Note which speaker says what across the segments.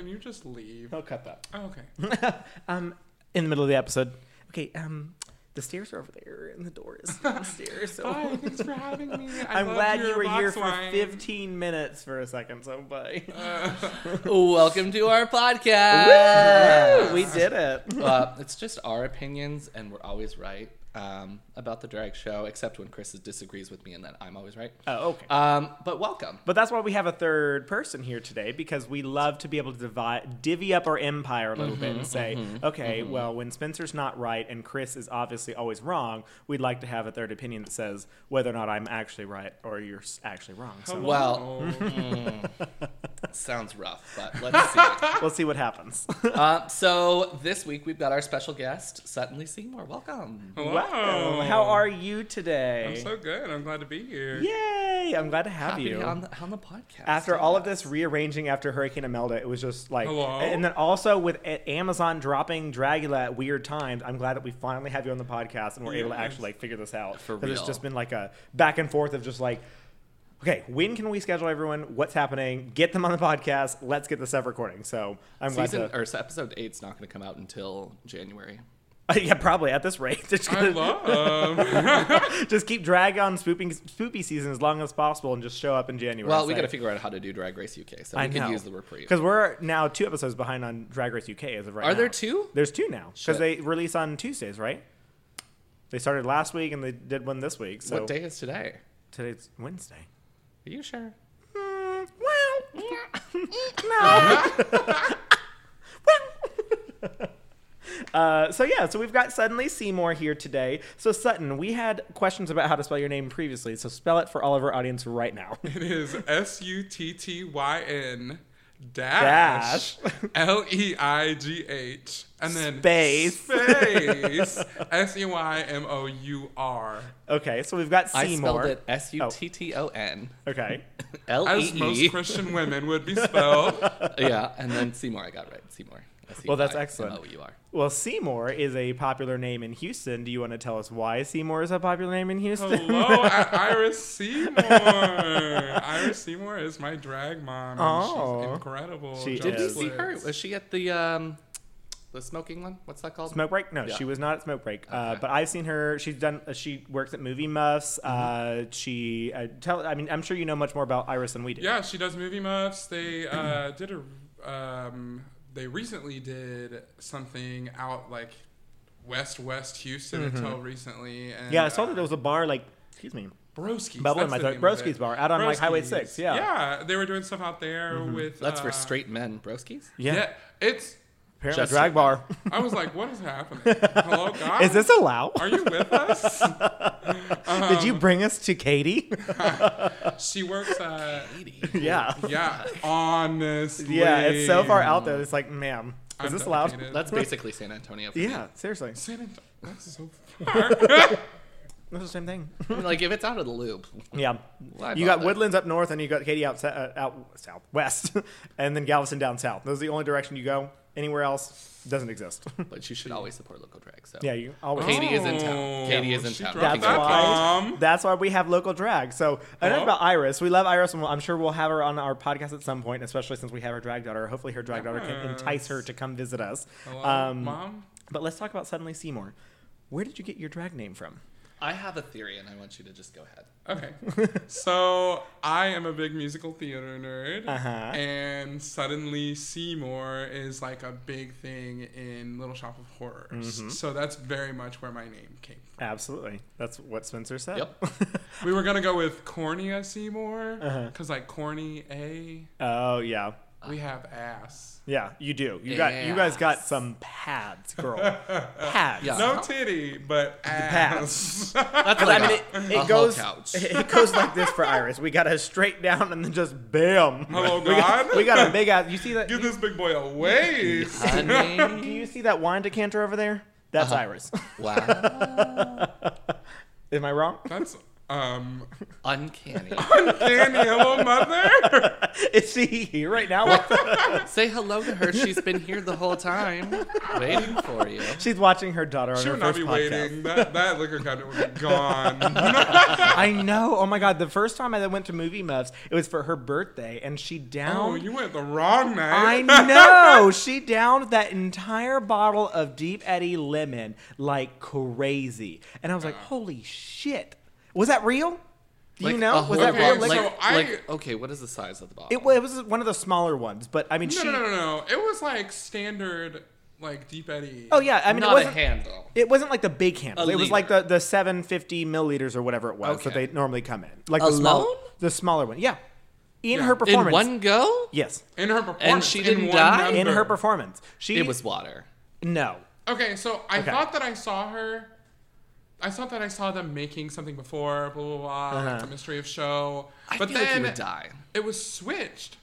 Speaker 1: Can you just leave?
Speaker 2: He'll cut that.
Speaker 1: Oh, okay.
Speaker 3: um, in the middle of the episode. Okay, um, the stairs are over there, and the door is downstairs. so
Speaker 1: Bye. Thanks for having me. I
Speaker 3: I'm
Speaker 1: love
Speaker 3: glad you
Speaker 1: your
Speaker 3: were here
Speaker 1: box
Speaker 3: for
Speaker 1: wine.
Speaker 3: 15 minutes for a second. So bye.
Speaker 2: Welcome to our
Speaker 3: Yeah,
Speaker 1: Uh,
Speaker 2: podcast.
Speaker 3: we did it.
Speaker 2: uh, it's just our opinions, and we're always right um, about the drag show, except when Chris disagrees with me, and then I'm always right.
Speaker 3: Oh, okay.
Speaker 2: Um, but welcome.
Speaker 3: But that's why we have a third person here today because we love to be able to divide, divvy up our empire a little bit
Speaker 1: Mm-hmm,
Speaker 3: and say, okay, well, when Spencer's not right and Chris is obviously always wrong, we'd like to have a third opinion that says whether or not I'm actually right or you're s- actually wrong. So
Speaker 2: Well,
Speaker 1: Oh.
Speaker 2: sounds rough, but let's see.
Speaker 3: we'll see what happens.
Speaker 2: uh, so this week we've got our special guest, Sutton Lee Seymour. Welcome.
Speaker 1: Hello.
Speaker 3: Welcome. How are you
Speaker 1: I'm
Speaker 3: today?
Speaker 1: so good. I'm glad to be here.
Speaker 3: Yay! I'm glad to have
Speaker 2: Happy to
Speaker 3: you.
Speaker 2: be on the, on the podcast.
Speaker 3: after all of this rearranging after Hurricane Imelda, it was just like,
Speaker 1: Hello?
Speaker 3: and then also with A- Amazon dropping Dragula at weird times. I'm glad that we finally have you on the podcast and we're able to
Speaker 1: Yes.
Speaker 3: actually like figure this out.
Speaker 2: For
Speaker 3: 'Cause it's
Speaker 2: real.
Speaker 3: just been like a back and forth of just like, okay, when can we schedule everyone? What's happening? Get them on the podcast. Let's get this stuff recording. So I'm
Speaker 2: Season
Speaker 3: glad to.
Speaker 2: or so episode eight's not going to come out until January.
Speaker 3: yeah, probably at this rate. They're just
Speaker 1: I
Speaker 3: gonna-
Speaker 1: love.
Speaker 3: just keep drag on spooping spoopy season as long as possible and just show up in January.
Speaker 2: Well,
Speaker 3: It's
Speaker 2: we
Speaker 3: like-
Speaker 2: got to figure out how to do Drag Race UK, so we
Speaker 3: I
Speaker 2: can
Speaker 3: know.
Speaker 2: use the reprieve.
Speaker 3: Because we're now two episodes behind on Drag Race UK as of right
Speaker 2: Are
Speaker 3: now.
Speaker 2: there two?
Speaker 3: There's two now.
Speaker 2: Shit.
Speaker 3: Because they release on Tuesdays, right? They started last week and they did one this week. So
Speaker 2: What day is today?
Speaker 3: today's Wednesday.
Speaker 2: Are you sure?
Speaker 3: Mm, well, no. Uh, so yeah, so we've got suddenly Seymour here today. So Sutton, we had questions about how to spell your name previously, so spell it for all of our audience right now.
Speaker 1: It is S U T T Y N dash L E I G H and then
Speaker 3: Space.
Speaker 1: space S E Y M O U R.
Speaker 3: Okay, so we've got
Speaker 2: I
Speaker 3: Seymour.
Speaker 2: spelled it S U T T O N
Speaker 3: Okay.
Speaker 2: L E
Speaker 1: As
Speaker 2: E.
Speaker 1: most Christian women would be spelled.
Speaker 2: Yeah, and then Seymour, I got right. Seymour.
Speaker 3: Well, that's excellent.
Speaker 2: Oh, you are.
Speaker 3: Well, Seymour is a popular name in Houston. Do you want to tell us why Seymour is a popular name in Houston?
Speaker 1: Hello, I- Iris Seymour. Iris Seymour is my drag mom. and
Speaker 3: Oh.
Speaker 1: she's incredible.
Speaker 3: She
Speaker 1: Just
Speaker 2: Did we
Speaker 3: Yes.
Speaker 2: see her?
Speaker 1: like-
Speaker 2: Was she at the um, the smoking one? What's that called?
Speaker 3: Smoke break? No,
Speaker 2: Yeah.
Speaker 3: she was not at smoke break. Uh,
Speaker 2: Okay.
Speaker 3: but I've seen her. She's done. uh, She works at Movie Muffs. Uh, she uh, tell. I mean, I'm sure you know much more about Iris than we do.
Speaker 1: Yeah, she does movie muffs. They uh, did a. Um, they recently did something out like West West Houston until recently. And,
Speaker 3: Mm-hmm. Yeah, I saw that
Speaker 1: uh,
Speaker 3: there was a bar like. Excuse me.
Speaker 1: Broski's.
Speaker 3: Bubble
Speaker 1: that's
Speaker 3: in my
Speaker 1: the
Speaker 3: throat.
Speaker 1: name of
Speaker 3: Broski's
Speaker 1: it.
Speaker 3: bar, out on, like, Highway
Speaker 1: Broski's.
Speaker 3: 6, yeah. Mm-hmm.
Speaker 1: Yeah, they were doing stuff out there with.
Speaker 2: That's
Speaker 1: uh,
Speaker 2: for straight men, broskies.
Speaker 1: Yeah.
Speaker 3: Yeah.
Speaker 1: it's.
Speaker 3: Apparently,
Speaker 2: Just-
Speaker 3: drag bar.
Speaker 1: I was like, what is happening? Hello, God.
Speaker 3: is this allow?
Speaker 1: Are you with us? Um,
Speaker 3: Did you bring us to Katie?
Speaker 1: She works at.
Speaker 3: yeah.
Speaker 1: Yeah, honestly.
Speaker 3: Yeah. It's so far out there. It's like, ma'am, is
Speaker 1: I'm
Speaker 3: this allowed?
Speaker 1: dedicated.
Speaker 2: That's basically San Antonio. For me.
Speaker 3: Yeah. Seriously. It's
Speaker 1: San Antonio. That's so far.
Speaker 3: the same thing.
Speaker 2: like if it's out of the loop.
Speaker 3: Yeah,
Speaker 2: Why
Speaker 3: you got
Speaker 2: bother?
Speaker 3: Woodlands up north, and you got Katy out se- uh, out south west, and then Galveston down south. Those are the only direction you go. Anywhere else doesn't exist.
Speaker 2: But you should always support local drag. So
Speaker 3: yeah, you always.
Speaker 2: Katy is in town.
Speaker 1: Oh,
Speaker 2: Katy is in
Speaker 1: she
Speaker 2: town.
Speaker 1: dropped
Speaker 2: Rocky
Speaker 3: That's
Speaker 1: that
Speaker 2: Mountain.
Speaker 3: why.
Speaker 1: bomb.
Speaker 3: That's why we have local drag. So enough
Speaker 1: Hello?
Speaker 3: about Iris. We love Iris, and we'll- I'm sure we'll have her on our podcast at some point. Especially since we have her drag daughter. Hopefully, her drag daughter can entice her to come visit us.
Speaker 2: Oh,
Speaker 1: Hello,
Speaker 3: Um,
Speaker 1: mom.
Speaker 3: But let's talk about suddenly Seymour. Where did you get your drag name from?
Speaker 2: I have a theory, and I want you to just go ahead.
Speaker 1: Okay. so I am a big musical theater nerd,
Speaker 3: Uh-huh.
Speaker 1: and suddenly Seymour is like a big thing in Little Shop of Horrors.
Speaker 3: Mm-hmm.
Speaker 1: So that's very much where my name came from.
Speaker 3: Absolutely, that's what Spencer said.
Speaker 2: Yep.
Speaker 1: We were gonna go with Cornea Seymour,
Speaker 3: Uh-huh.
Speaker 1: because like corny A,
Speaker 3: oh yeah.
Speaker 1: we have ass.
Speaker 3: Yeah, you do. You got you guys got some pads, girl. Pads.
Speaker 2: Yeah.
Speaker 1: No
Speaker 2: Uh-huh.
Speaker 1: titty, but ass.
Speaker 3: pass.
Speaker 2: That's
Speaker 3: 'Cause,
Speaker 2: like
Speaker 3: I mean,
Speaker 2: a-
Speaker 3: it,
Speaker 2: a
Speaker 3: it
Speaker 2: whole
Speaker 3: goes
Speaker 2: couch.
Speaker 3: it goes like this for Iris. We got a straight down and then just bam.
Speaker 1: Hello,
Speaker 3: we got,
Speaker 1: God.
Speaker 3: we got a big ass. You see that?
Speaker 1: Give this big boy a waist.
Speaker 3: Do
Speaker 2: Honey.
Speaker 3: you see that wine decanter over there? That's
Speaker 2: Uh-huh.
Speaker 3: Iris.
Speaker 2: wow.
Speaker 3: Am I wrong?
Speaker 1: That's Um,
Speaker 2: Uncanny.
Speaker 1: uncanny, hello, mother.
Speaker 3: Is she here right now? What the-
Speaker 2: Say hello to her. She's been here the whole time, waiting for you.
Speaker 3: She's watching her daughter on
Speaker 1: She
Speaker 3: her
Speaker 1: would not
Speaker 3: first
Speaker 1: be
Speaker 3: podcast.
Speaker 1: waiting. That, that liquor cabinet would be gone.
Speaker 3: I know. Oh my god! The first time I went to Movie Muffs, it was for her birthday, and she
Speaker 1: oh,
Speaker 3: downed.
Speaker 1: you went the wrong
Speaker 3: I
Speaker 1: night.
Speaker 3: know. She downed that entire bottle of Deep Eddy lemon like crazy, and I was like, "Holy shit! Was that real? Do you
Speaker 2: Like,
Speaker 3: know?
Speaker 2: a
Speaker 3: Was
Speaker 2: whole
Speaker 3: that real?"
Speaker 1: bottle-
Speaker 2: box-
Speaker 3: Like,
Speaker 2: Like,
Speaker 1: So I-
Speaker 2: like, okay, what is the size of the bottle?
Speaker 3: it, wa- it was one of the smaller ones, but I mean,
Speaker 1: No,
Speaker 3: she.
Speaker 1: no, no, no, no. It was like standard, like deep eddy.
Speaker 3: Oh yeah, I mean,
Speaker 2: not
Speaker 3: it wasn't.
Speaker 2: a handle.
Speaker 3: It wasn't like the big handle.
Speaker 2: A
Speaker 3: It was like the,
Speaker 2: liter.
Speaker 3: the 750 milliliters or whatever it was that
Speaker 2: Okay.
Speaker 3: they normally come in. Like the
Speaker 2: Alone?
Speaker 3: small, the smaller one. Yeah. In
Speaker 1: Yeah.
Speaker 3: her
Speaker 1: In
Speaker 3: performance.
Speaker 2: In one go?
Speaker 3: Yes.
Speaker 1: In her performance.
Speaker 2: she
Speaker 1: in
Speaker 2: didn't
Speaker 1: one
Speaker 2: die?
Speaker 1: number.
Speaker 3: In her performance. She
Speaker 2: It was water.
Speaker 3: No.
Speaker 1: Okay, so I
Speaker 3: Okay.
Speaker 1: thought that I saw her. I thought that I saw them making something before, blah blah blah. like
Speaker 3: Uh-huh.
Speaker 1: the mystery of show.
Speaker 2: I
Speaker 1: but
Speaker 2: feel
Speaker 1: then
Speaker 2: like you would die.
Speaker 1: it was switched.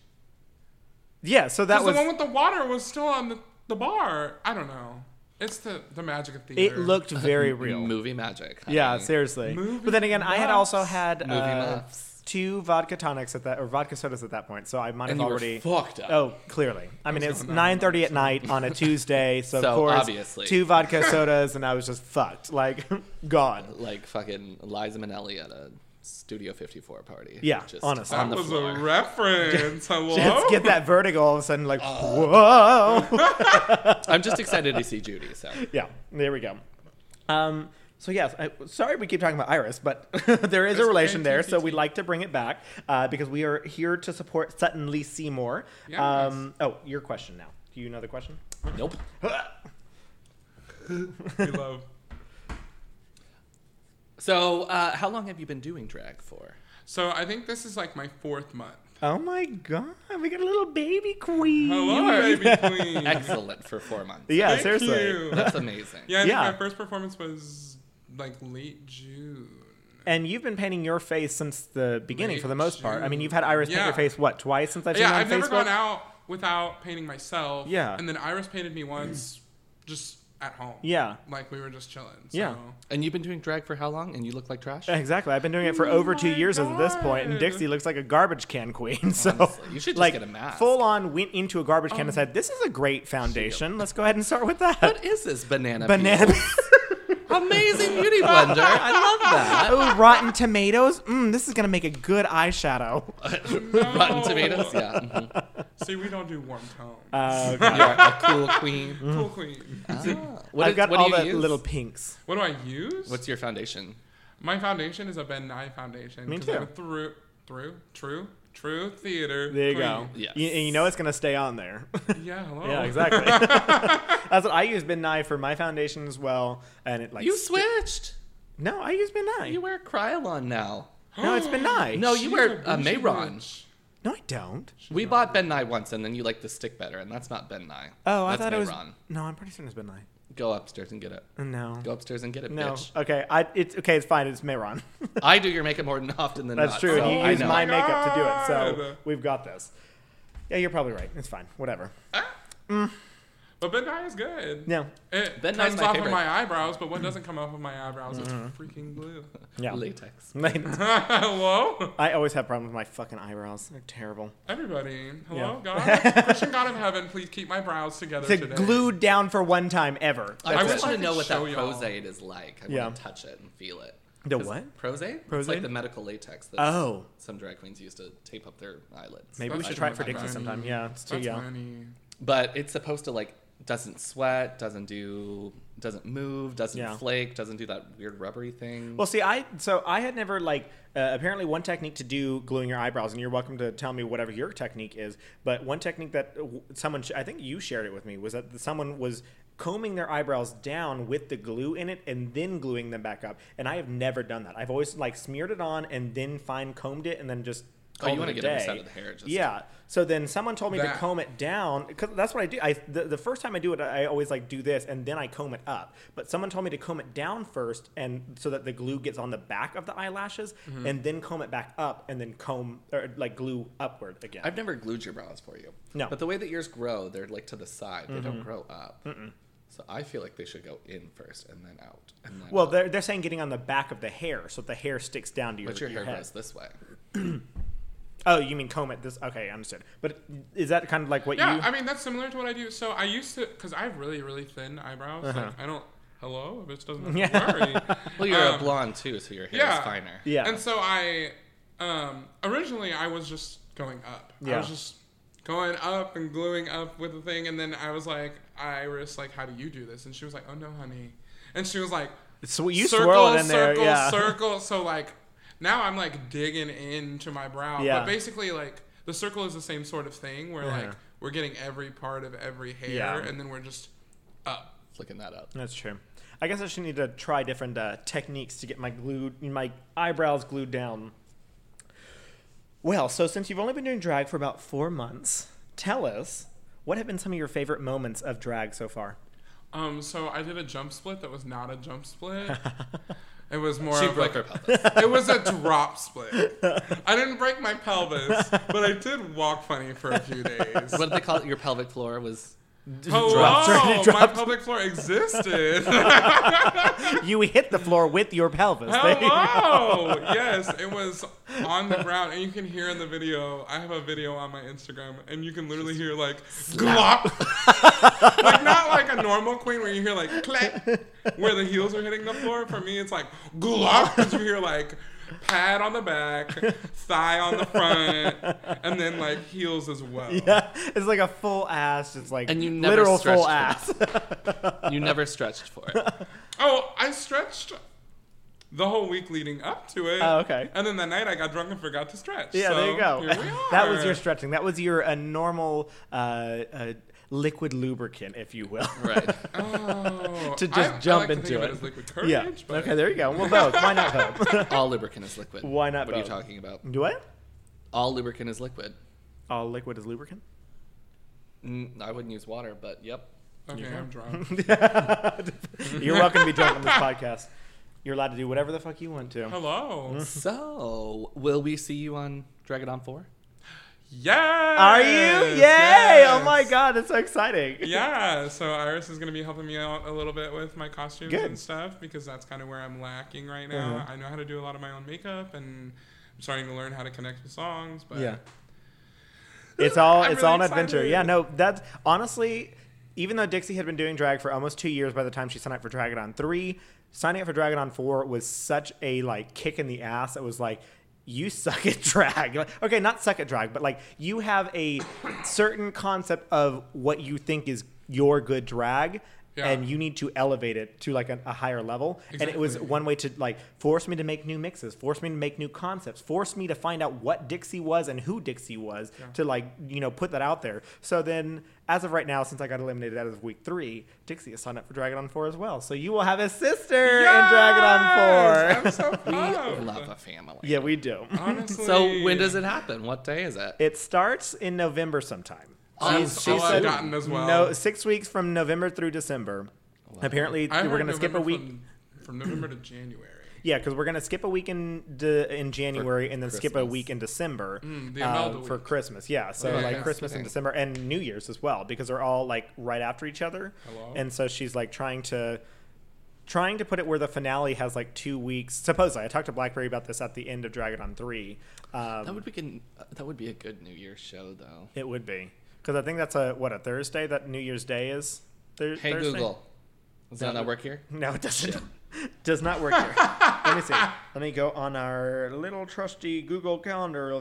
Speaker 3: Yeah, so that
Speaker 1: Because
Speaker 3: was
Speaker 1: the one with the water was still on the, the bar. I don't know. It's the the magic of theater.
Speaker 3: it looked very real.
Speaker 2: Movie magic. honey.
Speaker 3: Yeah, seriously.
Speaker 1: Movie
Speaker 3: but then again, I had also
Speaker 1: muffs.
Speaker 3: had
Speaker 2: Movie
Speaker 3: uh,
Speaker 2: muffs.
Speaker 3: two vodka tonics at that or vodka sodas at that point, so I might have
Speaker 2: And you were
Speaker 3: already
Speaker 2: fucked up.
Speaker 3: Oh, clearly. I mean,
Speaker 1: was
Speaker 3: it's
Speaker 1: going down
Speaker 3: 9:30 at night on a Tuesday, so,
Speaker 2: So,
Speaker 3: of course,
Speaker 2: obviously.
Speaker 3: two vodka sodas and I was just fucked, like gone.
Speaker 2: Like fucking Liza Minnelli at a Studio 54 party.
Speaker 3: Yeah,
Speaker 2: Just
Speaker 3: honestly.
Speaker 1: that
Speaker 2: on the
Speaker 1: was
Speaker 2: floor.
Speaker 1: a reference. Hello.
Speaker 3: Just get that vertigo all of a sudden, like,
Speaker 2: Uh,
Speaker 3: whoa.
Speaker 2: I'm just excited to see Judy, so.
Speaker 3: yeah, there we go. Um, so, yes, I, sorry we keep talking about Iris, but there is a
Speaker 1: It's
Speaker 3: relation
Speaker 1: okay,
Speaker 3: there,
Speaker 1: TTT.
Speaker 3: so we'd like to bring it back uh, because we are here to support Sutton Lee Seymour.
Speaker 1: Yes.
Speaker 3: Um, oh, your question now. Do you know the question?
Speaker 2: Nope.
Speaker 1: We love.
Speaker 2: So, uh, how long have you been doing drag for?
Speaker 1: So I think this is like my fourth month.
Speaker 3: Oh my God, we got a little baby queen.
Speaker 1: Hello, baby queen.
Speaker 2: Excellent for four months.
Speaker 3: Yeah,
Speaker 1: Thank
Speaker 3: seriously.
Speaker 1: you.
Speaker 2: That's amazing.
Speaker 1: Yeah, I think
Speaker 3: Yeah.
Speaker 1: my first performance was like late June.
Speaker 3: And you've been painting your face since the beginning,
Speaker 1: Late
Speaker 3: for the most part. I mean,
Speaker 1: June.
Speaker 3: you've had Iris paint
Speaker 1: Yeah.
Speaker 3: your face, what, twice since I've seen
Speaker 1: yeah,
Speaker 3: her on
Speaker 1: I've never
Speaker 3: Facebook?
Speaker 1: gone out without painting myself.
Speaker 3: Yeah.
Speaker 1: And then Iris painted me once, just at home.
Speaker 3: Yeah.
Speaker 1: Like we were just chilling. So.
Speaker 3: Yeah.
Speaker 2: And you've been doing drag for how long? And you look like trash?
Speaker 3: Exactly. I've been doing it for
Speaker 1: Oh
Speaker 3: over two
Speaker 1: my
Speaker 3: years at this point, and
Speaker 1: God.
Speaker 3: Dixie looks like a garbage can queen. So
Speaker 2: Honestly, you should just
Speaker 3: like,
Speaker 2: get a mask. Oh
Speaker 3: Full on went into a garbage can and said, "This is a great foundation. Let's go ahead and start with that."
Speaker 2: What is this banana?
Speaker 3: Banana.
Speaker 2: peel? Amazing beauty blender. I love that.
Speaker 3: oh, rotten tomatoes. Mm, this is gonna make a good eyeshadow.
Speaker 2: Rotten Tomatoes. Yeah. mhm.
Speaker 1: See, we don't do warm tone.
Speaker 3: Uh,
Speaker 2: You're a cool queen. Ah.
Speaker 1: cool queen.
Speaker 2: What
Speaker 3: Mm-hmm. I've
Speaker 2: is-
Speaker 3: got
Speaker 2: what do
Speaker 3: all
Speaker 2: you
Speaker 3: the
Speaker 2: use?
Speaker 3: little pinks.
Speaker 1: What do I use?
Speaker 2: What's your foundation?
Speaker 1: My foundation is a Ben Nye foundation.
Speaker 3: Me
Speaker 1: 'cause I'm
Speaker 3: too.
Speaker 1: a through, through, true, true theater.
Speaker 3: There you
Speaker 1: queen.
Speaker 3: go.
Speaker 2: Yes. Oh.
Speaker 3: You, and you know it's gonna stay on there.
Speaker 1: Yeah, hello.
Speaker 3: yeah, exactly. That's what I use Ben Nye for my foundation as well, and it like
Speaker 2: You
Speaker 3: sti-
Speaker 2: switched.
Speaker 3: No, I use Ben
Speaker 2: You
Speaker 3: Nye.
Speaker 2: wear Krylon now.
Speaker 3: No, it's Ben Nye.
Speaker 2: No, Oh, you
Speaker 1: She's
Speaker 2: wear
Speaker 1: a
Speaker 2: a
Speaker 1: bougie
Speaker 2: Mayron.
Speaker 1: bitch.
Speaker 3: no, I don't.
Speaker 2: We bought Ben Nye once, and then you liked the stick better, and that's not Ben Nye.
Speaker 3: Oh, I
Speaker 2: that's
Speaker 3: thought it was.
Speaker 2: Mayron.
Speaker 3: No, I'm pretty certain it's Ben Nye.
Speaker 2: Go upstairs and get it.
Speaker 3: No.
Speaker 2: Go upstairs and get it,
Speaker 3: Mm. No.
Speaker 2: bitch.
Speaker 3: Okay. I, it's okay. It's fine. It's Mehron.
Speaker 2: I do your makeup more than often than
Speaker 3: That's
Speaker 2: not.
Speaker 3: true.
Speaker 2: so
Speaker 3: and you
Speaker 2: I
Speaker 3: use
Speaker 2: know.
Speaker 3: my makeup to do it, so
Speaker 1: God.
Speaker 3: we've got this. Yeah, you're probably right. It's fine. Whatever.
Speaker 1: Ah. But Ben Nye is good.
Speaker 3: No.
Speaker 1: It
Speaker 2: Ben Nye's
Speaker 1: comes
Speaker 2: my
Speaker 1: off
Speaker 2: favorite.
Speaker 1: of my eyebrows, but what doesn't come off of my eyebrows is
Speaker 3: Mm-hmm.
Speaker 1: freaking glue.
Speaker 3: Yeah.
Speaker 2: latex.
Speaker 1: hello?
Speaker 3: I always have problems with my fucking eyebrows. They're terrible.
Speaker 1: Everybody. Hello,
Speaker 3: Yeah.
Speaker 1: God. Christian God of Heaven, please keep my brows together
Speaker 3: They're
Speaker 1: today.
Speaker 3: glued down for one time ever.
Speaker 2: I,
Speaker 1: I
Speaker 2: just
Speaker 1: wish I
Speaker 2: want to
Speaker 1: could
Speaker 2: know what that
Speaker 1: show y'all.
Speaker 2: prosade is like. I
Speaker 3: Yeah.
Speaker 2: want to touch it and feel it.
Speaker 3: The
Speaker 2: 'Cause
Speaker 3: what?
Speaker 2: Prosade? It's
Speaker 3: Prosade?
Speaker 2: like the medical latex that
Speaker 3: Oh.
Speaker 2: some drag queens use to tape up their eyelids.
Speaker 3: Maybe we
Speaker 1: That's
Speaker 3: should try it for
Speaker 1: funny.
Speaker 3: Dixie sometime. Yeah, it's too
Speaker 1: That's
Speaker 3: young.
Speaker 1: funny.
Speaker 2: But it's supposed to like doesn't sweat, doesn't do, doesn't move, doesn't
Speaker 3: Yeah.
Speaker 2: flake, doesn't do that weird rubbery thing.
Speaker 3: Well, see, I so I had never like uh, apparently one technique to do gluing your eyebrows, and you're welcome to tell me whatever your technique is. But one technique that uh, w- someone sh- I think you shared it with me was that someone was combing their eyebrows down with the glue in it and then gluing them back up. And I have never done that. I've always like smeared it on and then fine combed it and then just.
Speaker 2: Oh, you
Speaker 3: called
Speaker 2: wanna
Speaker 3: it a
Speaker 2: get every
Speaker 3: day.
Speaker 2: side of the hair, just-
Speaker 3: yeah. So then someone told me to
Speaker 1: That.
Speaker 3: comb it down because that's what I do. I the, the first time I do it, I always like do this and then I comb it up. But someone told me to comb it down first and so that the glue gets on the back of the eyelashes
Speaker 1: Mm-hmm.
Speaker 3: and then comb it back up and then comb or like glue upward again.
Speaker 2: I've never glued your brows for you.
Speaker 3: No. Mm-hmm.
Speaker 2: But the way that yours grow, they're like to the side. They don't grow up. So I feel like they should go in first and then out. And then
Speaker 3: Well,
Speaker 2: up.
Speaker 3: they're, they're saying getting on the back of the hair, so the hair sticks down to your,
Speaker 2: but your,
Speaker 3: your
Speaker 2: hair
Speaker 3: head.
Speaker 2: grows this way.
Speaker 3: Oh, you mean comb it this? Okay, I understood. But is that kind of like what
Speaker 1: Yeah,
Speaker 3: you?
Speaker 1: I mean that's similar to what I do. So I used to because I have really really thin eyebrows.
Speaker 3: Uh-huh.
Speaker 1: Like, I don't. Hello, this doesn't have
Speaker 3: Yeah.
Speaker 1: to worry.
Speaker 2: Well, you're a
Speaker 1: Um,
Speaker 2: blonde too, so your hair
Speaker 1: yeah.
Speaker 2: is finer.
Speaker 3: yeah.
Speaker 1: And so I, um, originally I was just going up. I
Speaker 3: Yeah.
Speaker 1: was just going up and gluing up with the thing, and then I was like, Iris, like, how do you do this? And she was like, Oh no, honey. And she was like,
Speaker 3: so you swirl it in there.
Speaker 1: circle,
Speaker 3: yeah.
Speaker 1: circle. So like, now I'm like digging into my brow.
Speaker 3: Yeah.
Speaker 1: But basically, like, the circle is the same sort of thing where
Speaker 3: Uh-huh.
Speaker 1: like we're getting every part of every hair,
Speaker 3: Yeah.
Speaker 1: and then we're just up.
Speaker 2: Looking that up.
Speaker 3: That's true. I guess I should need to try different uh, techniques to get my glued my eyebrows glued down. Well, so since you've only been doing drag for about four months, tell us what have been some of your favorite moments of drag so far.
Speaker 1: Um, so I did a jump split that was not a jump split. It was more
Speaker 2: She
Speaker 1: of
Speaker 2: broke
Speaker 1: like
Speaker 2: her pelvis.
Speaker 1: It was a drop split. I didn't break my pelvis, but I did walk funny for a few days.
Speaker 2: what did they call it? Your pelvic floor was.
Speaker 1: Hello,
Speaker 3: dropped right-
Speaker 1: my
Speaker 3: dropped.
Speaker 1: pelvic floor existed.
Speaker 3: You hit the floor with your pelvis. There you go.
Speaker 1: Hello, Oh, yes, it was on the ground, and you can hear in the video. I have a video on my Instagram, and you can literally hear like glop, like not like a normal queen where you hear like clack where the heels are hitting the floor. For me, it's like glop because you hear like pad on the back, thigh on the front, and then like heels as well.
Speaker 3: Yeah, it's like a full ass. It's like
Speaker 2: And you never
Speaker 3: literal
Speaker 2: stretched
Speaker 3: full
Speaker 2: it.
Speaker 3: ass.
Speaker 2: You never stretched for it.
Speaker 1: Oh, I stretched the whole week leading up to it.
Speaker 3: Oh, okay.
Speaker 1: And then that night I got drunk and forgot to stretch.
Speaker 3: Yeah, there you
Speaker 1: So
Speaker 3: go.
Speaker 1: here we are.
Speaker 3: that was your stretching. That was your uh, normal uh, uh, liquid lubricant, if you will.
Speaker 2: Right.
Speaker 1: Oh,
Speaker 3: To just
Speaker 1: I- I like
Speaker 3: jump
Speaker 1: to think
Speaker 3: into
Speaker 1: of
Speaker 3: it.
Speaker 1: as liquid courage,
Speaker 3: yeah.
Speaker 1: but
Speaker 3: Okay, there you go. Well, both. Why not both?
Speaker 2: All lubricant is liquid.
Speaker 3: Why not
Speaker 2: What are you
Speaker 3: both?
Speaker 2: talking about?
Speaker 3: Do what?
Speaker 2: All lubricant is liquid.
Speaker 3: All liquid is lubricant.
Speaker 2: Mm, I wouldn't use water, but yep.
Speaker 1: okay, I'm drunk.
Speaker 3: You're welcome to be drunk on this podcast. You're allowed to do whatever the fuck you want to.
Speaker 1: Hello.
Speaker 2: So, will we see you on Dragon On 4?
Speaker 1: Yes.
Speaker 3: Are you? Yay!
Speaker 1: yes.
Speaker 3: Oh my god, that's so exciting.
Speaker 1: Yeah, so Iris is going to be helping me out a little bit with my costumes
Speaker 3: Good.
Speaker 1: and stuff because that's kind of where I'm lacking right now.
Speaker 3: Uh-huh.
Speaker 1: I know how to do a lot of my own makeup and I'm starting to learn how to connect with songs, but
Speaker 3: Yeah. It's all
Speaker 1: I'm
Speaker 3: it's
Speaker 1: really
Speaker 3: all an adventure.
Speaker 1: excited.
Speaker 3: Yeah, no, that's honestly, even though Dixie had been doing drag for almost two years by the time she signed up for Dragon On Three, signing up for Dragon On Four was such a like kick in the ass. It was like you suck at drag. Like, okay, not suck at drag, but like you have a certain concept of what you think is your good drag.
Speaker 1: Yeah.
Speaker 3: And you need to elevate it to like a, a higher level. And it was
Speaker 1: Exactly.
Speaker 3: one way to like force me to make new mixes, force me to make new concepts, force me to find out what Dixie was and who Dixie was to like, you know, put that out there. So then as of right now, since I got eliminated out of week three, Dixie is signed up for Dragon on Four as well. So you will have a sister in Dragon on Four.
Speaker 1: Yes! I'm so
Speaker 2: We
Speaker 3: Oh.
Speaker 1: pumped.
Speaker 2: love a family.
Speaker 3: yeah, we do.
Speaker 1: Honestly.
Speaker 2: So, when does it happen? What day is it?
Speaker 3: It starts in November sometime.
Speaker 2: Oh,
Speaker 3: She's-
Speaker 1: so I've gotten as well.
Speaker 3: No, six weeks from November through December. Apparently,
Speaker 1: I
Speaker 3: we're
Speaker 1: heard
Speaker 3: gonna skip a
Speaker 1: November
Speaker 3: week.
Speaker 1: from, from November to January.
Speaker 3: Yeah, because we're gonna skip a week in de- in January and then skip a
Speaker 2: Christmas.
Speaker 3: week in December
Speaker 1: Mm,
Speaker 3: um,
Speaker 1: the Imelda
Speaker 3: for
Speaker 1: week.
Speaker 3: Christmas. Yeah, so
Speaker 1: Yeah,
Speaker 3: like
Speaker 1: yeah.
Speaker 3: Christmas and
Speaker 2: Okay.
Speaker 3: December and New Year's as well because they're all like right after each other.
Speaker 1: Hello?
Speaker 3: And so she's like trying to trying to put it where the finale has like two weeks. Supposedly, I talked to Blackberry about this at the end of Dragon on Three. Um,
Speaker 2: That would be good, uh, that would be a good New Year's show though.
Speaker 3: it would be because I think that's a what a Thursday that New Year's Day is. Thur-
Speaker 2: Hey
Speaker 3: Thursday?
Speaker 2: Google. Does that not work here?
Speaker 3: No, it doesn't. Does not work here. Let me see. Let me go on our little trusty Google calendar.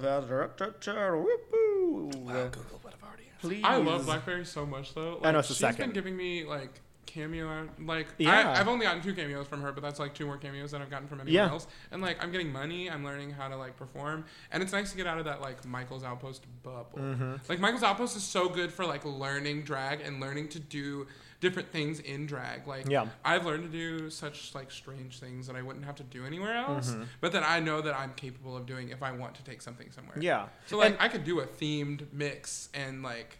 Speaker 3: Wow.
Speaker 2: Google would have already answered.
Speaker 3: Please.
Speaker 1: I love Blackberry so much though. Like,
Speaker 3: I know it's the
Speaker 1: she's
Speaker 3: second.
Speaker 1: been giving me like cameo, like
Speaker 3: Yeah.
Speaker 1: I, I've only gotten two cameos from her, but that's like two more cameos than I've gotten from anyone
Speaker 3: Yeah.
Speaker 1: else. And like I'm getting money, I'm learning how to like perform, and it's nice to get out of that like Michael's Outpost bubble.
Speaker 3: Mm-hmm.
Speaker 1: Like Michael's Outpost is so good for like learning drag and learning to do different things in drag. Like
Speaker 3: Yeah.
Speaker 1: I've learned to do such like strange things that I wouldn't have to do anywhere else,
Speaker 3: Mm-hmm.
Speaker 1: but that I know that I'm capable of doing if I want to take something somewhere.
Speaker 3: Yeah.
Speaker 1: So like
Speaker 3: And-
Speaker 1: I could do a themed mix and like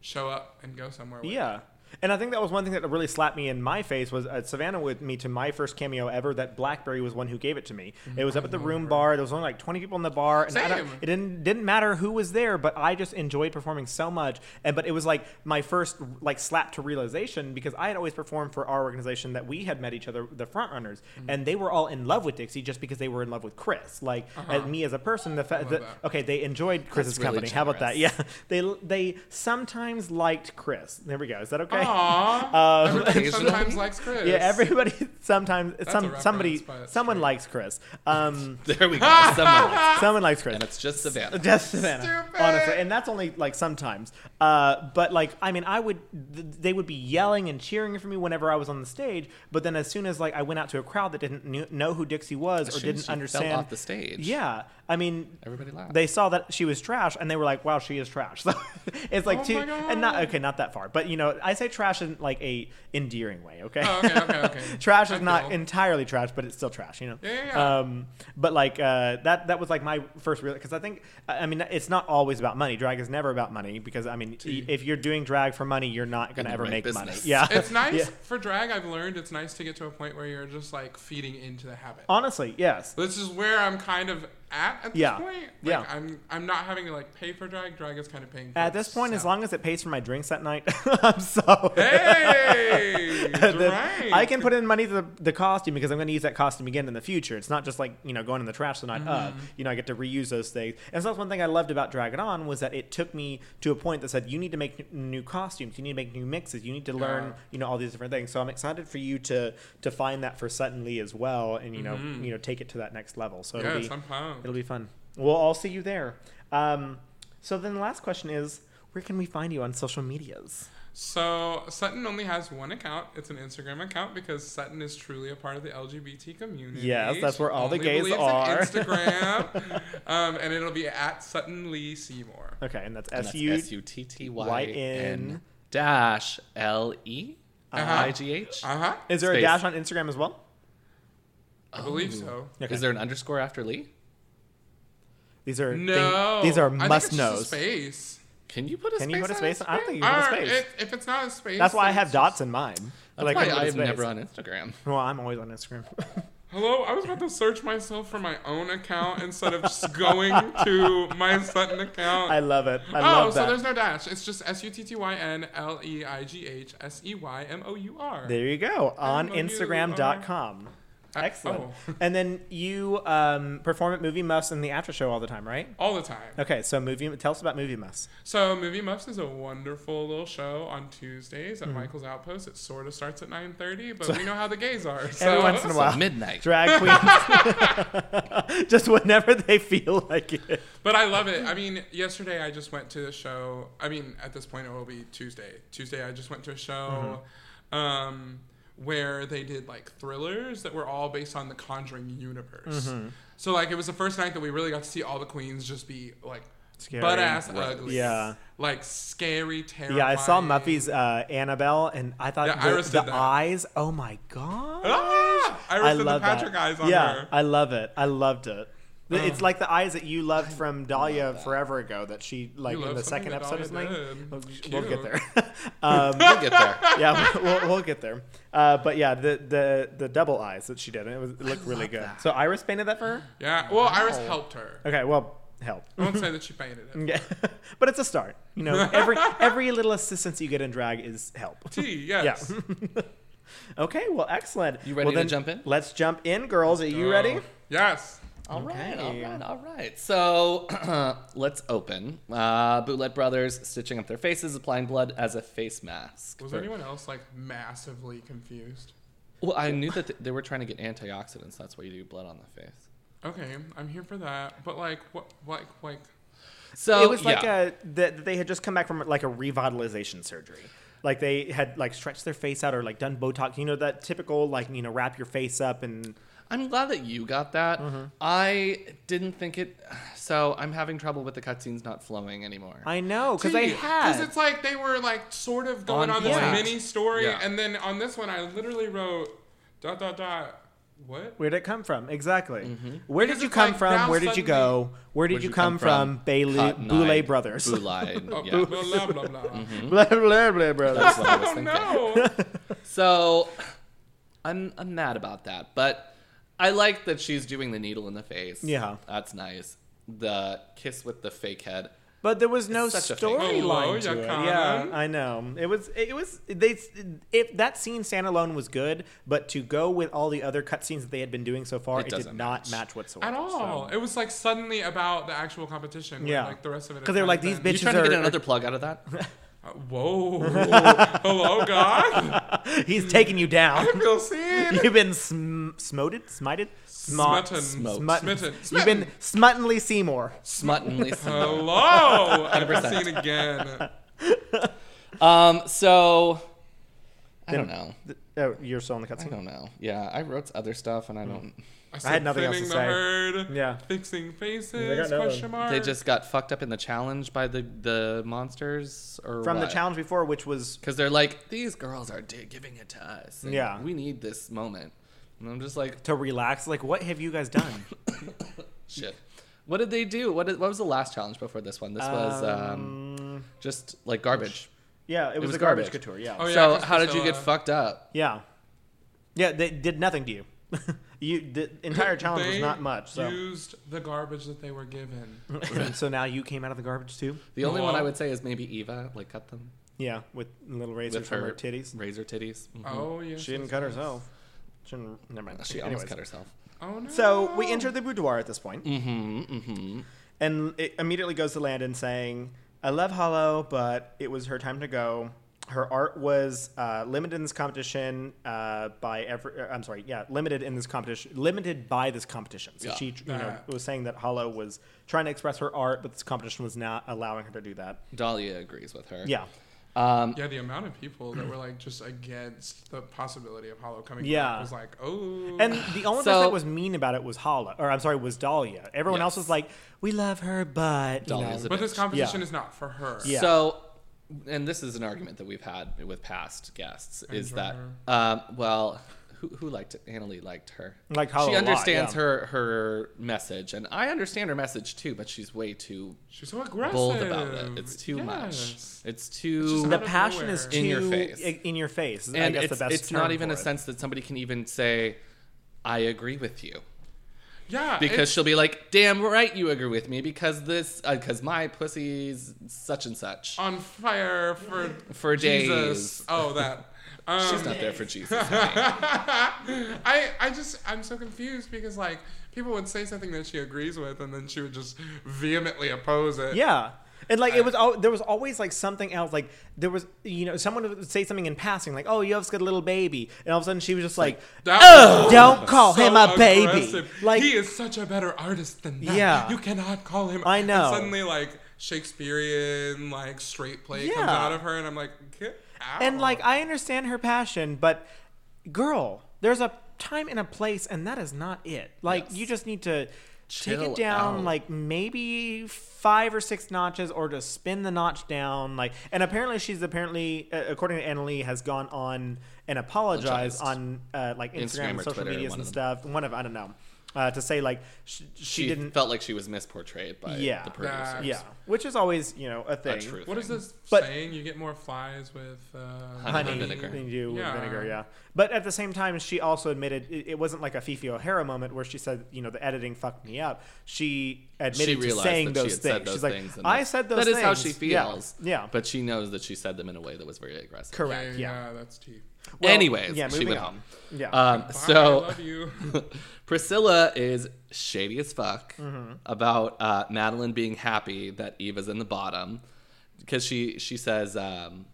Speaker 1: show up and go somewhere. With.
Speaker 3: yeah. And I think that was one thing that really slapped me in my face was uh, Savannah with me to my first cameo ever. That BlackBerry was one who gave it to me. It was up at the room bar. There was only like twenty people in the bar, and I don't,
Speaker 1: Same.
Speaker 3: it didn't didn't matter who was there. But I just enjoyed performing so much, and but it was like my first like slap to realization because I had always performed for our organization that we had met each other, the front runners, and they were all in love with Dixie just because they were in love with Chris, like and me as a person. The fact
Speaker 1: love
Speaker 3: that
Speaker 1: that.
Speaker 3: okay, they enjoyed Chris's
Speaker 2: really
Speaker 3: company. How about that?
Speaker 2: generous.
Speaker 3: Yeah, they they sometimes liked Chris. There we go. Is that okay?
Speaker 1: Aww.
Speaker 3: Um,
Speaker 1: Everybody sometimes
Speaker 2: Occasionally.
Speaker 1: likes Chris.
Speaker 3: yeah, everybody sometimes some
Speaker 1: reference,
Speaker 3: somebody
Speaker 1: but
Speaker 3: someone
Speaker 1: sure.
Speaker 3: likes Chris. Um,
Speaker 2: There we go. Someone.
Speaker 3: someone likes Chris.
Speaker 2: And it's just Savannah.
Speaker 3: Just Savannah,
Speaker 1: Stupid.
Speaker 3: honestly, and that's only like sometimes. Uh, but like, I mean, I would th- they would be yelling and cheering for me whenever I was on the stage. But then as soon as like I went out to a crowd that didn't knew, know who Dixie was or
Speaker 2: She-
Speaker 3: didn't
Speaker 2: she fell
Speaker 3: understand
Speaker 2: off the stage.
Speaker 3: yeah, I mean,
Speaker 2: Everybody laughed.
Speaker 3: They saw that she was trash, and they were like, "Wow, she is trash." So it's like
Speaker 1: Oh
Speaker 3: two,
Speaker 1: my God.
Speaker 3: and not okay, not that far, but you know, I say trash in like a endearing way. Okay,
Speaker 1: Oh, okay, okay, okay.
Speaker 3: trash is
Speaker 1: I
Speaker 3: not
Speaker 1: feel.
Speaker 3: entirely trash, but it's still trash, you know.
Speaker 1: Yeah, yeah, yeah.
Speaker 3: Um, but like uh, that that was like my first real because I think I I mean it's not always about money. Drag is never about money because I mean y- if you're doing drag for money, you're not gonna
Speaker 2: In the
Speaker 3: ever
Speaker 2: right
Speaker 3: make
Speaker 2: business.
Speaker 3: money. Yeah,
Speaker 1: It's nice
Speaker 3: Yeah.
Speaker 1: for drag. I've learned it's nice to get to a point where you're just like feeding into the habit.
Speaker 3: Honestly, yes.
Speaker 1: This is where I'm kind of at at this
Speaker 3: Yeah.
Speaker 1: point. Like,
Speaker 3: Yeah.
Speaker 1: I'm I'm not having to like pay for drag. Drag is kind of paying. For
Speaker 3: At this point, as
Speaker 1: itself.
Speaker 3: long as it pays for my drinks that night, I'm so.
Speaker 1: Hey,
Speaker 3: Then
Speaker 1: drag.
Speaker 3: I can put in money to the, the costume because I'm going to use that costume again in the future. It's not just like you know going in the trash the night of. You know, I get to reuse those things. And so that's one thing I loved about Dragon On was that it took me to a point that said you need to make n- new costumes, you need to make new mixes, you need to learn
Speaker 1: Yeah.
Speaker 3: you know all these different things. So I'm excited for you to to find that for Sutton Lee as well, and you know you know take it to that next level. So it'll
Speaker 1: Yes,
Speaker 3: be
Speaker 1: I'm pumped.
Speaker 3: it'll be fun. We'll all see you there. Um, so then the last question is. Where can we find you on social medias?
Speaker 1: So Sutton only has one account. It's an Instagram account because Sutton is truly a part of the LGBT community.
Speaker 3: Yes, that's where all the
Speaker 1: Only
Speaker 3: gays
Speaker 1: believes in
Speaker 3: are.
Speaker 1: Instagram, um, and it'll be at Sutton Lee Seymour.
Speaker 3: Okay, and that's
Speaker 2: And
Speaker 3: S
Speaker 2: that's
Speaker 3: U E.
Speaker 2: S U T T
Speaker 3: Y
Speaker 2: Y
Speaker 3: N
Speaker 2: N dash L E I G H.
Speaker 3: Uh-huh.
Speaker 1: Uh huh.
Speaker 3: Is there a
Speaker 2: Space.
Speaker 3: dash on Instagram as well?
Speaker 1: I believe so.
Speaker 3: Okay.
Speaker 2: Is there an underscore after Lee?
Speaker 3: These are thing-
Speaker 1: No,
Speaker 3: these are
Speaker 1: I think it's
Speaker 3: must
Speaker 1: just a
Speaker 3: knows.
Speaker 1: Space.
Speaker 2: Can you put a
Speaker 3: Can
Speaker 2: space?
Speaker 3: you put a
Speaker 2: on
Speaker 3: space?
Speaker 2: Instagram?
Speaker 3: I don't think you
Speaker 1: Or
Speaker 3: can put a space.
Speaker 1: if, if it's not a space,
Speaker 3: That's why I
Speaker 1: then
Speaker 3: have
Speaker 1: it's
Speaker 3: dots in mine.
Speaker 2: That's
Speaker 3: Like,
Speaker 2: why
Speaker 3: I put a
Speaker 2: I'm
Speaker 3: space.
Speaker 2: never on Instagram.
Speaker 3: Well, I'm always on Instagram.
Speaker 1: Hello, I was about to search myself for my own account instead of just going to my Sutton account.
Speaker 3: I love it. I
Speaker 1: oh,
Speaker 3: love
Speaker 1: so
Speaker 3: that.
Speaker 1: there's no dash. It's just S U T T Y N L E I G H S E Y M O U R.
Speaker 3: there you go on
Speaker 1: M O U
Speaker 3: Instagram.com.
Speaker 1: Uh,
Speaker 3: Excellent.
Speaker 1: oh.
Speaker 3: and then you um, perform at Movie Muffs in the after show all the time, right?
Speaker 1: All the time.
Speaker 3: Okay, so movie. Tell us about Movie Muffs.
Speaker 1: So, Movie Muffs is a wonderful little show on Tuesdays
Speaker 3: Mm-hmm.
Speaker 1: at Michael's Outpost. It sort of starts at 9:30, but we know how the gays are. So.
Speaker 3: Every once in a
Speaker 2: So
Speaker 3: Wow.
Speaker 2: midnight.
Speaker 3: Drag queens. Just whenever they feel like it.
Speaker 1: But I love it. I mean, yesterday I just went to the show. I mean, at this point it will be Tuesday. Tuesday I just went to a show
Speaker 3: Mm-hmm.
Speaker 1: um, where they did like thrillers that were all based on the Conjuring universe.
Speaker 3: Mm-hmm.
Speaker 1: So like it was the first night that we really got to see all the queens just be like
Speaker 3: Scary.
Speaker 1: butt ass ugly.
Speaker 3: Yeah.
Speaker 1: Like scary, terrifying.
Speaker 3: Yeah, I saw Muffy's uh, Annabelle, and I thought
Speaker 1: Yeah,
Speaker 3: the,
Speaker 1: Iris did
Speaker 3: the
Speaker 1: that.
Speaker 3: eyes. Oh my god!
Speaker 1: Ah! Iris
Speaker 3: I
Speaker 1: did the
Speaker 3: love
Speaker 1: Patrick
Speaker 3: that.
Speaker 1: eyes on
Speaker 3: yeah,
Speaker 1: her. Oh.
Speaker 3: I love it. I loved it. Th- It's like the eyes that you loved from Dahlia forever ago. That she like
Speaker 1: You
Speaker 3: in
Speaker 1: love
Speaker 3: the second
Speaker 1: something
Speaker 3: episode
Speaker 1: that
Speaker 3: or something.
Speaker 1: Dahlia did.
Speaker 3: We'll,
Speaker 1: It's
Speaker 3: we'll get
Speaker 1: cute.
Speaker 3: there. um,
Speaker 2: We'll get there.
Speaker 3: yeah, we'll- we'll, we'll get there. Uh, but yeah, the, the the double eyes that she did, it, was, it looked really good. So Iris painted that for her.
Speaker 1: Yeah. Well, Iris helped her.
Speaker 3: Okay, well, help.
Speaker 1: I won't say that she painted it.
Speaker 3: Yeah, but it's a start. You know, every every little assistance you get in drag is help.
Speaker 1: T, yes.
Speaker 3: okay, well, excellent.
Speaker 2: You ready
Speaker 3: well,
Speaker 2: to jump in?
Speaker 3: Let's jump in, girls. Are you ready?
Speaker 1: Oh, Yes.
Speaker 2: All right,
Speaker 3: Okay.
Speaker 2: all right, all right. So let's open. Uh, Bootlet Brothers stitching up their faces, applying blood as a face mask.
Speaker 1: Was
Speaker 2: For-
Speaker 1: anyone else like massively confused?
Speaker 2: Well, I knew that th- they were trying to get antioxidants. That's why you do blood on the face.
Speaker 1: Okay, I'm here for that. But like, what, like, like,
Speaker 2: So
Speaker 3: it was like
Speaker 2: yeah.
Speaker 3: a that they had just come back from like a revitalization surgery. Like they had like stretched their face out or like done Botox. You know that typical like you know wrap your face up and
Speaker 2: I'm glad that you got that.
Speaker 3: Mm-hmm.
Speaker 2: I didn't think it. So I'm having trouble with the cutscenes not flowing anymore.
Speaker 3: I know because
Speaker 1: Dude,
Speaker 3: they had.
Speaker 1: it's like they were like sort of going
Speaker 2: On
Speaker 1: on, this
Speaker 2: point.
Speaker 1: mini story,
Speaker 2: Yeah.
Speaker 1: and then on this one, I literally wrote dot dot dot What?
Speaker 3: Where did it come from? Exactly.
Speaker 2: Mm-hmm.
Speaker 3: Where did
Speaker 1: Because
Speaker 3: you
Speaker 1: it's
Speaker 3: come
Speaker 1: like,
Speaker 3: from?
Speaker 1: now
Speaker 3: Where did you go? Where did
Speaker 2: Where'd
Speaker 3: you come, from? Bailey,
Speaker 2: Cotton Eye,
Speaker 3: Boulay Brothers.
Speaker 2: Boulay,
Speaker 1: Oh, blah,
Speaker 2: yeah.
Speaker 1: blah, blah, blah.
Speaker 3: blah, blah, blah, brothers.
Speaker 2: That's what
Speaker 1: I
Speaker 2: I was
Speaker 1: don't
Speaker 2: thinking.
Speaker 1: know.
Speaker 2: So I'm I'm mad about that, but I like that she's doing the needle in the face.
Speaker 3: Yeah.
Speaker 2: That's nice. The kiss with the fake head.
Speaker 3: But there was no
Speaker 2: It's such a fake-
Speaker 1: Hello,
Speaker 3: storyline to it.
Speaker 1: Yakana.
Speaker 3: Yeah, I know. It was. It was. They. If that scene standalone was good, but to go with all the other cutscenes that they had been doing so far, it,
Speaker 2: It
Speaker 3: did
Speaker 2: doesn't
Speaker 3: not
Speaker 2: match.
Speaker 3: match whatsoever.
Speaker 1: At all. It was like suddenly about the actual competition. when,
Speaker 3: Yeah.
Speaker 1: Like the rest of it. had
Speaker 3: 'Cause they
Speaker 1: kind
Speaker 3: were like,
Speaker 1: of
Speaker 3: these
Speaker 2: You
Speaker 1: been-
Speaker 3: Bitches
Speaker 2: trying to get
Speaker 3: are- er
Speaker 2: another plug out of that?
Speaker 1: Uh, Whoa. Hello, God.
Speaker 3: So he's taking you down.
Speaker 1: I feel seen.
Speaker 3: You've been sm- smoted, smited, Smot-
Speaker 1: Smitten.
Speaker 2: Smote.
Speaker 3: smut-
Speaker 1: Smitten.
Speaker 3: You've been smuttenly Seymour.
Speaker 2: Smuttenly Simone.
Speaker 1: Hello. I've
Speaker 2: 100%.
Speaker 1: seen again.
Speaker 2: Um, so I don't know.
Speaker 3: Oh, you're still on the
Speaker 2: I
Speaker 3: cutscene.
Speaker 2: don't know. Yeah, I wrote other stuff
Speaker 3: Mm.
Speaker 2: and I don't
Speaker 1: said
Speaker 3: had nothing else to
Speaker 1: thinning The
Speaker 3: say.
Speaker 1: herd,
Speaker 3: Yeah.
Speaker 1: Fixing
Speaker 3: They got
Speaker 1: faces?
Speaker 3: nothing.
Speaker 1: Question mark.
Speaker 3: Um,
Speaker 2: they just got fucked up in the challenge by the the monsters or
Speaker 3: From the challenge before, which was
Speaker 2: because they're like these girls are di- giving it to us and
Speaker 3: Yeah.
Speaker 2: we need this moment and i'm just like
Speaker 3: to relax. Like, what have you guys done?
Speaker 2: shit what did they do what, did, what was the last challenge before this one this was um,
Speaker 3: Um,
Speaker 2: just like garbage
Speaker 3: yeah, it was,
Speaker 2: was
Speaker 3: a garbage,
Speaker 2: garbage.
Speaker 3: couture. Yeah.
Speaker 1: Oh, yeah,
Speaker 2: so
Speaker 1: 'cause
Speaker 2: how did you
Speaker 1: Priscilla-
Speaker 2: get fucked up
Speaker 3: Yeah. Yeah, they did nothing to you. you the entire challenge was
Speaker 1: They
Speaker 3: not much. So.
Speaker 1: used the garbage that they were given.
Speaker 3: so now you came out of the garbage too?
Speaker 2: the only one i
Speaker 1: Well-
Speaker 2: would say is maybe eva like cut them
Speaker 3: Yeah, with little razors
Speaker 2: with
Speaker 3: from
Speaker 2: her,
Speaker 3: her titties.
Speaker 2: razor titties Mhm.
Speaker 1: Oh yes.
Speaker 3: She didn't
Speaker 1: yes,
Speaker 3: cut
Speaker 1: yes.
Speaker 3: herself. She didn't, never mind.
Speaker 2: she
Speaker 3: Anyways.
Speaker 2: almost cut herself
Speaker 1: Oh no.
Speaker 3: So we enter the boudoir at this point,
Speaker 2: mm-hmm, mm-hmm.
Speaker 3: and it immediately goes to Landon saying, I love Hollow, but it was her time to go. Her art was uh, limited in this competition uh, by every. uh, I'm sorry, yeah, limited in this competition, limited by this competition. So
Speaker 2: Yeah.
Speaker 3: she, you know,
Speaker 1: That.
Speaker 3: was saying that Hollow was trying to express her art, but this competition was not allowing her to do that.
Speaker 2: dahlia agrees with her
Speaker 3: Yeah,
Speaker 2: um,
Speaker 1: Yeah, the amount of people that were like just against the possibility of Hollow coming
Speaker 3: Yeah.
Speaker 1: back was like, oh.
Speaker 3: and the only
Speaker 2: So-
Speaker 3: person that was mean about it was Hollow, or I'm sorry, was Dahlia. Everyone else
Speaker 2: Yes.
Speaker 3: was like, "We love her, but you know,
Speaker 2: Dahlia's a
Speaker 1: but this
Speaker 2: bitch.
Speaker 1: competition
Speaker 3: Yeah.
Speaker 1: is not for her.
Speaker 3: Yeah.
Speaker 2: So, and this is an argument that we've had with past guests is
Speaker 1: Enjoy
Speaker 2: that,
Speaker 1: her.
Speaker 2: um, well, who, who liked it? Annalie liked her.
Speaker 3: Liked Hollow
Speaker 2: She
Speaker 3: a lot,
Speaker 2: understands
Speaker 3: yeah.
Speaker 2: her her message, and I understand her message too. But she's way too
Speaker 1: She's so aggressive.
Speaker 2: bold about it. It's too much.
Speaker 1: Yes.
Speaker 2: It's
Speaker 1: just
Speaker 2: too.
Speaker 3: the
Speaker 1: out of
Speaker 3: passion
Speaker 1: nowhere.
Speaker 3: is too
Speaker 2: In your face.
Speaker 3: i- In your face. is, I
Speaker 2: and
Speaker 3: guess
Speaker 2: it's
Speaker 3: the best
Speaker 2: it's not
Speaker 3: term
Speaker 2: even
Speaker 3: for
Speaker 2: a
Speaker 3: it.
Speaker 2: sense that somebody can even say, "I agree with you."
Speaker 1: Yeah.
Speaker 2: Because
Speaker 1: it's-
Speaker 2: she'll be like, "Damn right, you agree with me," because this, because my pussy's such and such.
Speaker 1: on fire for
Speaker 2: For
Speaker 1: Jesus.
Speaker 2: days.
Speaker 1: Oh, that. Um,
Speaker 2: She's not there for Jesus.
Speaker 1: I I just I'm so confused because like people would say something that she agrees with and then she would just vehemently oppose it.
Speaker 3: Yeah. And like it was, al- there was always like something else. Like there was, you know, someone would say something in passing, like, "Oh, Yov's got a little baby," and all of a sudden she was just like,
Speaker 1: That
Speaker 3: "Oh,
Speaker 1: was
Speaker 3: don't call
Speaker 1: so
Speaker 3: him a baby!"
Speaker 1: aggressive.
Speaker 3: Like,
Speaker 1: he is such a better artist than that.
Speaker 3: Yeah.
Speaker 1: you cannot call him.
Speaker 3: I
Speaker 1: and
Speaker 3: know.
Speaker 1: suddenly, like Shakespearean, like straight play comes
Speaker 3: Yeah.
Speaker 1: out of her, and I'm like, get out.
Speaker 2: Oh.
Speaker 3: and like I understand her passion, but girl, there's a time and a place, and that is not it. Like
Speaker 2: Yes.
Speaker 3: you just need to take
Speaker 2: Chill
Speaker 3: it down,
Speaker 2: out.
Speaker 3: like maybe five or six notches, or just spin the notch down. Like, and apparently she's apparently, uh, according to Annalie, has gone on and apologized
Speaker 2: Apologized.
Speaker 3: on uh, like Instagram,
Speaker 2: Instagram
Speaker 3: and
Speaker 2: or
Speaker 3: social
Speaker 2: Twitter,
Speaker 3: medias
Speaker 2: one
Speaker 3: and
Speaker 2: of
Speaker 3: stuff. One of I don't know. Uh, to say like sh- she,
Speaker 2: she
Speaker 3: didn't
Speaker 2: felt like she was misportrayed by
Speaker 3: Yeah.
Speaker 2: the producers.
Speaker 1: That-
Speaker 3: yeah which is always you know a thing
Speaker 2: A true
Speaker 1: what is
Speaker 2: thing.
Speaker 1: this
Speaker 3: But-
Speaker 1: saying? You get more flies with uh,
Speaker 2: Honey
Speaker 3: honey
Speaker 2: vinegar.
Speaker 3: than you do
Speaker 1: Yeah.
Speaker 3: with vinegar, yeah. But at the same time, she also admitted it, it wasn't like a Fifi O'Hara moment where she said, you know, the editing fucked me up. She admitted to saying
Speaker 2: that
Speaker 3: those things.
Speaker 2: had said
Speaker 3: She's
Speaker 2: things
Speaker 3: like,
Speaker 2: and
Speaker 3: I
Speaker 2: that-
Speaker 3: said those
Speaker 2: That is
Speaker 3: things.
Speaker 2: how she
Speaker 3: Yeah.
Speaker 2: feels.
Speaker 3: Yeah.
Speaker 2: But she knows that she said them in a way that was very aggressive.
Speaker 3: correct. Yeah.
Speaker 1: yeah, that's tea.
Speaker 3: Well,
Speaker 2: Anyways,
Speaker 3: yeah,
Speaker 2: she
Speaker 3: moving
Speaker 2: went
Speaker 3: on.
Speaker 2: home.
Speaker 3: Yeah.
Speaker 2: Um,
Speaker 1: Bye, I
Speaker 2: so
Speaker 1: love you.
Speaker 2: Priscilla is shady as fuck
Speaker 3: Mm-hmm.
Speaker 2: about uh, Madeline being happy that Eva's in the bottom because she she says um,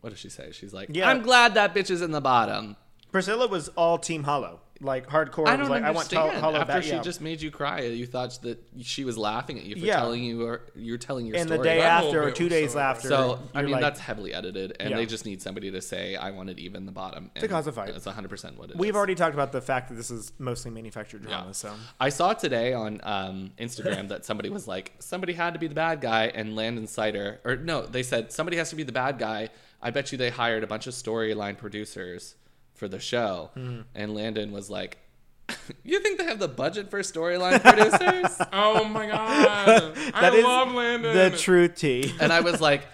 Speaker 2: what does she say? She's like,
Speaker 3: Yeah.
Speaker 2: I'm glad that bitch is in the bottom.
Speaker 3: Priscilla was all team hollow. Like hardcore
Speaker 2: I
Speaker 3: was
Speaker 2: don't
Speaker 3: like
Speaker 2: understand.
Speaker 3: I want to hollow
Speaker 2: After
Speaker 3: back.
Speaker 2: she
Speaker 3: yeah.
Speaker 2: just made you cry, you thought that she was laughing at you for
Speaker 3: Yeah.
Speaker 2: telling you or you're telling your
Speaker 3: and the
Speaker 2: story.
Speaker 3: day
Speaker 1: That whole
Speaker 3: after or
Speaker 1: bit
Speaker 3: two
Speaker 1: was
Speaker 3: days
Speaker 1: so
Speaker 3: after.
Speaker 2: So I
Speaker 3: you're
Speaker 2: mean
Speaker 3: like,
Speaker 2: that's heavily edited, and
Speaker 3: Yeah.
Speaker 2: they just need somebody to say I wanted even the bottom and
Speaker 3: cause a fight.
Speaker 2: That's 100 percent what it
Speaker 3: we've
Speaker 2: is.
Speaker 3: already talked about the fact that this is mostly manufactured drama, so
Speaker 2: I saw today on um, Instagram that somebody was like, somebody had to be the bad guy, and Landon Sider, or no, they said somebody has to be the bad guy. I
Speaker 3: Hmm.
Speaker 2: bet you they hired a bunch of storyline producers for the show, and Landon was like, You think they have the budget for storyline producers?
Speaker 1: Oh my god.
Speaker 3: That
Speaker 1: I
Speaker 3: is
Speaker 1: love Landon.
Speaker 3: The truth tea.
Speaker 2: and I was like,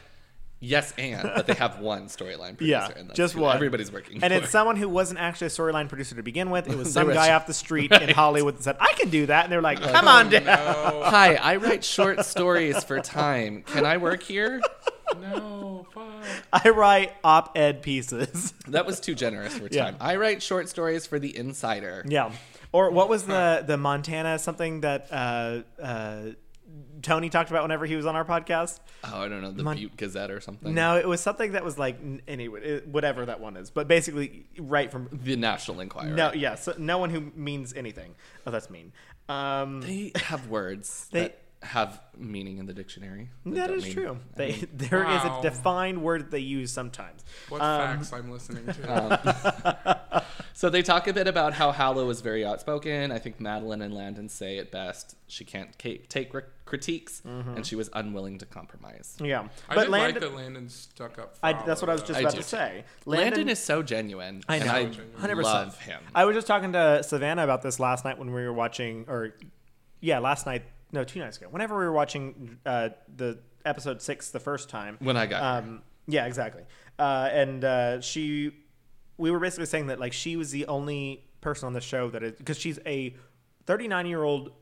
Speaker 2: yes, and but they have one storyline producer.
Speaker 3: Yeah,
Speaker 2: and that's
Speaker 3: just
Speaker 2: who
Speaker 3: one.
Speaker 2: Everybody's working.
Speaker 3: And
Speaker 2: for.
Speaker 3: it's someone who wasn't actually a storyline producer to begin with. It was
Speaker 2: They
Speaker 3: some
Speaker 2: were
Speaker 3: guy
Speaker 2: ju-
Speaker 3: off the street in
Speaker 2: Right.
Speaker 3: Hollywood that said, I can do that. And they're like,
Speaker 2: Like,
Speaker 3: come on
Speaker 1: Oh,
Speaker 3: down.
Speaker 2: Hi, I write short stories for Time. Can I work here?
Speaker 1: No, no, fuck.
Speaker 3: I write op ed pieces.
Speaker 2: That was too generous for
Speaker 3: Yeah.
Speaker 2: Time. I write short stories for The Insider.
Speaker 3: yeah. Or what was the, the Montana something that uh, uh, Tony talked about whenever he was on our podcast?
Speaker 2: Oh, I don't know, The
Speaker 3: Mon-
Speaker 2: Butte Gazette or something.
Speaker 3: No, it was something that was like, n- anyway, it- whatever that one is. But basically, right from.
Speaker 2: The National Enquirer.
Speaker 3: No, yeah, so no one who means anything. Oh, that's mean. Um,
Speaker 2: They have words
Speaker 3: They-
Speaker 2: that have meaning in the dictionary.
Speaker 3: That
Speaker 2: don't
Speaker 3: is
Speaker 2: mean-
Speaker 3: true.
Speaker 2: I
Speaker 3: They,
Speaker 2: mean,
Speaker 3: there is
Speaker 1: Wow.
Speaker 3: a defined word that they use sometimes.
Speaker 1: What
Speaker 3: Um,
Speaker 1: facts I'm listening to.
Speaker 2: so they talk a bit about how Hallow is very outspoken. I think Madeline and Landon say it best. She can't ca- take ri- critiques,
Speaker 3: Mm-hmm.
Speaker 2: and she was unwilling to compromise.
Speaker 3: Yeah,
Speaker 1: I
Speaker 3: but
Speaker 1: did
Speaker 3: Landon,
Speaker 1: like that Landon stuck up. For
Speaker 3: I, that's what I was
Speaker 1: Oliver.
Speaker 3: just
Speaker 2: I
Speaker 3: about
Speaker 2: do
Speaker 3: to
Speaker 2: too.
Speaker 3: say.
Speaker 2: Landon, is so genuine.
Speaker 3: I know,
Speaker 2: and I
Speaker 3: 100%.
Speaker 2: love him.
Speaker 3: I was just talking to Savannah about this last night when we were watching, or yeah, last night, no, two nights ago. Whenever we were watching uh, the episode six the first time,
Speaker 2: When I got here.
Speaker 3: um, yeah, exactly. Uh, and uh, she, we were basically saying that like she was the only person on the show that is because she's a 39 year old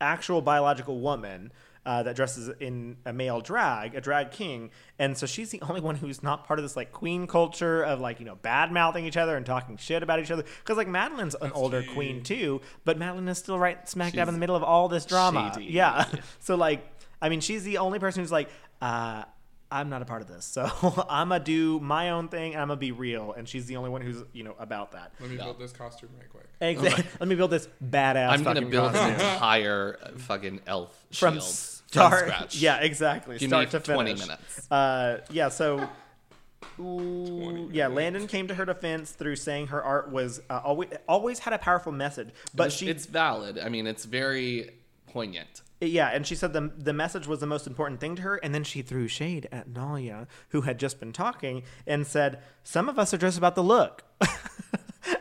Speaker 3: actual biological woman. Uh, that dresses in a male drag, a drag king, and so she's the only one who's not part of this like queen culture of like you know bad mouthing each other and talking shit about each other. Because like Madeline's an older
Speaker 1: key.
Speaker 3: queen too, but Madeline is still right smack dab in
Speaker 2: She's
Speaker 3: the middle of all this drama.
Speaker 2: shady.
Speaker 3: Yeah. So like, I mean, she's the only person who's like, uh, I'm not a part of this, so I'm gonna do my own thing. and I'm gonna be real, and she's the only one who's you know about that.
Speaker 1: Let me build this costume right quick.
Speaker 3: Exactly. Let me build this badass.
Speaker 2: I'm gonna
Speaker 3: fucking
Speaker 2: build
Speaker 3: costume.
Speaker 2: an entire uh, fucking elf
Speaker 3: from
Speaker 2: shield
Speaker 3: start.
Speaker 2: from scratch.
Speaker 3: Yeah, exactly.
Speaker 2: Give
Speaker 3: start
Speaker 2: me
Speaker 3: to finish.
Speaker 2: 20 minutes.
Speaker 3: Uh, yeah. So. yeah,
Speaker 1: minutes.
Speaker 3: Landon came to her defense through saying her art was uh, always always had a powerful message, but
Speaker 2: But
Speaker 3: she
Speaker 2: it's valid. I mean, it's very poignant.
Speaker 3: Yeah, and she said the the message was the most important thing to her, and then she threw shade at Nalia, who had just been talking, and said, "Some of us are just about the look,"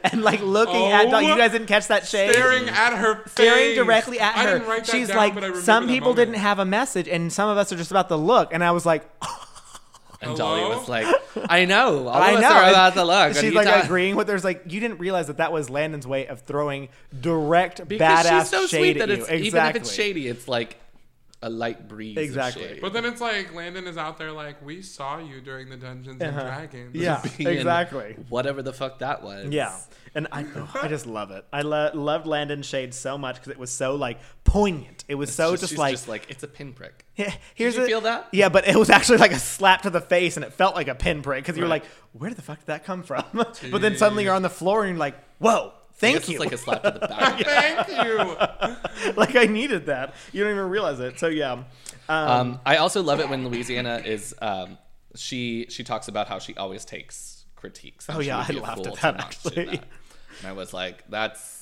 Speaker 3: and like looking at
Speaker 1: Oh,
Speaker 3: Nalia. You guys didn't catch that shade.
Speaker 1: Staring at her face.
Speaker 3: Staring directly at
Speaker 1: I
Speaker 3: her.
Speaker 1: didn't write that
Speaker 3: She's
Speaker 1: down, but I
Speaker 3: like,
Speaker 1: remember
Speaker 3: "Some
Speaker 1: the
Speaker 3: people
Speaker 1: moment.
Speaker 3: didn't have a message, and some of us are just about the look," and I was like, "Oh,
Speaker 2: And Dolly
Speaker 1: Hello?
Speaker 2: was like, "I know, all
Speaker 3: I
Speaker 2: of us
Speaker 3: know.
Speaker 2: are
Speaker 3: And
Speaker 2: about the look."
Speaker 3: She's like agreeing with. There's like you didn't realize that that was Landon's way of throwing direct
Speaker 2: because
Speaker 3: badass
Speaker 2: she's so
Speaker 3: shade
Speaker 2: sweet that
Speaker 3: at you.
Speaker 2: it's
Speaker 3: exactly.
Speaker 2: even if it's shady, it's like a light breeze. of
Speaker 3: Exactly.
Speaker 2: shade.
Speaker 1: But then it's like Landon is out there like, we saw you during the Dungeons and Dragons.
Speaker 3: Uh-huh. Yeah,
Speaker 2: Being
Speaker 3: exactly.
Speaker 2: Whatever the fuck that was.
Speaker 3: Yeah, and I, oh, I just love it. I lo- loved Landon Shade so much because it was so like poignant. It was so just,
Speaker 2: she's
Speaker 3: like,
Speaker 2: just like it's a pinprick.
Speaker 3: "Yeah, here's
Speaker 2: you
Speaker 3: a-"
Speaker 2: feel that?
Speaker 3: Yeah, but it was actually like a slap to the face, and it felt like a pinprick because you were
Speaker 2: Right.
Speaker 3: like, where the fuck did that come from? but then suddenly you're on the floor and you're like, whoa,
Speaker 2: I
Speaker 3: thank
Speaker 2: guess
Speaker 3: you.
Speaker 2: It's like a slap to the back.
Speaker 1: Thank you.
Speaker 3: like I needed that. You don't even realize it. So yeah, um,
Speaker 2: Um, I also love it when Louisiana is. Um, she she talks about how she always takes critiques. and
Speaker 3: Oh,
Speaker 2: she
Speaker 3: yeah,
Speaker 2: would be
Speaker 3: I
Speaker 2: a
Speaker 3: laughed
Speaker 2: fool
Speaker 3: at
Speaker 2: to
Speaker 3: that,
Speaker 2: not do
Speaker 3: actually.
Speaker 2: that. And I was like, that's.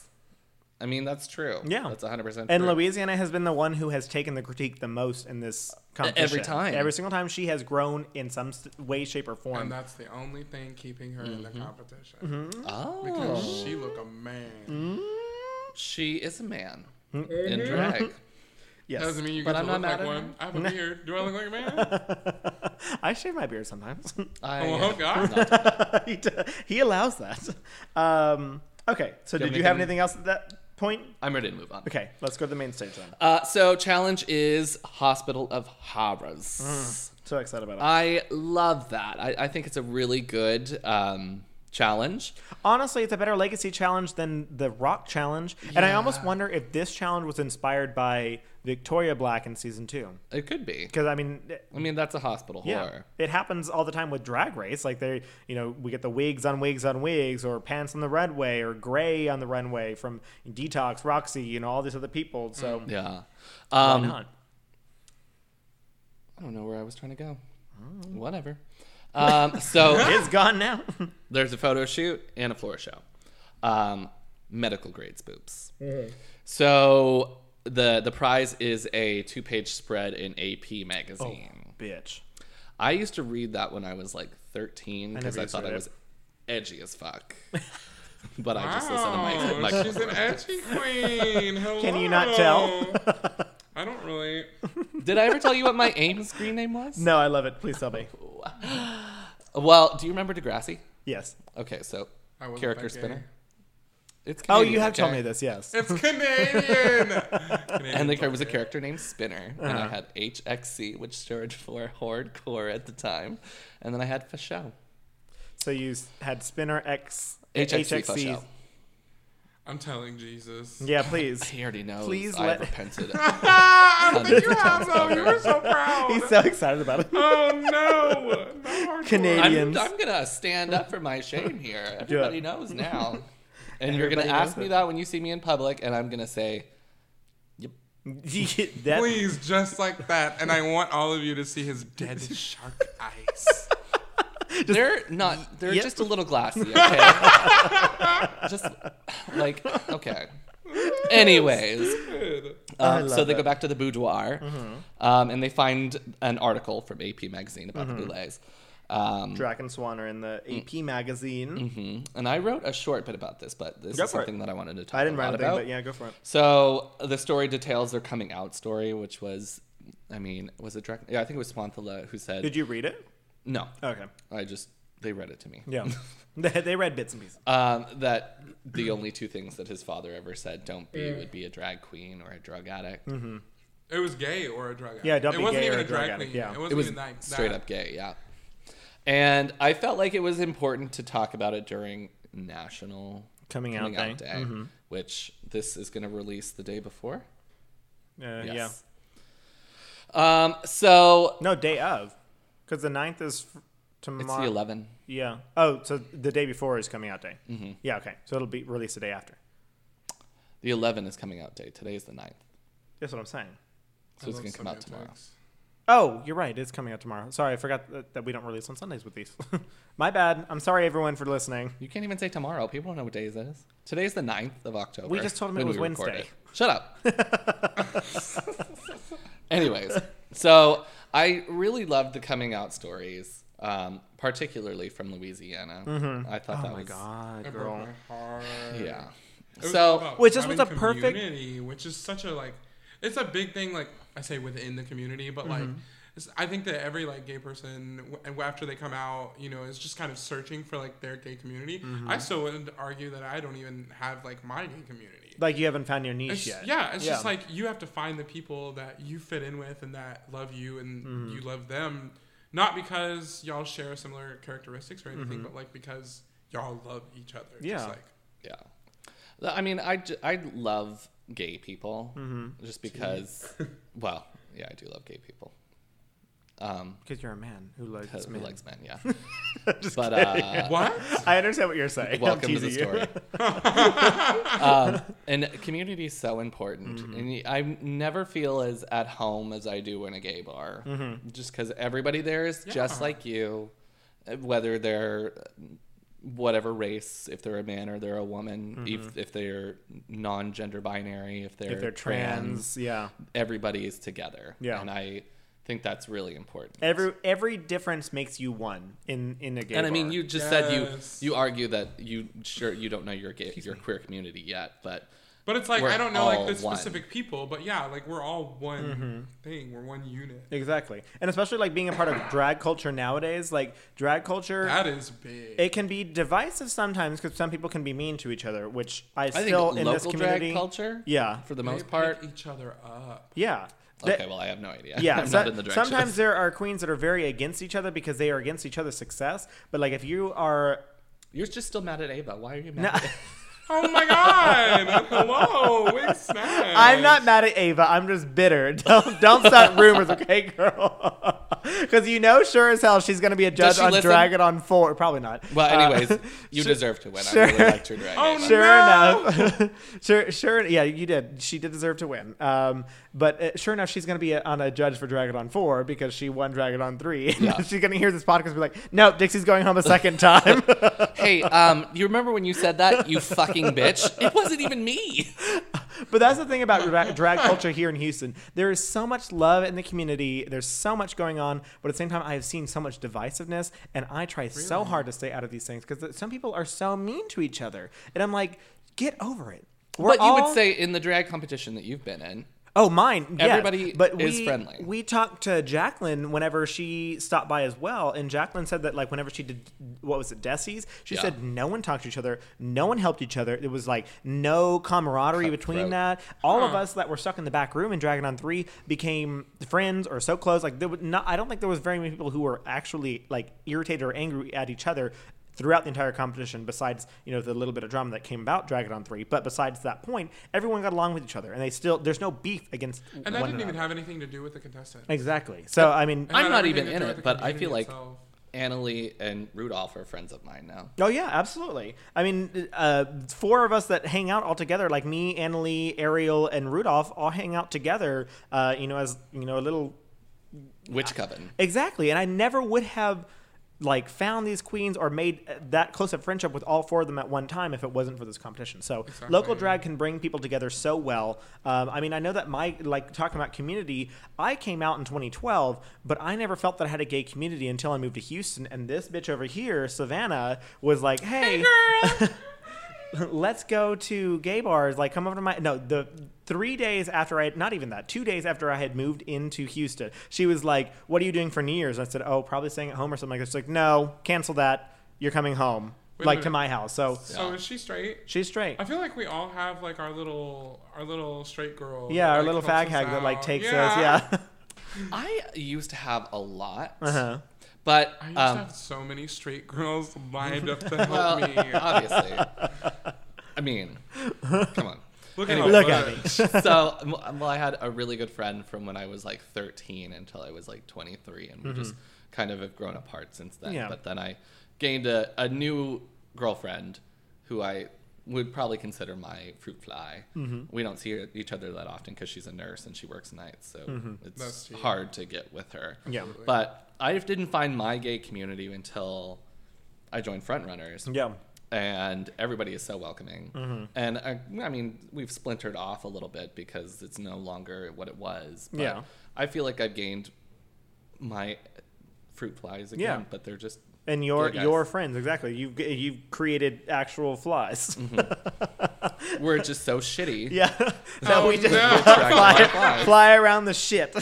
Speaker 2: I mean, that's true.
Speaker 3: Yeah.
Speaker 2: that's 100 percent.
Speaker 3: and Louisiana has been the one who has taken the critique the most in this competition.
Speaker 2: time.
Speaker 3: every single time she has grown in some s- way, shape, or form.
Speaker 1: And that's the only thing keeping her in the
Speaker 3: Mm-hmm.
Speaker 1: competition. Because
Speaker 2: oh,
Speaker 1: she look a man.
Speaker 3: Mm-hmm.
Speaker 2: she is a man in drag.
Speaker 3: yes,
Speaker 1: Doesn't mean you
Speaker 2: But
Speaker 1: get to look
Speaker 2: I'm
Speaker 1: like
Speaker 2: not mad at
Speaker 1: one. I have a beard. Do I look like a man?
Speaker 3: I shave my beard sometimes.
Speaker 2: I,
Speaker 1: oh God.
Speaker 3: he, d- he allows that. Um, okay, so did you have anything else at that point?
Speaker 2: I'm ready to move on.
Speaker 3: Okay, let's go to the main stage then.
Speaker 2: Uh, so challenge is Hospital of Horrors.
Speaker 3: So excited about it.
Speaker 2: I love that. I, I think it's a really good um, challenge.
Speaker 3: Honestly, it's a better legacy challenge than the rock challenge, and I almost wonder if this challenge was inspired by Victoria Black in season two.
Speaker 2: It could be.
Speaker 3: Because I mean, it-
Speaker 2: I mean, that's a hospital
Speaker 3: yeah,
Speaker 2: horror.
Speaker 3: it happens all the time with Drag Race. Like they, you know, we get the wigs on wigs on wigs, or pants on the runway, or gray on the runway from Detox, Roxy, you know, all these other people. So
Speaker 2: Mm, Yeah.
Speaker 3: why
Speaker 2: Um,
Speaker 3: not?
Speaker 2: I don't know where I was trying to go. Whatever. Um, so
Speaker 3: It's gone now.
Speaker 2: there's a photo shoot and a floor show. Um, medical grade spoops. So the the prize is a two page spread in AP
Speaker 3: Oh.
Speaker 2: magazine.
Speaker 3: Bitch.
Speaker 2: I used to read that when I was like 13 because
Speaker 3: never
Speaker 2: I
Speaker 3: used
Speaker 2: thought
Speaker 3: to
Speaker 2: I
Speaker 3: read it.
Speaker 2: was edgy as fuck. But I just listen to
Speaker 1: Wow,
Speaker 2: my, my
Speaker 1: she's an edgy queen. Hello.
Speaker 3: Can you not tell?
Speaker 1: I don't really.
Speaker 2: Did I ever tell you what my AIM screen name was?
Speaker 3: no, I love it. Please tell me.
Speaker 2: Well, do you remember Degrassi?
Speaker 3: Yes.
Speaker 2: Okay, so
Speaker 1: I wasn't
Speaker 2: character
Speaker 1: that gay.
Speaker 2: spinner. It's
Speaker 3: Oh,
Speaker 2: Canadian,
Speaker 3: you have
Speaker 2: okay?
Speaker 3: told me this. Yes.
Speaker 1: It's Canadian.
Speaker 2: And
Speaker 1: Canadian
Speaker 2: there was a character named Spinner, and
Speaker 3: Uh-huh.
Speaker 2: I had HXC, which stood for Horde Core at the time, and then I had Fashow.
Speaker 3: So you s- had Spinner X
Speaker 2: HXC,
Speaker 3: HXC.
Speaker 2: Fashow.
Speaker 1: I'm telling Jesus.
Speaker 3: Yeah, please.
Speaker 2: He already knows.
Speaker 3: Please
Speaker 2: I
Speaker 3: let-
Speaker 2: repented.
Speaker 1: I don't think you
Speaker 2: Hundred
Speaker 1: have
Speaker 2: times
Speaker 1: though. You
Speaker 2: better.
Speaker 1: were so proud.
Speaker 3: He's so excited about it.
Speaker 1: oh no. Not hardcore.
Speaker 3: Canadian.
Speaker 2: I'm,
Speaker 3: Idioms.
Speaker 2: I'm gonna stand up for my shame here. Everybody knows now. And you're gonna
Speaker 3: Everybody knows
Speaker 2: ask
Speaker 3: it.
Speaker 2: me that when you see me in public, and I'm gonna say,
Speaker 3: that,
Speaker 1: Please, just like that. And I want all of you to see his dead shark eyes.
Speaker 2: they're not. They're
Speaker 3: Yep.
Speaker 2: just a little glassy. Okay. just like okay. Anyways,
Speaker 1: Good.
Speaker 3: I
Speaker 2: um, so
Speaker 3: love
Speaker 2: they
Speaker 3: it. Mm-hmm.
Speaker 2: go back to the boudoir, um, and they find an article from AP magazine about
Speaker 3: Mm-hmm.
Speaker 2: the Boulets. Um,
Speaker 3: Drac and Swan are in the
Speaker 2: Mm.
Speaker 3: AP magazine.
Speaker 2: mhm. and I wrote a short bit about this, but this
Speaker 3: Go
Speaker 2: is
Speaker 3: for it.
Speaker 2: something that I wanted to talk
Speaker 3: I didn't
Speaker 2: a lot
Speaker 3: write anything,
Speaker 2: about.
Speaker 3: but yeah, go for it.
Speaker 2: So the story details their coming out story, which was, I mean, was it direct? Yeah, I think it was Swanthala who said
Speaker 3: Did you read it?
Speaker 2: no.
Speaker 3: Okay.
Speaker 2: I just they read it to me.
Speaker 3: Yeah. they, they read bits and pieces.
Speaker 2: Um, that the only two things that his father ever said don't be
Speaker 3: Mm.
Speaker 2: would be a drag queen or a drug addict.
Speaker 1: It was gay or a drug addict.
Speaker 3: Yeah, don't
Speaker 1: it
Speaker 3: be
Speaker 1: wasn't
Speaker 3: gay
Speaker 1: even
Speaker 3: or
Speaker 1: a drug, queen.
Speaker 3: addict, yeah.
Speaker 1: It wasn't
Speaker 2: It was
Speaker 1: even like
Speaker 2: straight
Speaker 1: that.
Speaker 2: up gay. Yeah. And I felt like it was important to talk about it during National
Speaker 3: Coming Out Day. Mm-hmm.
Speaker 2: which this is going to release the day before.
Speaker 3: Uh, Yeah.
Speaker 2: Yes. Um. So
Speaker 3: No, day of. Because the 9th is f-
Speaker 2: it's the
Speaker 3: tomorrow.
Speaker 2: 11.
Speaker 3: Yeah. Oh, so the day before is coming out day. Mm-hmm. Yeah, okay. So it'll be released the day after.
Speaker 2: The 11 is coming out day. Today is the 9th.
Speaker 3: That's what I'm saying.
Speaker 2: So it's
Speaker 1: I
Speaker 2: going
Speaker 1: love
Speaker 2: to come out
Speaker 1: Sunday
Speaker 2: tomorrow.
Speaker 1: attacks.
Speaker 3: Oh, you're right. It's coming out tomorrow. Sorry, I forgot that, that we don't release on Sundays with these. My bad. I'm sorry, everyone, for listening.
Speaker 2: You can't even say tomorrow. People don't know what day it is. Today's the 9th of October.
Speaker 3: We just told them it
Speaker 2: when
Speaker 3: was
Speaker 2: we recorded
Speaker 3: Wednesday.
Speaker 2: it. Shut up. Anyways, so I really loved the coming out stories, um, particularly from Louisiana. I thought that
Speaker 3: Oh my
Speaker 2: was.
Speaker 3: god,
Speaker 1: It broke
Speaker 3: girl.
Speaker 1: my heart.
Speaker 2: Yeah.
Speaker 1: It was all
Speaker 2: So,
Speaker 1: about
Speaker 3: Wait, this was
Speaker 1: having
Speaker 3: a perfect-
Speaker 1: community, which is such a like, it's a big thing. Like I say, within the community, but like,
Speaker 3: Mm-hmm.
Speaker 1: it's, I think that every like gay person, w- and after they come out, you know, is just kind of searching for like their gay community.
Speaker 3: Mm-hmm.
Speaker 1: I still would argue that I don't even have like my gay community.
Speaker 3: Like you haven't found your niche
Speaker 1: It's,
Speaker 3: yet.
Speaker 1: yeah, it's just
Speaker 3: Yeah.
Speaker 1: like you have to find the people that you fit in with and that love you and
Speaker 3: Mm-hmm.
Speaker 1: you love them, not because y'all share similar characteristics or anything, but like because y'all love each other.
Speaker 3: Mm-hmm. Yeah.
Speaker 1: Just like,
Speaker 2: yeah. I mean, I, ju- I love gay people
Speaker 3: Mm-hmm.
Speaker 2: just because, well, yeah, I do love gay people. Um,
Speaker 3: Because you're a man who likes
Speaker 2: because who
Speaker 3: men.
Speaker 2: likes men? Yeah.
Speaker 3: Just
Speaker 2: But,
Speaker 3: kidding.
Speaker 2: uh,
Speaker 1: what?
Speaker 3: I understand what you're saying. I'm
Speaker 2: Welcome to the
Speaker 3: teasing you.
Speaker 2: story. um, and community is so important. And y- I never feel as at home as I do in a gay bar, just because everybody there is just
Speaker 1: Yeah.
Speaker 2: like you, uh, whether they're um, whatever race, if they're a man or they're a woman, if, if they're non-gender binary, if they're,
Speaker 3: if they're trans, yeah.
Speaker 2: everybody is together.
Speaker 3: Yeah.
Speaker 2: and I think that's really important.
Speaker 3: Every every difference makes you one in in a game.
Speaker 2: and I mean, you just
Speaker 1: Yes.
Speaker 2: said you you argue that you sure you don't know your gay, your queer community yet, but
Speaker 1: But it's like
Speaker 2: We're
Speaker 1: I don't know
Speaker 2: all
Speaker 1: like the
Speaker 2: one.
Speaker 1: specific people, but yeah, like we're all one
Speaker 3: Mm-hmm.
Speaker 1: thing. We're one unit.
Speaker 3: exactly, and especially like being a part of drag culture nowadays. Like drag culture,
Speaker 1: That is big.
Speaker 3: it can be divisive sometimes because some people can be mean to each other, which I
Speaker 2: I think
Speaker 3: still in
Speaker 2: local
Speaker 3: this community.
Speaker 2: drag culture,
Speaker 3: yeah,
Speaker 2: for the
Speaker 1: They
Speaker 2: most
Speaker 1: pick
Speaker 2: part.
Speaker 1: each other up.
Speaker 3: yeah. The-
Speaker 2: Okay, well, I have no idea.
Speaker 3: Yeah,
Speaker 2: I'm
Speaker 3: so-
Speaker 2: not in the drag
Speaker 3: sometimes
Speaker 2: shows.
Speaker 3: there are queens that are very against each other because they are against each other's success. But like, if you are,
Speaker 2: You're just still mad at Ava. Why are you mad?
Speaker 3: No,
Speaker 2: at Ava?
Speaker 1: Oh my god! Hello, wig snatch.
Speaker 3: I'm not mad at Ava. I'm just bitter. Don't don't start rumors, okay, girl? Because you know, sure as hell, she's gonna be a judge
Speaker 2: Does she
Speaker 3: on
Speaker 2: listen?
Speaker 3: Drag It On Four. Probably not.
Speaker 2: Well,
Speaker 3: Uh,
Speaker 2: anyways, you deserve to win.
Speaker 3: sure.
Speaker 2: I really liked your drag.
Speaker 1: Oh,
Speaker 2: Ava.
Speaker 1: no.
Speaker 3: Sure enough, sure, sure, yeah, you did. She did deserve to win. Um, but uh, sure enough, she's going to be on a judge for Dragon On Four because she won Dragon On Three.
Speaker 2: Yeah.
Speaker 3: she's going to hear this podcast and be like, "Nope, Dixie's going home a second time."
Speaker 2: Hey, um, you remember when you said that, you fucking bitch? It wasn't even me.
Speaker 3: But that's the thing about dra- drag culture here in Houston. There is so much love in the community. There's so much going on, but at the same time, I have seen so much divisiveness, and I try so hard to stay out of these things because some people are so mean to each other, and I'm like, get over it. We're
Speaker 2: but you
Speaker 3: all-
Speaker 2: would say in the drag competition that you've been in,
Speaker 3: Oh, mine. yes.
Speaker 2: Everybody
Speaker 3: but
Speaker 2: is
Speaker 3: we,
Speaker 2: friendly.
Speaker 3: We talked to Jacqueline whenever she stopped by as well, and Jacqueline said that like whenever she did what was it, Desi's, she
Speaker 2: Yeah.
Speaker 3: said no one talked to each other, no one helped each other. It was like no camaraderie between
Speaker 2: Cutthroat.
Speaker 3: that. All of us that were stuck in the back room in Dragon on Three became friends or so close. Like there was not, I don't think there was very many people who were actually like irritated or angry at each other. Throughout the entire competition, besides you know the little bit of drama that came about Dragon on Three, but besides that point, everyone got along with each other, and they still there's no beef against
Speaker 1: And that
Speaker 3: one
Speaker 1: didn't even
Speaker 3: another.
Speaker 1: have anything to do with the contestant.
Speaker 3: Exactly. So I mean,
Speaker 2: I'm
Speaker 1: had
Speaker 2: not
Speaker 1: everything
Speaker 2: even
Speaker 1: to
Speaker 2: in
Speaker 1: do
Speaker 2: it,
Speaker 1: with the
Speaker 2: but I
Speaker 1: community
Speaker 2: feel like
Speaker 1: itself.
Speaker 2: Annalie and Rudolph are friends of mine now.
Speaker 3: oh yeah, absolutely. I mean, uh, four of us that hang out all together, like me, Annalie, Ariel, and Rudolph, all hang out together. Uh, you know, as you know, a little
Speaker 2: Witch Coven.
Speaker 3: exactly. And I never would have like found these queens or made uh, that close of friendship with all four of them at one time if it wasn't for this competition. So local drag can bring people together so well. Um, I mean, I know that my like talking about community, I came out in 2012, but I never felt that I had a gay community until I moved to Houston. And this bitch over here, Savannah, was like, "Hey, let's go to gay bars. Like, come over to my no. The three days after I had, not even that two days after I had moved into Houston, she was like, "What are you doing for New Year's?" And I said, "Oh, probably staying at home or something." Like, that. she's like, "No, cancel that. You're coming home,
Speaker 1: Wait a
Speaker 3: like
Speaker 1: minute.
Speaker 3: to my house." So
Speaker 1: So is she straight?
Speaker 3: she's straight.
Speaker 1: I feel like we all have like our little our little straight girl.
Speaker 3: yeah,
Speaker 1: that,
Speaker 3: our
Speaker 1: like,
Speaker 3: little
Speaker 1: helps
Speaker 3: fag
Speaker 1: us
Speaker 3: hag that like
Speaker 1: out.
Speaker 3: takes us. Yeah.
Speaker 2: I used to have a lot,
Speaker 3: Uh-huh.
Speaker 2: but
Speaker 1: I used to
Speaker 2: um,
Speaker 1: have so many straight girls lined up to help
Speaker 2: well, uh,
Speaker 1: me.
Speaker 2: obviously. I mean, come on.
Speaker 1: Look
Speaker 2: Anyway.
Speaker 3: Look at
Speaker 1: me.
Speaker 2: so m- well i had a really good friend from when i was like 13 until i was like 23 and we just kind of have grown apart since then
Speaker 3: Mm-hmm. Yeah.
Speaker 2: but then i gained a, a new girlfriend who i would probably consider my fruit fly
Speaker 3: Mm-hmm.
Speaker 2: we don't see each other that often because she's a nurse and she works nights so it's
Speaker 1: That's true.
Speaker 2: hard to get with her
Speaker 3: Mm-hmm. Yeah.
Speaker 2: but i didn't find my gay community until i joined frontrunners
Speaker 3: yeah. Mm-hmm.
Speaker 2: and everybody is so welcoming. And I, I mean, we've splintered off a little bit because it's no longer what it was. But
Speaker 3: Yeah.
Speaker 2: I feel like I've gained my fruit flies again,
Speaker 3: Yeah.
Speaker 2: but they're just
Speaker 3: And your
Speaker 2: Gay guys.
Speaker 3: your friends exactly. You've you've created actual flaws.
Speaker 2: we're just so shitty.
Speaker 3: Yeah. That
Speaker 1: Oh,
Speaker 3: we just
Speaker 1: no.
Speaker 3: fly,
Speaker 2: Flies.
Speaker 3: fly around the shit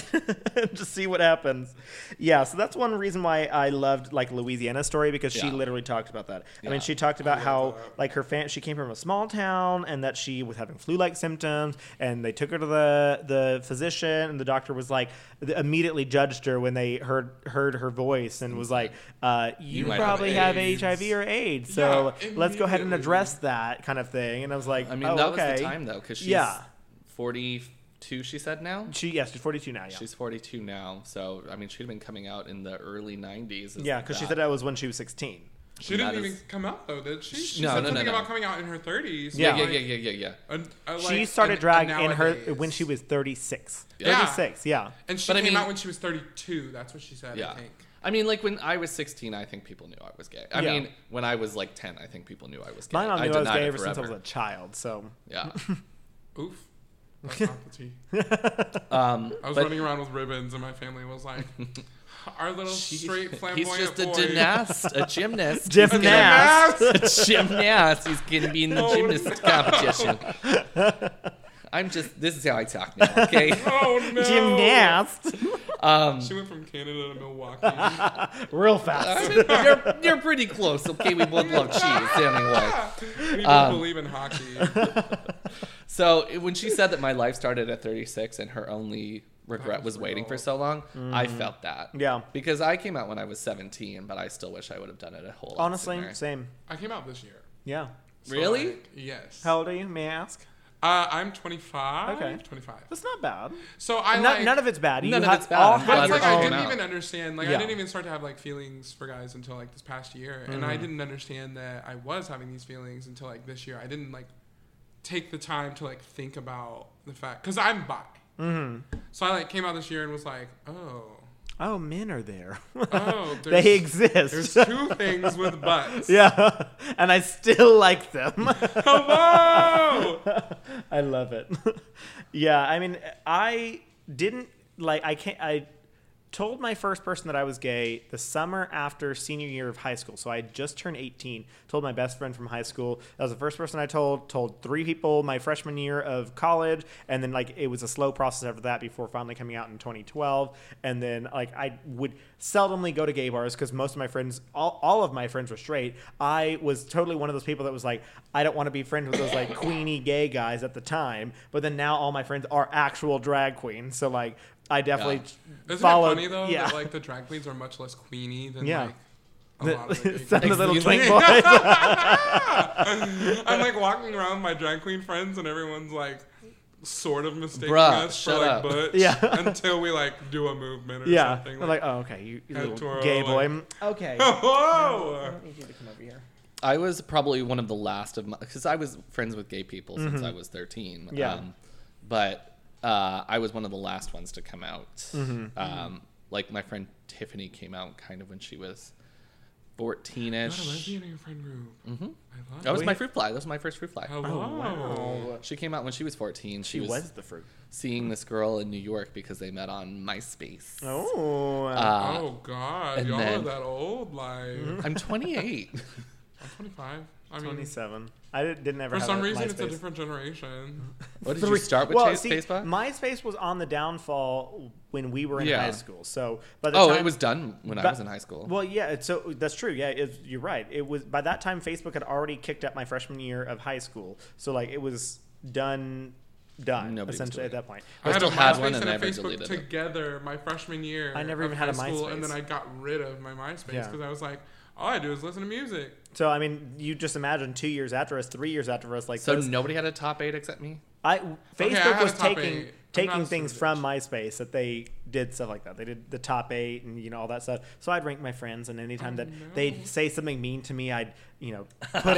Speaker 3: and just see what happens. Yeah, so that's one reason why I loved like Louisiana's story because she
Speaker 2: Yeah.
Speaker 3: literally talked about that. I
Speaker 2: Yeah.
Speaker 3: mean, she talked about
Speaker 1: love
Speaker 3: how
Speaker 1: that.
Speaker 3: like her fan she came from a small town and that she was having flu-like symptoms and they took her to the the physician and the doctor was like th- immediately judged her when they heard heard her voice and was like uh, you,
Speaker 2: might have
Speaker 3: probably have,
Speaker 2: AIDS."
Speaker 3: HIV or AIDS. So
Speaker 1: Yeah,
Speaker 3: let's go ahead and
Speaker 1: immediately.
Speaker 3: address that kind of thing and I was like
Speaker 2: I mean,
Speaker 3: oh,
Speaker 2: that
Speaker 3: okay.
Speaker 2: was the time though, because she's
Speaker 3: Yeah.
Speaker 2: 42, she said now.
Speaker 3: She yes, she's 42 now. Yeah,
Speaker 2: She's 42 now. So, I mean, she'd have been coming out in the early 90s.
Speaker 3: yeah, because she said that was when she was 16.
Speaker 1: She didn't
Speaker 2: That
Speaker 1: even
Speaker 2: is-
Speaker 1: come out though, did she? She
Speaker 2: No,
Speaker 1: said
Speaker 2: no, no,
Speaker 1: something
Speaker 2: no.
Speaker 1: about coming out in her thirties.
Speaker 2: Yeah,
Speaker 3: Yeah.
Speaker 2: yeah, yeah, yeah, yeah, yeah.
Speaker 3: she started drag in her when she was 36.
Speaker 2: Yeah.
Speaker 3: 36, yeah.
Speaker 1: and she
Speaker 2: But I
Speaker 1: came
Speaker 2: mean-
Speaker 1: out when she was thirty-two. That's what she said.
Speaker 2: Yeah.
Speaker 1: I think.
Speaker 2: I mean, like when I was 16, I think people knew I was gay. I
Speaker 3: Yeah.
Speaker 2: mean, when I was like 10, I think people knew I was gay.
Speaker 3: My mom knew I, was
Speaker 2: denied
Speaker 3: gay
Speaker 2: it
Speaker 3: ever since I was
Speaker 2: forever.
Speaker 3: a child, so
Speaker 2: Yeah.
Speaker 1: Oof. That's not the tea.
Speaker 2: Um,
Speaker 1: I was
Speaker 2: but
Speaker 1: running around with ribbons, and my family was like, "Our little
Speaker 2: she-
Speaker 1: straight flamboyant
Speaker 2: He's just a
Speaker 1: boy."
Speaker 2: gymnast, a gymnast.
Speaker 3: Gymnast.
Speaker 2: He's gonna- a gymnast. He's gonna be in the
Speaker 1: Oh,
Speaker 2: gymnast competition. I'm just. This is how I talk now. Okay.
Speaker 1: Oh no!
Speaker 3: gymnast,
Speaker 2: Um,
Speaker 1: She went from Canada to Milwaukee.
Speaker 3: real
Speaker 2: I
Speaker 3: fast.
Speaker 2: mean, you're you're pretty close. Okay, we both love cheese anyway.
Speaker 1: we don't
Speaker 2: um,
Speaker 1: believe in hockey.
Speaker 2: So it- when she said that my life started at 36 and her only regret was waiting for so long, I felt that.
Speaker 3: Mm-hmm. Yeah.
Speaker 2: Because I came out when I was 17, but I still wish I would have done it a whole lot
Speaker 3: Honestly,
Speaker 2: sooner.
Speaker 3: same.
Speaker 1: I came out this year.
Speaker 3: Yeah.
Speaker 1: So,
Speaker 2: Really?
Speaker 1: like, yes.
Speaker 3: How old are you? May I ask?
Speaker 1: Uh, I'm 25.
Speaker 3: Okay.
Speaker 1: 25.
Speaker 3: That's not bad.
Speaker 1: So I
Speaker 3: Not-
Speaker 1: like,
Speaker 3: none of it's bad. You
Speaker 2: none of
Speaker 3: have-
Speaker 2: it's bad.
Speaker 3: all
Speaker 2: I'm
Speaker 3: have
Speaker 2: glad
Speaker 1: That's
Speaker 3: your
Speaker 1: like I
Speaker 2: came
Speaker 1: didn't
Speaker 2: out.
Speaker 1: even understand. Like
Speaker 3: Yeah.
Speaker 1: I didn't even start to have like feelings for guys until like this past year, and
Speaker 3: Mm-hmm.
Speaker 1: I didn't understand that I was having these feelings until like this year. I didn't like take the time to like think about the fact because I'm bi. Mm-hmm. So I like came out this year and was like, oh,
Speaker 3: Oh, men are there.
Speaker 1: Oh, there's-
Speaker 3: they exist.
Speaker 1: There's two things with butts.
Speaker 3: yeah, and I still like them.
Speaker 1: Hello!
Speaker 3: I love it. yeah, I mean, I didn't like. I can't. I told my first person that I was gay the summer after senior year of high school. So I had just turned 18. Told my best friend from high school. That was the first person I told. Told three people my freshman year of college, and then like it was a slow process after that before finally coming out in 2012. And then like I would seldomly go to gay bars because most of my friends, all, all of my friends were straight. I was totally one of those people that was like, I don't want to be friends with those like queenie gay guys at the time. But then now all my friends are actual drag queens. So like. I definitely
Speaker 1: Isn't
Speaker 3: followed.
Speaker 1: it funny though
Speaker 3: yeah.
Speaker 1: that like the drag queens are much less queeny than
Speaker 3: Yeah.
Speaker 1: like a lot of the gay
Speaker 3: Some
Speaker 1: guys?
Speaker 3: of the little
Speaker 2: Excuse
Speaker 3: twink
Speaker 2: me?
Speaker 3: boys.
Speaker 1: I'm like walking around with my drag queen friends and everyone's like sort of mistaking
Speaker 2: Bruh,
Speaker 1: us for
Speaker 2: shut
Speaker 1: like
Speaker 2: up.
Speaker 1: butch
Speaker 3: Yeah.
Speaker 1: until we like do a movement or
Speaker 3: yeah.
Speaker 1: something.
Speaker 3: They're like, oh, okay, you, you
Speaker 1: Head
Speaker 3: little
Speaker 1: twirl,
Speaker 3: gay boy.
Speaker 1: like-
Speaker 3: Mm, Okay.
Speaker 1: Whoa!
Speaker 3: need you to come over here.
Speaker 2: I was probably one of the last of my because I was friends with gay people since I was thirteen.
Speaker 3: Mm-hmm.
Speaker 2: um,
Speaker 3: Yeah.
Speaker 2: but uh, I was one of the last ones to come out.
Speaker 3: Mm-hmm.
Speaker 2: Um, like my friend Tiffany came out kind of when she
Speaker 1: Not
Speaker 2: was
Speaker 1: a
Speaker 2: fourteenish.
Speaker 1: lesbian in your friend group. Mm-hmm. I love
Speaker 2: That was Oh,
Speaker 1: it.
Speaker 2: my fruit fly. That was my first fruit fly.
Speaker 1: Hello.
Speaker 2: She came out when she was fourteen. She,
Speaker 3: He
Speaker 2: was,
Speaker 3: was, the fruit.
Speaker 2: seeing this girl in New York because they met on MySpace.
Speaker 3: Oh.
Speaker 2: Uh,
Speaker 1: Oh god,
Speaker 2: and
Speaker 1: y'all
Speaker 2: then-
Speaker 1: are that old. Like
Speaker 3: Mm-hmm.
Speaker 2: I'm 28.
Speaker 1: I'm 25. I mean,
Speaker 3: 27. I didn't, didn't ever
Speaker 1: for
Speaker 3: have
Speaker 1: some
Speaker 3: a
Speaker 1: reason,
Speaker 3: MySpace.
Speaker 1: it's a different generation.
Speaker 2: what did you
Speaker 3: Three-
Speaker 2: start with?
Speaker 3: well,
Speaker 2: Chase-
Speaker 3: see,
Speaker 2: Facebook?
Speaker 3: MySpace was on the downfall when we were in
Speaker 2: Yeah.
Speaker 3: high school. So by the
Speaker 2: oh,
Speaker 3: time,
Speaker 2: it was done when I
Speaker 3: Ba-
Speaker 2: was in high school.
Speaker 3: Well, yeah, it's so that's true. Yeah, it's, you're right. It was by that time Facebook had already kicked up my freshman year of high school, so like it was done, done
Speaker 2: Nobody was
Speaker 3: essentially
Speaker 2: doing
Speaker 3: at
Speaker 2: it.
Speaker 3: that point.
Speaker 2: I
Speaker 1: had
Speaker 2: still
Speaker 1: a
Speaker 2: had
Speaker 1: MySpace
Speaker 2: one and
Speaker 1: a
Speaker 2: never
Speaker 1: Facebook
Speaker 2: deleted it.
Speaker 1: together my freshman year.
Speaker 3: I never
Speaker 1: of
Speaker 3: even had a
Speaker 1: high school,
Speaker 3: MySpace.
Speaker 1: and then I got rid of my MySpace
Speaker 3: Yeah.
Speaker 1: because I was like, all I do is listen to music.
Speaker 3: So I mean, you just imagine two years after us, three years after us, like
Speaker 2: So
Speaker 3: those-
Speaker 2: nobody had a top eight except me.
Speaker 3: I Facebook
Speaker 1: had
Speaker 3: was
Speaker 1: a top
Speaker 3: taking
Speaker 1: eight. I'm not
Speaker 3: taking
Speaker 1: a
Speaker 3: things
Speaker 1: super
Speaker 3: from MySpace that they did stuff like that. They did the top eight and you know all that stuff. So I'd rank my friends, and anytime that they'd say something mean to me, I'd you know put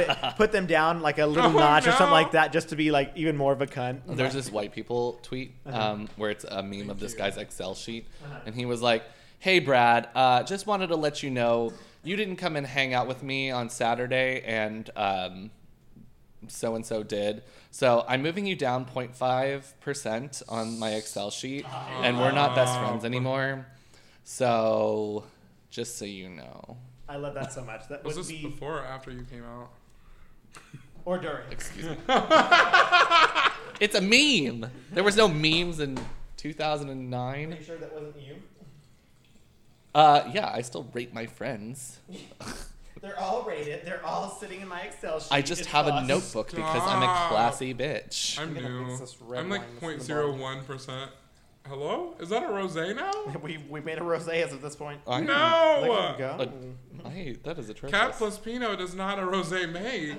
Speaker 3: it put them down like a little
Speaker 1: Oh,
Speaker 3: notch or something
Speaker 1: no.
Speaker 3: like that, just to be like even more of a cunt.
Speaker 2: There's this white people tweet um, where it's a meme of this guy's Excel sheet, and he was like, "Hey Brad, uh, just wanted to let you know you didn't come and hang out with me on Saturday, and um, so and so did. So I'm moving you down 0.5 percent on my Excel sheet, and we're not best friends anymore. So just so you know,
Speaker 3: I love that so much. That
Speaker 1: Was
Speaker 3: would
Speaker 1: this
Speaker 3: be
Speaker 1: before or after you came out?
Speaker 3: or during.
Speaker 2: excuse me. it's a meme. There was no memes in 2009."
Speaker 3: Are you sure that wasn't you?
Speaker 2: Uh, yeah, I still rate my friends.
Speaker 3: They're all rated. They're all sitting in my Excel sheet.
Speaker 2: I just have a notebook because I'm a
Speaker 1: Stop.
Speaker 2: classy bitch.
Speaker 1: I'm
Speaker 3: I'm gonna
Speaker 1: new.
Speaker 3: mix this red
Speaker 1: I'm
Speaker 3: wine
Speaker 1: like
Speaker 3: that's in the
Speaker 1: 0.01 percent. Hello? Is that a rosé now?
Speaker 3: We we made a rosé as of this point.
Speaker 2: I'm
Speaker 1: no.
Speaker 2: But- I, that is atrocious.
Speaker 1: Cat plus Pinot does not a rosé make.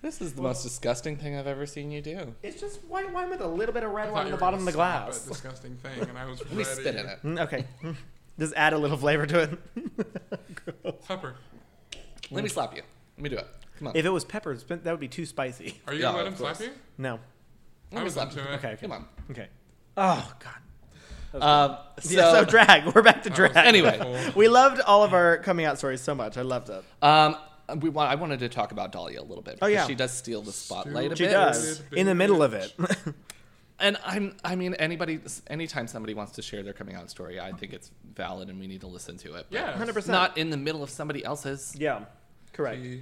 Speaker 2: this is the most disgusting thing I've ever seen you do.
Speaker 3: It's just white wine with a little bit of red
Speaker 1: I
Speaker 3: wine
Speaker 1: thought
Speaker 3: on
Speaker 1: you
Speaker 3: the
Speaker 1: were
Speaker 3: bottom of the
Speaker 1: gonna slap
Speaker 3: glass.
Speaker 1: a disgusting thing, and I was
Speaker 2: Let me spit in it.
Speaker 3: Mm, Okay. Just add a little flavor to it.
Speaker 1: Pepper.
Speaker 2: Let me slap you. Let me do it. Come on.
Speaker 3: if it was pepper, it's been- that would be too spicy.
Speaker 1: Are you
Speaker 2: Yeah,
Speaker 1: gonna let
Speaker 2: of
Speaker 1: him slap
Speaker 2: course.
Speaker 1: you?
Speaker 3: No.
Speaker 2: Let
Speaker 1: I
Speaker 2: me
Speaker 1: was
Speaker 2: slap
Speaker 1: up
Speaker 2: you.
Speaker 1: to it.
Speaker 3: Okay. Okay.
Speaker 2: Come on.
Speaker 3: Okay. Oh God.
Speaker 2: Um, so,
Speaker 3: So, so drag. We're back to
Speaker 1: That was
Speaker 3: drag.
Speaker 2: Anyway.
Speaker 1: awful.
Speaker 3: we loved all of our coming out stories so much. I loved it.
Speaker 2: um, we want. I wanted to talk about Dahlia a little bit.
Speaker 3: Oh,
Speaker 2: because
Speaker 3: yeah.
Speaker 2: She does steal the spotlight a
Speaker 3: She
Speaker 2: bit.
Speaker 3: does in the middle of it.
Speaker 2: And I'm, I mean, anybody, anytime somebody wants to share their coming out story, I think it's valid and we need to listen to it. but
Speaker 1: Yeah.
Speaker 3: Hundred percent.
Speaker 2: Not in the middle of somebody else's.
Speaker 3: Yeah. Correct.
Speaker 1: He-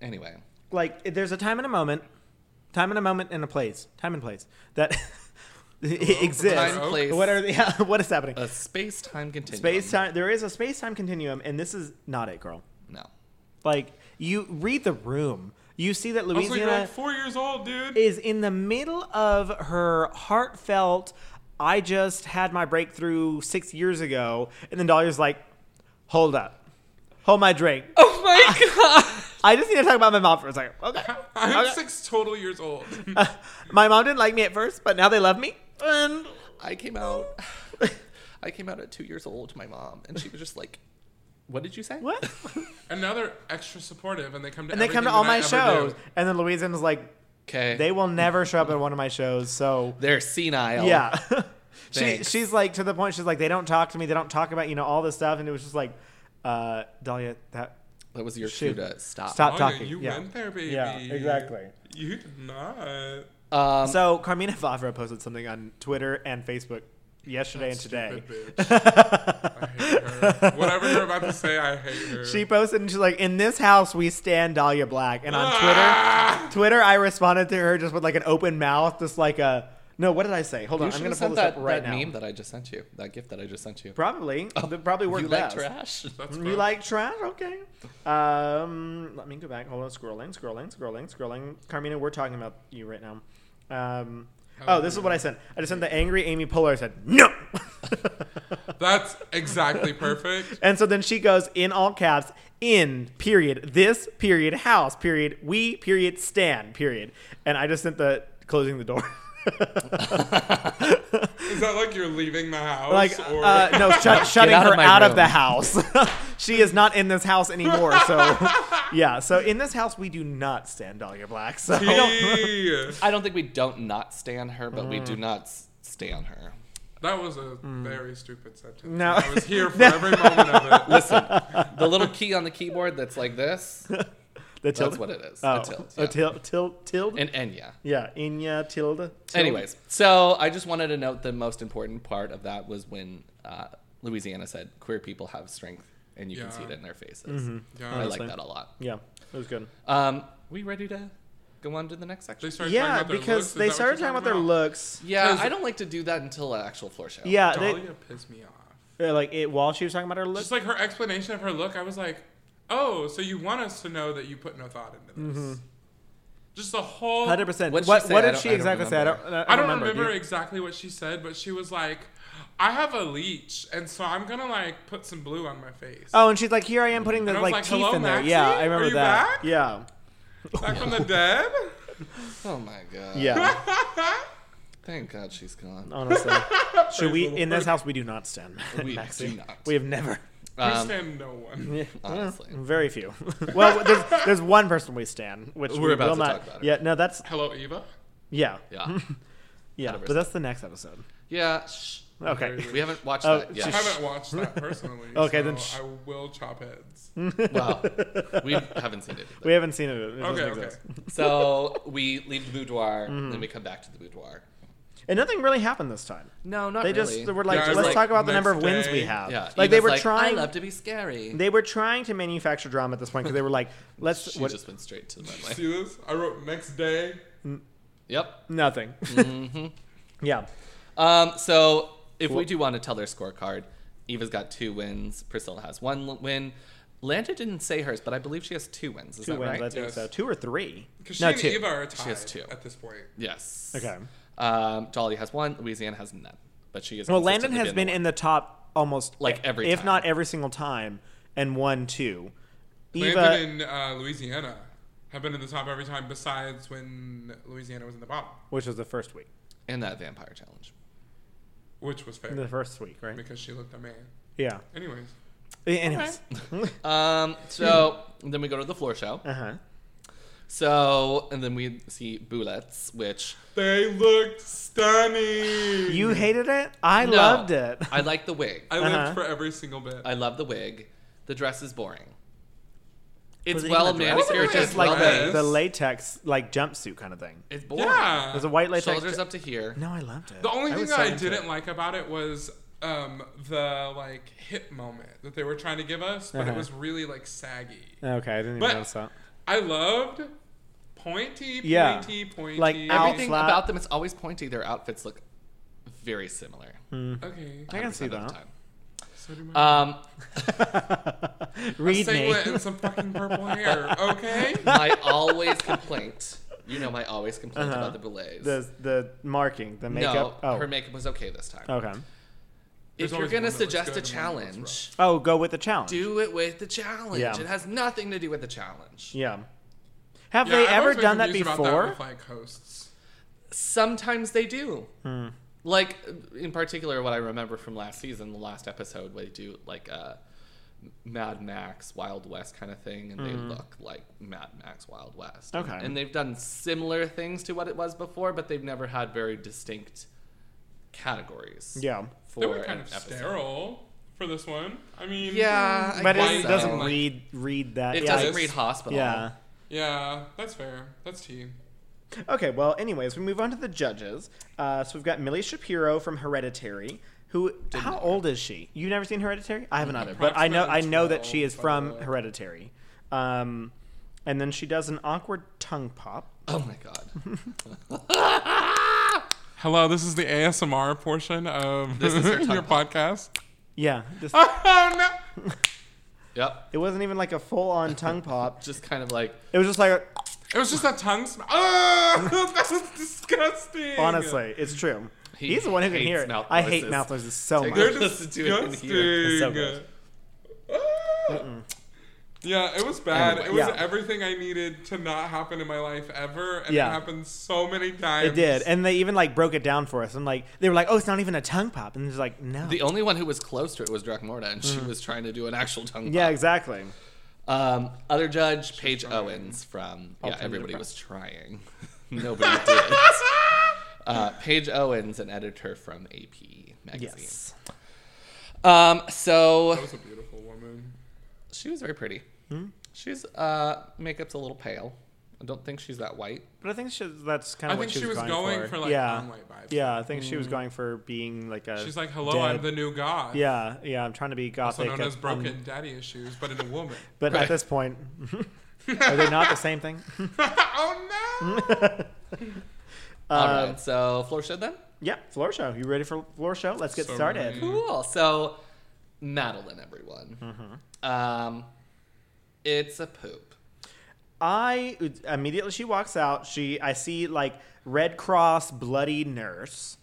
Speaker 2: Anyway.
Speaker 3: like there's a time and a moment, time and a moment and a place, time and place that Oh, exists.
Speaker 2: Time,
Speaker 1: Oak?
Speaker 2: place,
Speaker 3: What are the, yeah, what is happening?
Speaker 2: a space time continuum.
Speaker 3: Space time. There is a space time continuum, and this is not it, girl.
Speaker 2: No.
Speaker 3: Like you read the room, you see that
Speaker 1: Also, you're
Speaker 3: Louisiana
Speaker 1: like four years old, dude.
Speaker 3: is in the middle of her heartfelt. I just had my breakthrough six years ago, and then Dahlia's like, "Hold up, hold my drink.
Speaker 2: Oh my
Speaker 3: I just need to talk about my mom for a second. Okay,
Speaker 1: I'm
Speaker 3: Okay.
Speaker 1: six total years old.
Speaker 3: my mom didn't like me at first, but now they love me." And
Speaker 2: I came out. I came out at two years old to my mom, and she was just like, "What did you say?
Speaker 3: what?
Speaker 1: and now they're extra supportive, and they come to
Speaker 3: And they come to
Speaker 1: everything
Speaker 3: all
Speaker 1: that
Speaker 3: my
Speaker 1: I ever
Speaker 3: shows,
Speaker 1: do.
Speaker 3: and then Louisiana's like,
Speaker 2: Okay.
Speaker 3: "They will never show up at one of my shows." So
Speaker 2: They're senile.
Speaker 3: yeah. she,
Speaker 2: Thanks.
Speaker 3: she's like to the point. She's like, they don't talk to me. They don't talk about you know all this stuff. And it was just like, uh, Dahlia, that
Speaker 2: That was your
Speaker 3: Shoot.
Speaker 2: cue to stop.
Speaker 3: Stop.
Speaker 1: Oh,
Speaker 3: talking,
Speaker 1: You
Speaker 3: yeah.
Speaker 1: went there, baby.
Speaker 3: Yeah, exactly.
Speaker 1: You did not.
Speaker 2: Um,
Speaker 3: So Carmina Favra posted something on Twitter and Facebook yesterday and today.
Speaker 1: Stupid bitch. I hate her. Whatever you're about to say, I hate her.
Speaker 3: She posted and she's like, "In this house, we stand Dahlia Black." And on
Speaker 1: Ah!
Speaker 3: Twitter, Twitter, I responded to her just with like an open mouth, just like a no. What did I say? Hold
Speaker 2: you
Speaker 3: on, I'm
Speaker 2: should
Speaker 3: gonna
Speaker 2: have
Speaker 3: pull
Speaker 2: sent
Speaker 3: this
Speaker 2: that,
Speaker 3: up right
Speaker 2: that
Speaker 3: now.
Speaker 2: meme that I just sent you. That gift that I just sent you.
Speaker 3: Probably, that probably worked
Speaker 2: you like
Speaker 3: best.
Speaker 2: trash?
Speaker 1: That's
Speaker 3: You
Speaker 1: gross.
Speaker 3: like trash? Okay. Um, let me go back. Hold on, scrolling, scrolling, scrolling, scrolling. Carmina, we're talking about you right now. Um, oh, this is what I sent. I just sent the angry Amy Poehler. I said no.
Speaker 1: That's exactly perfect.
Speaker 3: And so then she goes in all caps, in period, this period, house period, we period, stand period. And I just sent the closing the door.
Speaker 1: Is that like you're leaving the house?
Speaker 3: like,
Speaker 1: or
Speaker 3: uh, no, shut, shutting
Speaker 2: out of
Speaker 3: her
Speaker 2: my
Speaker 3: out of
Speaker 2: room.
Speaker 3: the house. she is not in this house anymore. So, yeah. So in this house, we do not stand Dahlia Black. So,
Speaker 1: Tea.
Speaker 2: I don't think we don't not stand her, but we do
Speaker 3: Mm.
Speaker 2: not s- stand her.
Speaker 1: That was a very stupid sentence.
Speaker 3: Hmm. No.
Speaker 1: I was here for every moment of it.
Speaker 2: Listen, the little key on the keyboard that's like this,
Speaker 3: the
Speaker 2: that's what it is.
Speaker 3: Oh,
Speaker 2: A tilde.
Speaker 3: a
Speaker 2: yeah.
Speaker 3: tilde, tilde, tilde.
Speaker 2: And Enya.
Speaker 3: yeah, Inya tilde. tilde.
Speaker 2: Anyways, so I just wanted to note the most important part of that was when uh, Louisiana said queer people have strength and you can see
Speaker 1: Yeah.
Speaker 2: it in their faces.
Speaker 1: Yeah.
Speaker 2: I like
Speaker 3: Mm-hmm. Honestly.
Speaker 2: that a lot.
Speaker 3: yeah, it was good.
Speaker 2: Um, we ready to go on to the next
Speaker 1: They
Speaker 2: section?
Speaker 1: started
Speaker 3: Yeah,
Speaker 1: talking about their looks.
Speaker 3: because
Speaker 1: Is
Speaker 3: they
Speaker 1: that what
Speaker 3: started
Speaker 1: you're
Speaker 3: talking about their looks.
Speaker 2: Yeah,
Speaker 1: Does-
Speaker 2: I don't like to do that until an actual floor show.
Speaker 3: Yeah, they,
Speaker 1: Dahlia pissed me off.
Speaker 3: they're like it while she was talking about her looks.
Speaker 1: Just like her explanation of her look, I was like, oh, so you want us to know that you put no thought into this. Just the whole.
Speaker 3: Mm-hmm. Hundred percent. What
Speaker 2: What'd
Speaker 3: what
Speaker 2: she say? I
Speaker 3: did
Speaker 2: don't-
Speaker 3: she
Speaker 2: I don't
Speaker 3: exactly say? I don't.
Speaker 2: remember.
Speaker 3: I
Speaker 1: I don't remember,
Speaker 3: do you?
Speaker 1: exactly what she said, but she was like, I have a leech, and so I'm gonna like put some blue on my face.
Speaker 3: Oh, and she's like, "Here I am putting the
Speaker 1: And I was
Speaker 3: like,
Speaker 1: like,
Speaker 3: teeth
Speaker 1: "Hello,
Speaker 3: in there."
Speaker 1: Maxie?
Speaker 3: Yeah,
Speaker 1: Are
Speaker 3: I remember
Speaker 1: you
Speaker 3: that.
Speaker 1: back?
Speaker 3: Yeah,
Speaker 1: Back from the dead?
Speaker 2: Oh my god.
Speaker 3: yeah.
Speaker 2: Thank God she's gone.
Speaker 3: Honestly, should we
Speaker 1: the
Speaker 3: in
Speaker 1: Lord.
Speaker 3: this house we do not stand?
Speaker 2: We
Speaker 3: Maxie.
Speaker 2: do not.
Speaker 3: We have never.
Speaker 1: we
Speaker 2: Um,
Speaker 1: stand no one.
Speaker 2: honestly.
Speaker 3: Very few. well, there's, there's one person we stand, which
Speaker 2: We're
Speaker 3: we
Speaker 2: about
Speaker 3: will
Speaker 2: to
Speaker 3: not.
Speaker 2: talk about her.
Speaker 3: Yeah, no, that's
Speaker 1: Hello, Eva.
Speaker 3: yeah,
Speaker 2: Yeah.
Speaker 3: yeah. But
Speaker 2: 100%.
Speaker 3: that's the next episode.
Speaker 2: Yeah. Shh.
Speaker 3: Okay.
Speaker 2: We haven't watched
Speaker 3: Oh,
Speaker 2: that
Speaker 1: I
Speaker 2: yet.
Speaker 1: haven't watched that personally.
Speaker 3: Okay,
Speaker 1: so
Speaker 3: then sh- Hmm.
Speaker 1: I will chop heads.
Speaker 2: Well, we haven't seen it.
Speaker 3: We
Speaker 2: Either.
Speaker 3: haven't seen it. it doesn't
Speaker 1: Okay, okay.
Speaker 3: exist.
Speaker 2: So we leave the boudoir,
Speaker 3: Mm-hmm.
Speaker 2: then we come back to the boudoir.
Speaker 3: And nothing really happened this time.
Speaker 2: No, not
Speaker 3: They
Speaker 2: really.
Speaker 3: just they were like,
Speaker 1: Yeah, it was
Speaker 3: let's
Speaker 1: like
Speaker 3: talk about the
Speaker 1: next
Speaker 3: number of wins
Speaker 1: day.
Speaker 3: we have.
Speaker 2: yeah,
Speaker 3: like they
Speaker 2: Eva's
Speaker 3: were trying.
Speaker 2: I love to be scary.
Speaker 3: They were trying to manufacture drama at this point because they were like, let's
Speaker 2: she
Speaker 3: what,
Speaker 2: just went straight to the runway.
Speaker 1: See this? I wrote next day.
Speaker 2: Yep.
Speaker 3: nothing.
Speaker 2: Mm-hmm.
Speaker 3: yeah,
Speaker 2: Um, so if we do want to tell their scorecard, Eva's got two wins. Priscilla has one l- win. Lanta didn't say hers, but I believe she has two wins. Is
Speaker 3: two
Speaker 2: that
Speaker 3: wins.
Speaker 2: right?
Speaker 3: I think
Speaker 1: Yes.
Speaker 3: so. Two or three.
Speaker 1: Because she
Speaker 3: No,
Speaker 1: and
Speaker 3: two.
Speaker 1: Eva are tied
Speaker 2: She has two.
Speaker 1: at this point.
Speaker 2: Yes.
Speaker 3: Okay.
Speaker 2: Um, Dolly has one. Louisiana has none. But she is.
Speaker 3: Well, Landon
Speaker 2: consistently
Speaker 3: has been
Speaker 2: the
Speaker 3: in the top almost
Speaker 2: Like every
Speaker 3: if
Speaker 2: time.
Speaker 3: not every single time, and won two. Eva,
Speaker 1: Landon in uh, Louisiana have been in the top every time besides when Louisiana was in the bottom,
Speaker 3: which was the first week,
Speaker 2: one. in that vampire challenge.
Speaker 1: which was fair
Speaker 3: the first week, right?
Speaker 1: because she looked a man.
Speaker 3: Yeah.
Speaker 1: Anyways,
Speaker 3: Anyways,
Speaker 2: Um, so
Speaker 3: Hmm.
Speaker 2: then we go to the floor show.
Speaker 3: uh huh.
Speaker 2: So and then we see bullets, which
Speaker 1: they looked stunning.
Speaker 3: You hated it. I
Speaker 2: No.
Speaker 3: loved it.
Speaker 2: I like the wig.
Speaker 1: I
Speaker 2: I,
Speaker 1: lived
Speaker 3: Uh-huh.
Speaker 1: for every single bit.
Speaker 2: love the wig. The dress is boring. It's
Speaker 3: Was it
Speaker 2: well
Speaker 3: even a dress?
Speaker 2: manicured.
Speaker 1: Wasn't it
Speaker 2: It's
Speaker 1: just
Speaker 2: like
Speaker 3: like the,
Speaker 1: Yes.
Speaker 3: the latex like jumpsuit kind of thing.
Speaker 2: It's boring.
Speaker 1: yeah.
Speaker 3: It was a white latex.
Speaker 2: Shoulders up to here.
Speaker 3: No, I loved it.
Speaker 1: The only thing
Speaker 3: was
Speaker 1: that
Speaker 3: so
Speaker 1: I
Speaker 3: into
Speaker 1: didn't
Speaker 3: it.
Speaker 1: like about it was um, the like hip moment that they were trying to give us, but it
Speaker 3: Uh-huh.
Speaker 1: was really like saggy.
Speaker 3: Okay, I didn't even
Speaker 1: But-
Speaker 3: notice that.
Speaker 1: I loved pointy, pointy,
Speaker 3: Yeah.
Speaker 1: pointy.
Speaker 3: Like, out-
Speaker 2: Everything
Speaker 3: flat.
Speaker 2: about them, it's always pointy. Their outfits look very similar.
Speaker 1: okay.
Speaker 3: Hmm. I can see
Speaker 2: 100% of the
Speaker 3: that.
Speaker 1: So do my
Speaker 2: time. Um,
Speaker 3: Read me.
Speaker 1: singlet and some fucking purple hair. Okay.
Speaker 2: my always complaint. You know my always complaint about the boules.
Speaker 3: The the marking, the Uh-huh. makeup.
Speaker 2: No,
Speaker 3: oh,
Speaker 2: her makeup was okay this time.
Speaker 3: okay.
Speaker 1: There's
Speaker 2: If you're
Speaker 1: always
Speaker 2: gonna
Speaker 1: one that looks
Speaker 2: suggest a
Speaker 1: good and one that looks rough.
Speaker 2: challenge,
Speaker 3: Oh, go with the challenge.
Speaker 2: do it with the challenge.
Speaker 3: Yeah.
Speaker 2: It has nothing to do with the challenge.
Speaker 3: Yeah. Have
Speaker 1: Yeah,
Speaker 3: they
Speaker 1: I've
Speaker 3: ever
Speaker 1: always been
Speaker 3: done that
Speaker 1: confused about
Speaker 3: before?
Speaker 1: with, like hosts.
Speaker 2: Sometimes they do.
Speaker 1: Hmm.
Speaker 2: Like in particular, what I remember from last season, the last episode, where they do like a Mad Max Wild West kind of thing, and they
Speaker 1: Hmm.
Speaker 2: look like Mad Max Wild West. And-
Speaker 3: Okay.
Speaker 2: and they've done similar things to what it was before, but they've never had very distinct categories.
Speaker 3: Yeah.
Speaker 2: For
Speaker 1: They were kind
Speaker 2: an
Speaker 1: of
Speaker 2: episode.
Speaker 1: sterile for this one. I mean,
Speaker 2: Yeah, I
Speaker 3: Hmm. But
Speaker 2: guess
Speaker 3: it
Speaker 1: so.
Speaker 3: doesn't
Speaker 1: Like-
Speaker 3: read read that.
Speaker 2: It
Speaker 3: yeah,
Speaker 2: doesn't
Speaker 1: Uh, it's-
Speaker 2: read hospital.
Speaker 3: Yeah.
Speaker 1: yeah, that's fair. That's tea.
Speaker 3: Okay, well, anyways, we move on to the judges. Uh, so we've got Millie Shapiro from Hereditary. Who? how old is she? You've never seen Hereditary? I haven't either, but I know I
Speaker 1: Approximately
Speaker 3: know that she
Speaker 1: 12,
Speaker 3: is from
Speaker 1: probably.
Speaker 3: Hereditary. Um, and then she does an awkward tongue pop.
Speaker 2: Oh my god.
Speaker 1: Hello, this is the ASMR portion of
Speaker 2: This is your tongue
Speaker 1: your
Speaker 2: pop.
Speaker 1: podcast.
Speaker 3: Yeah, this,
Speaker 2: Ah!
Speaker 1: Oh no!
Speaker 2: yep.
Speaker 3: it wasn't even like a full-on tongue pop.
Speaker 2: Just kind of like
Speaker 3: It was just like,
Speaker 1: It was just that tongue smell. Oh, that was disgusting.
Speaker 3: honestly, it's true.
Speaker 2: He
Speaker 3: He's the one who can
Speaker 2: hates
Speaker 3: hear it.
Speaker 2: mouth
Speaker 3: I hate
Speaker 2: noises.
Speaker 3: mouth noises so
Speaker 2: Take
Speaker 3: much.
Speaker 1: they're
Speaker 2: Listen to it in
Speaker 1: disgusting.
Speaker 2: here.
Speaker 3: It's so good.
Speaker 1: Ah. Yeah, it was bad.
Speaker 2: Anyway.
Speaker 1: it was
Speaker 3: Yeah.
Speaker 1: everything I needed to not happen in my life ever, and
Speaker 3: Yeah.
Speaker 1: it happened so many times.
Speaker 3: It did, and they even like broke it down for us. And like they were like, "Oh, it's not even a tongue pop," and it's like, "No."
Speaker 2: the only one who was close to it was Drachmorda, and she was trying to do an actual tongue.
Speaker 3: Mm-hmm. yeah,
Speaker 2: pop.
Speaker 3: exactly.
Speaker 2: Um, other judge Paige
Speaker 1: trying.
Speaker 2: Owens from yeah,
Speaker 3: Alternative
Speaker 2: everybody
Speaker 3: Press.
Speaker 2: was trying. Nobody did. Uh, Paige Owens, an editor from AP magazine.
Speaker 3: Yes.
Speaker 2: Um, so
Speaker 1: That was a beautiful woman.
Speaker 2: she was very pretty.
Speaker 3: Hmm?
Speaker 2: She's uh, makeup's a little pale. I don't think she's that white.
Speaker 3: But I think she, that's kind
Speaker 1: I
Speaker 3: of what
Speaker 1: think she was going, for, like
Speaker 3: yeah.
Speaker 1: non-white vibes.
Speaker 3: yeah, I think she was going for being like a.
Speaker 1: She's like, "Hello, I'm
Speaker 3: dead-
Speaker 1: the new god."
Speaker 3: Yeah, yeah, I'm trying to be
Speaker 1: Also
Speaker 3: gothic.
Speaker 1: known as
Speaker 3: um,
Speaker 1: broken daddy issues, but in a woman.
Speaker 3: but
Speaker 2: Right.
Speaker 3: at this point, are they not the same thing?
Speaker 1: oh no!
Speaker 3: Um,
Speaker 2: All right, so floor show then.
Speaker 3: Yeah, floor show. You ready for floor show? Let's get
Speaker 1: So
Speaker 3: started.
Speaker 1: ready.
Speaker 2: Cool. So Madeline, everyone.
Speaker 3: Mm-hmm.
Speaker 2: Um, it's a poop.
Speaker 3: I immediately she walks out. She I see like Red Cross bloody nurse.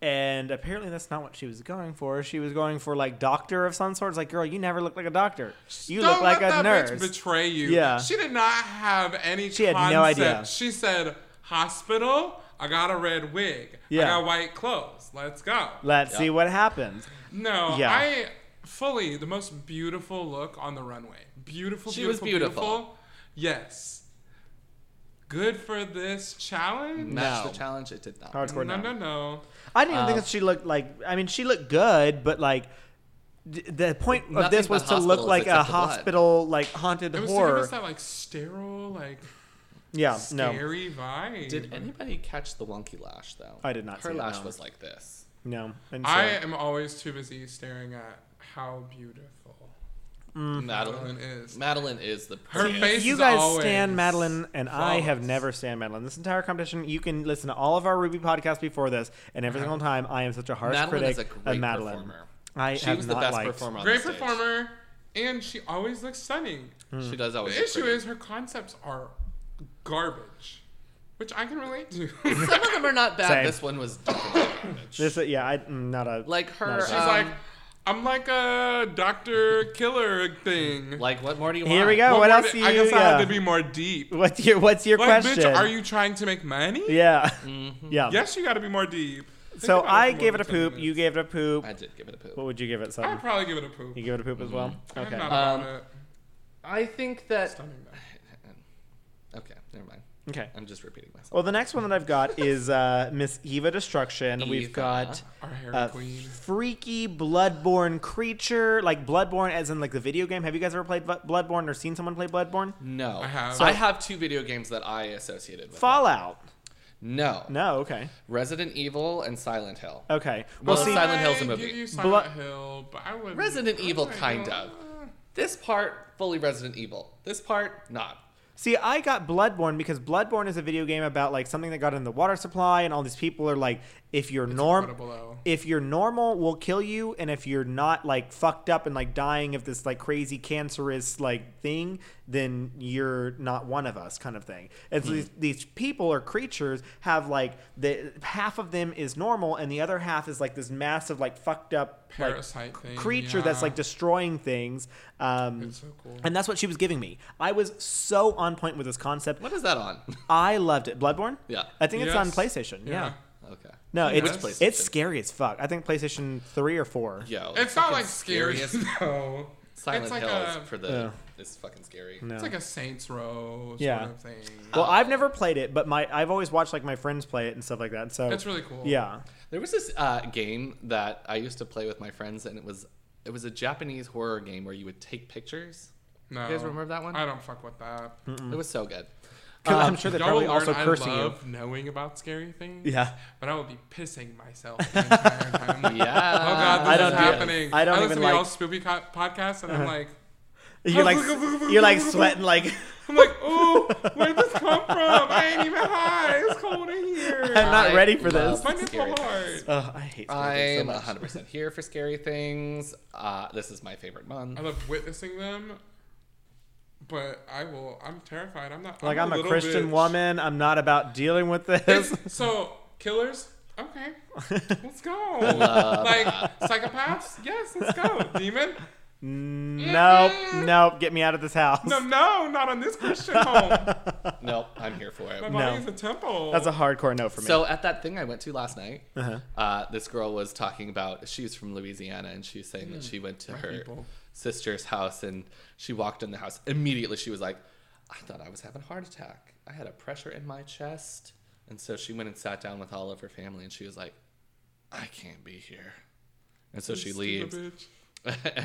Speaker 3: And apparently that's not what she was going for. She was going for like doctor of some sort. It's like, girl, you never look like a doctor. You
Speaker 1: Don't
Speaker 3: look like
Speaker 1: let
Speaker 3: a
Speaker 1: that bitch
Speaker 3: nurse.
Speaker 1: betray you.
Speaker 3: Yeah.
Speaker 1: She did not have any.
Speaker 3: She had
Speaker 1: concept.
Speaker 3: no idea.
Speaker 1: She said, "Hospital. I got a red wig.
Speaker 3: Yeah.
Speaker 1: I got white clothes. Let's go."
Speaker 3: Let's
Speaker 2: Yeah.
Speaker 3: see what happens.
Speaker 1: no,
Speaker 3: Yeah.
Speaker 1: I fully the most beautiful look on the runway. Beautiful.
Speaker 2: She was
Speaker 1: beautiful,
Speaker 2: beautiful.
Speaker 1: Yes. Good for this challenge.
Speaker 2: Match
Speaker 3: No.
Speaker 2: the challenge. It did not.
Speaker 3: Hardcore
Speaker 1: no,
Speaker 3: no.
Speaker 1: no, no.
Speaker 3: I didn't even
Speaker 2: Uh,
Speaker 3: think that she looked like. I mean, she looked good, but like. d- The point of
Speaker 2: Nothing
Speaker 3: this was
Speaker 2: but
Speaker 3: to look
Speaker 2: hospitals
Speaker 3: like a
Speaker 2: except the blood.
Speaker 3: hospital, like haunted
Speaker 1: It was to
Speaker 3: horror.
Speaker 1: give us that like sterile, like
Speaker 3: yeah, no,
Speaker 1: scary vibe.
Speaker 2: Did anybody catch the wonky lash though?
Speaker 3: I did not
Speaker 2: Her
Speaker 3: see it,
Speaker 2: lash
Speaker 3: no.
Speaker 2: was like this.
Speaker 3: no. And
Speaker 1: I
Speaker 3: so-
Speaker 1: am always too busy staring at how beautiful
Speaker 2: Madeline.
Speaker 1: Madeline is.
Speaker 2: Madeline is the
Speaker 1: Her
Speaker 2: prettiest.
Speaker 1: face-
Speaker 3: you
Speaker 1: is
Speaker 3: guys
Speaker 1: always
Speaker 3: stand Madeline, and I have
Speaker 1: flawless.
Speaker 3: never stand Madeline. This entire competition, you can listen to all of our Ruby podcasts before this, and every single time, I am such a harsh
Speaker 2: Uh-huh. Madeline
Speaker 3: critic
Speaker 2: is a great
Speaker 3: of Madeline.
Speaker 2: performer.
Speaker 3: I
Speaker 2: She
Speaker 3: have
Speaker 2: was the
Speaker 3: not
Speaker 2: best
Speaker 3: liked-
Speaker 2: performer. On
Speaker 1: Great
Speaker 2: the stage.
Speaker 1: performer, and she always looks stunning.
Speaker 2: She does always.
Speaker 1: The
Speaker 2: look
Speaker 1: issue
Speaker 2: pretty.
Speaker 1: is her concepts are garbage, which I can relate to.
Speaker 2: some of them are not bad.
Speaker 3: Same.
Speaker 2: This one was definitely garbage.
Speaker 3: This, yeah, I, mm, not a
Speaker 2: like her.
Speaker 3: No,
Speaker 1: She's
Speaker 2: um,
Speaker 1: like, I'm like a doctor killer thing.
Speaker 2: like, what more do you want?
Speaker 3: Here we go. what
Speaker 1: more
Speaker 3: else
Speaker 1: di-
Speaker 3: do you?
Speaker 1: I guess I
Speaker 3: yeah.
Speaker 1: had to be more deep.
Speaker 3: What's your What's your
Speaker 1: Like,
Speaker 3: question?
Speaker 1: bitch, are you trying to make money?
Speaker 3: Yeah.
Speaker 2: Mm-hmm.
Speaker 3: Yeah.
Speaker 1: Yes, you got to be more deep. Think
Speaker 3: So
Speaker 1: about for
Speaker 3: I
Speaker 1: more
Speaker 3: gave
Speaker 1: than
Speaker 3: it a
Speaker 1: 10
Speaker 3: poop. You
Speaker 1: minutes.
Speaker 3: gave it a poop.
Speaker 2: I did give it a
Speaker 3: What
Speaker 2: poop.
Speaker 3: would you give it,
Speaker 1: I'd
Speaker 3: son?
Speaker 1: probably give it a poop.
Speaker 3: You give it a poop as well.
Speaker 1: I'm
Speaker 3: Okay.
Speaker 1: not
Speaker 2: Um,
Speaker 1: about it.
Speaker 2: I think that.
Speaker 1: Stunning though.
Speaker 2: Okay, never mind.
Speaker 3: Okay.
Speaker 2: I'm just repeating myself.
Speaker 3: Well, the next one that I've got is uh, Miss Eva Destruction. We've
Speaker 2: Eva.
Speaker 3: got
Speaker 1: Our Harry
Speaker 3: a
Speaker 1: Queen.
Speaker 3: freaky bloodborne creature, like bloodborne as in like the video game. Have you guys ever played Bu- bloodborne or seen someone play bloodborne?
Speaker 2: No,
Speaker 1: I have-
Speaker 2: I have two video games that I associated with. it.
Speaker 3: Fallout.
Speaker 2: No,
Speaker 3: No. Okay.
Speaker 2: Resident Evil and Silent Hill.
Speaker 3: Okay.
Speaker 2: Well,
Speaker 3: Well, see,
Speaker 2: Silent Hill's a
Speaker 1: I'd
Speaker 2: movie.
Speaker 1: give you
Speaker 3: Blo-
Speaker 1: Silent Hill, but I would.
Speaker 2: Resident
Speaker 1: I
Speaker 2: Evil,
Speaker 1: wouldn't
Speaker 2: kind
Speaker 1: go-
Speaker 2: of. This part fully Resident Evil. This part not.
Speaker 3: See, I got Bloodborne because Bloodborne is a video game about like something that got in the water supply, and all these people are like, if you're normal,
Speaker 1: incredible, though.
Speaker 3: if you're normal, we'll kill you, and if you're not like fucked up and like dying of this like crazy cancerous like thing, then you're not one of us, kind of thing. And so
Speaker 1: Hmm.
Speaker 3: these, these people or creatures have like the half of them is normal, and the other half is like this massive like fucked up like,
Speaker 1: Parasite thing,
Speaker 3: creature that's
Speaker 1: yeah.
Speaker 3: like destroying things. Um,
Speaker 1: It's so cool.
Speaker 3: and that's what she was giving me. I was so on point with this concept.
Speaker 2: What is that on?
Speaker 3: I loved it. Bloodborne?
Speaker 2: Yeah.
Speaker 3: I think it's on
Speaker 1: Yes.
Speaker 3: PlayStation. Yeah.
Speaker 1: Yeah.
Speaker 2: Okay.
Speaker 3: No,
Speaker 1: Yes.
Speaker 3: it's
Speaker 2: Which PlayStation?
Speaker 3: it's scary as fuck. I think PlayStation 3 or 4.
Speaker 2: Yo.
Speaker 1: It's not like scary
Speaker 2: scariest
Speaker 1: though.
Speaker 2: Silent
Speaker 1: like
Speaker 2: Hill is
Speaker 1: a-
Speaker 2: for the
Speaker 3: Yeah.
Speaker 2: is fucking scary.
Speaker 3: No.
Speaker 1: It's like a Saints Row sort
Speaker 3: Yeah.
Speaker 1: of thing.
Speaker 3: well, I've never played it, but my I've always watched like my friends play it and stuff like that. So
Speaker 1: That's really cool.
Speaker 3: yeah.
Speaker 2: There was this uh, game that I used to play with my friends, and it was it was a Japanese horror game where you would take pictures.
Speaker 1: No.
Speaker 2: You guys remember that one?
Speaker 1: I don't fuck with that.
Speaker 3: Mm.
Speaker 2: It was so good.
Speaker 3: 'Cause I'm sure they're
Speaker 1: Y'all
Speaker 3: probably
Speaker 1: will
Speaker 3: also
Speaker 1: learn
Speaker 3: cursing
Speaker 1: I love knowing about scary things.
Speaker 3: you. Yeah.
Speaker 1: But I will be pissing myself the entire time.
Speaker 2: Yeah.
Speaker 1: Oh god, this
Speaker 3: I don't
Speaker 1: is
Speaker 3: do-
Speaker 1: happening.
Speaker 3: I don't
Speaker 1: listen
Speaker 3: even
Speaker 1: to
Speaker 3: like- Uh-huh.
Speaker 1: y'all spoopy co- podcasts, and I'm like,
Speaker 3: You're like you're like sweating like
Speaker 1: I'm like, ooh, where'd this come from? I ain't even high. It's cold in here.
Speaker 3: I'm not
Speaker 2: I
Speaker 3: ready for
Speaker 2: love
Speaker 3: this.
Speaker 1: My nipple
Speaker 2: scary things.
Speaker 1: hard.
Speaker 3: Ugh, I hate scary
Speaker 2: I'm
Speaker 3: things so much.
Speaker 2: 100% here for scary things. Uh, this is my favorite month.
Speaker 1: I love witnessing them, but I will. I'm terrified. I'm not.
Speaker 3: Like
Speaker 1: I'm,
Speaker 3: I'm a
Speaker 1: little
Speaker 3: Christian
Speaker 1: bitch.
Speaker 3: woman. I'm not about dealing with this.
Speaker 1: It's- so killers, okay, let's go.
Speaker 2: Love
Speaker 1: like psychopaths, yes, let's go. Demon,
Speaker 3: nope, nope. Get me out of this house.
Speaker 1: no, no, not on this Christian home.
Speaker 2: Nope, I'm here for it.
Speaker 1: My
Speaker 3: No.
Speaker 1: body is a temple.
Speaker 3: That's a hardcore no for me.
Speaker 2: So at that thing I went to last night,
Speaker 1: Uh-huh.
Speaker 2: uh, this girl was talking about she's from Louisiana and she was saying that she went to her
Speaker 1: Hmm. people.
Speaker 2: sister's house and she walked in the house immediately. She was like, "I thought I was having a heart attack. I had a pressure in my chest." And so she went and sat down with all of her family and she was like, "I can't be here." And so she
Speaker 1: Stupid
Speaker 2: leaves.
Speaker 1: bitch.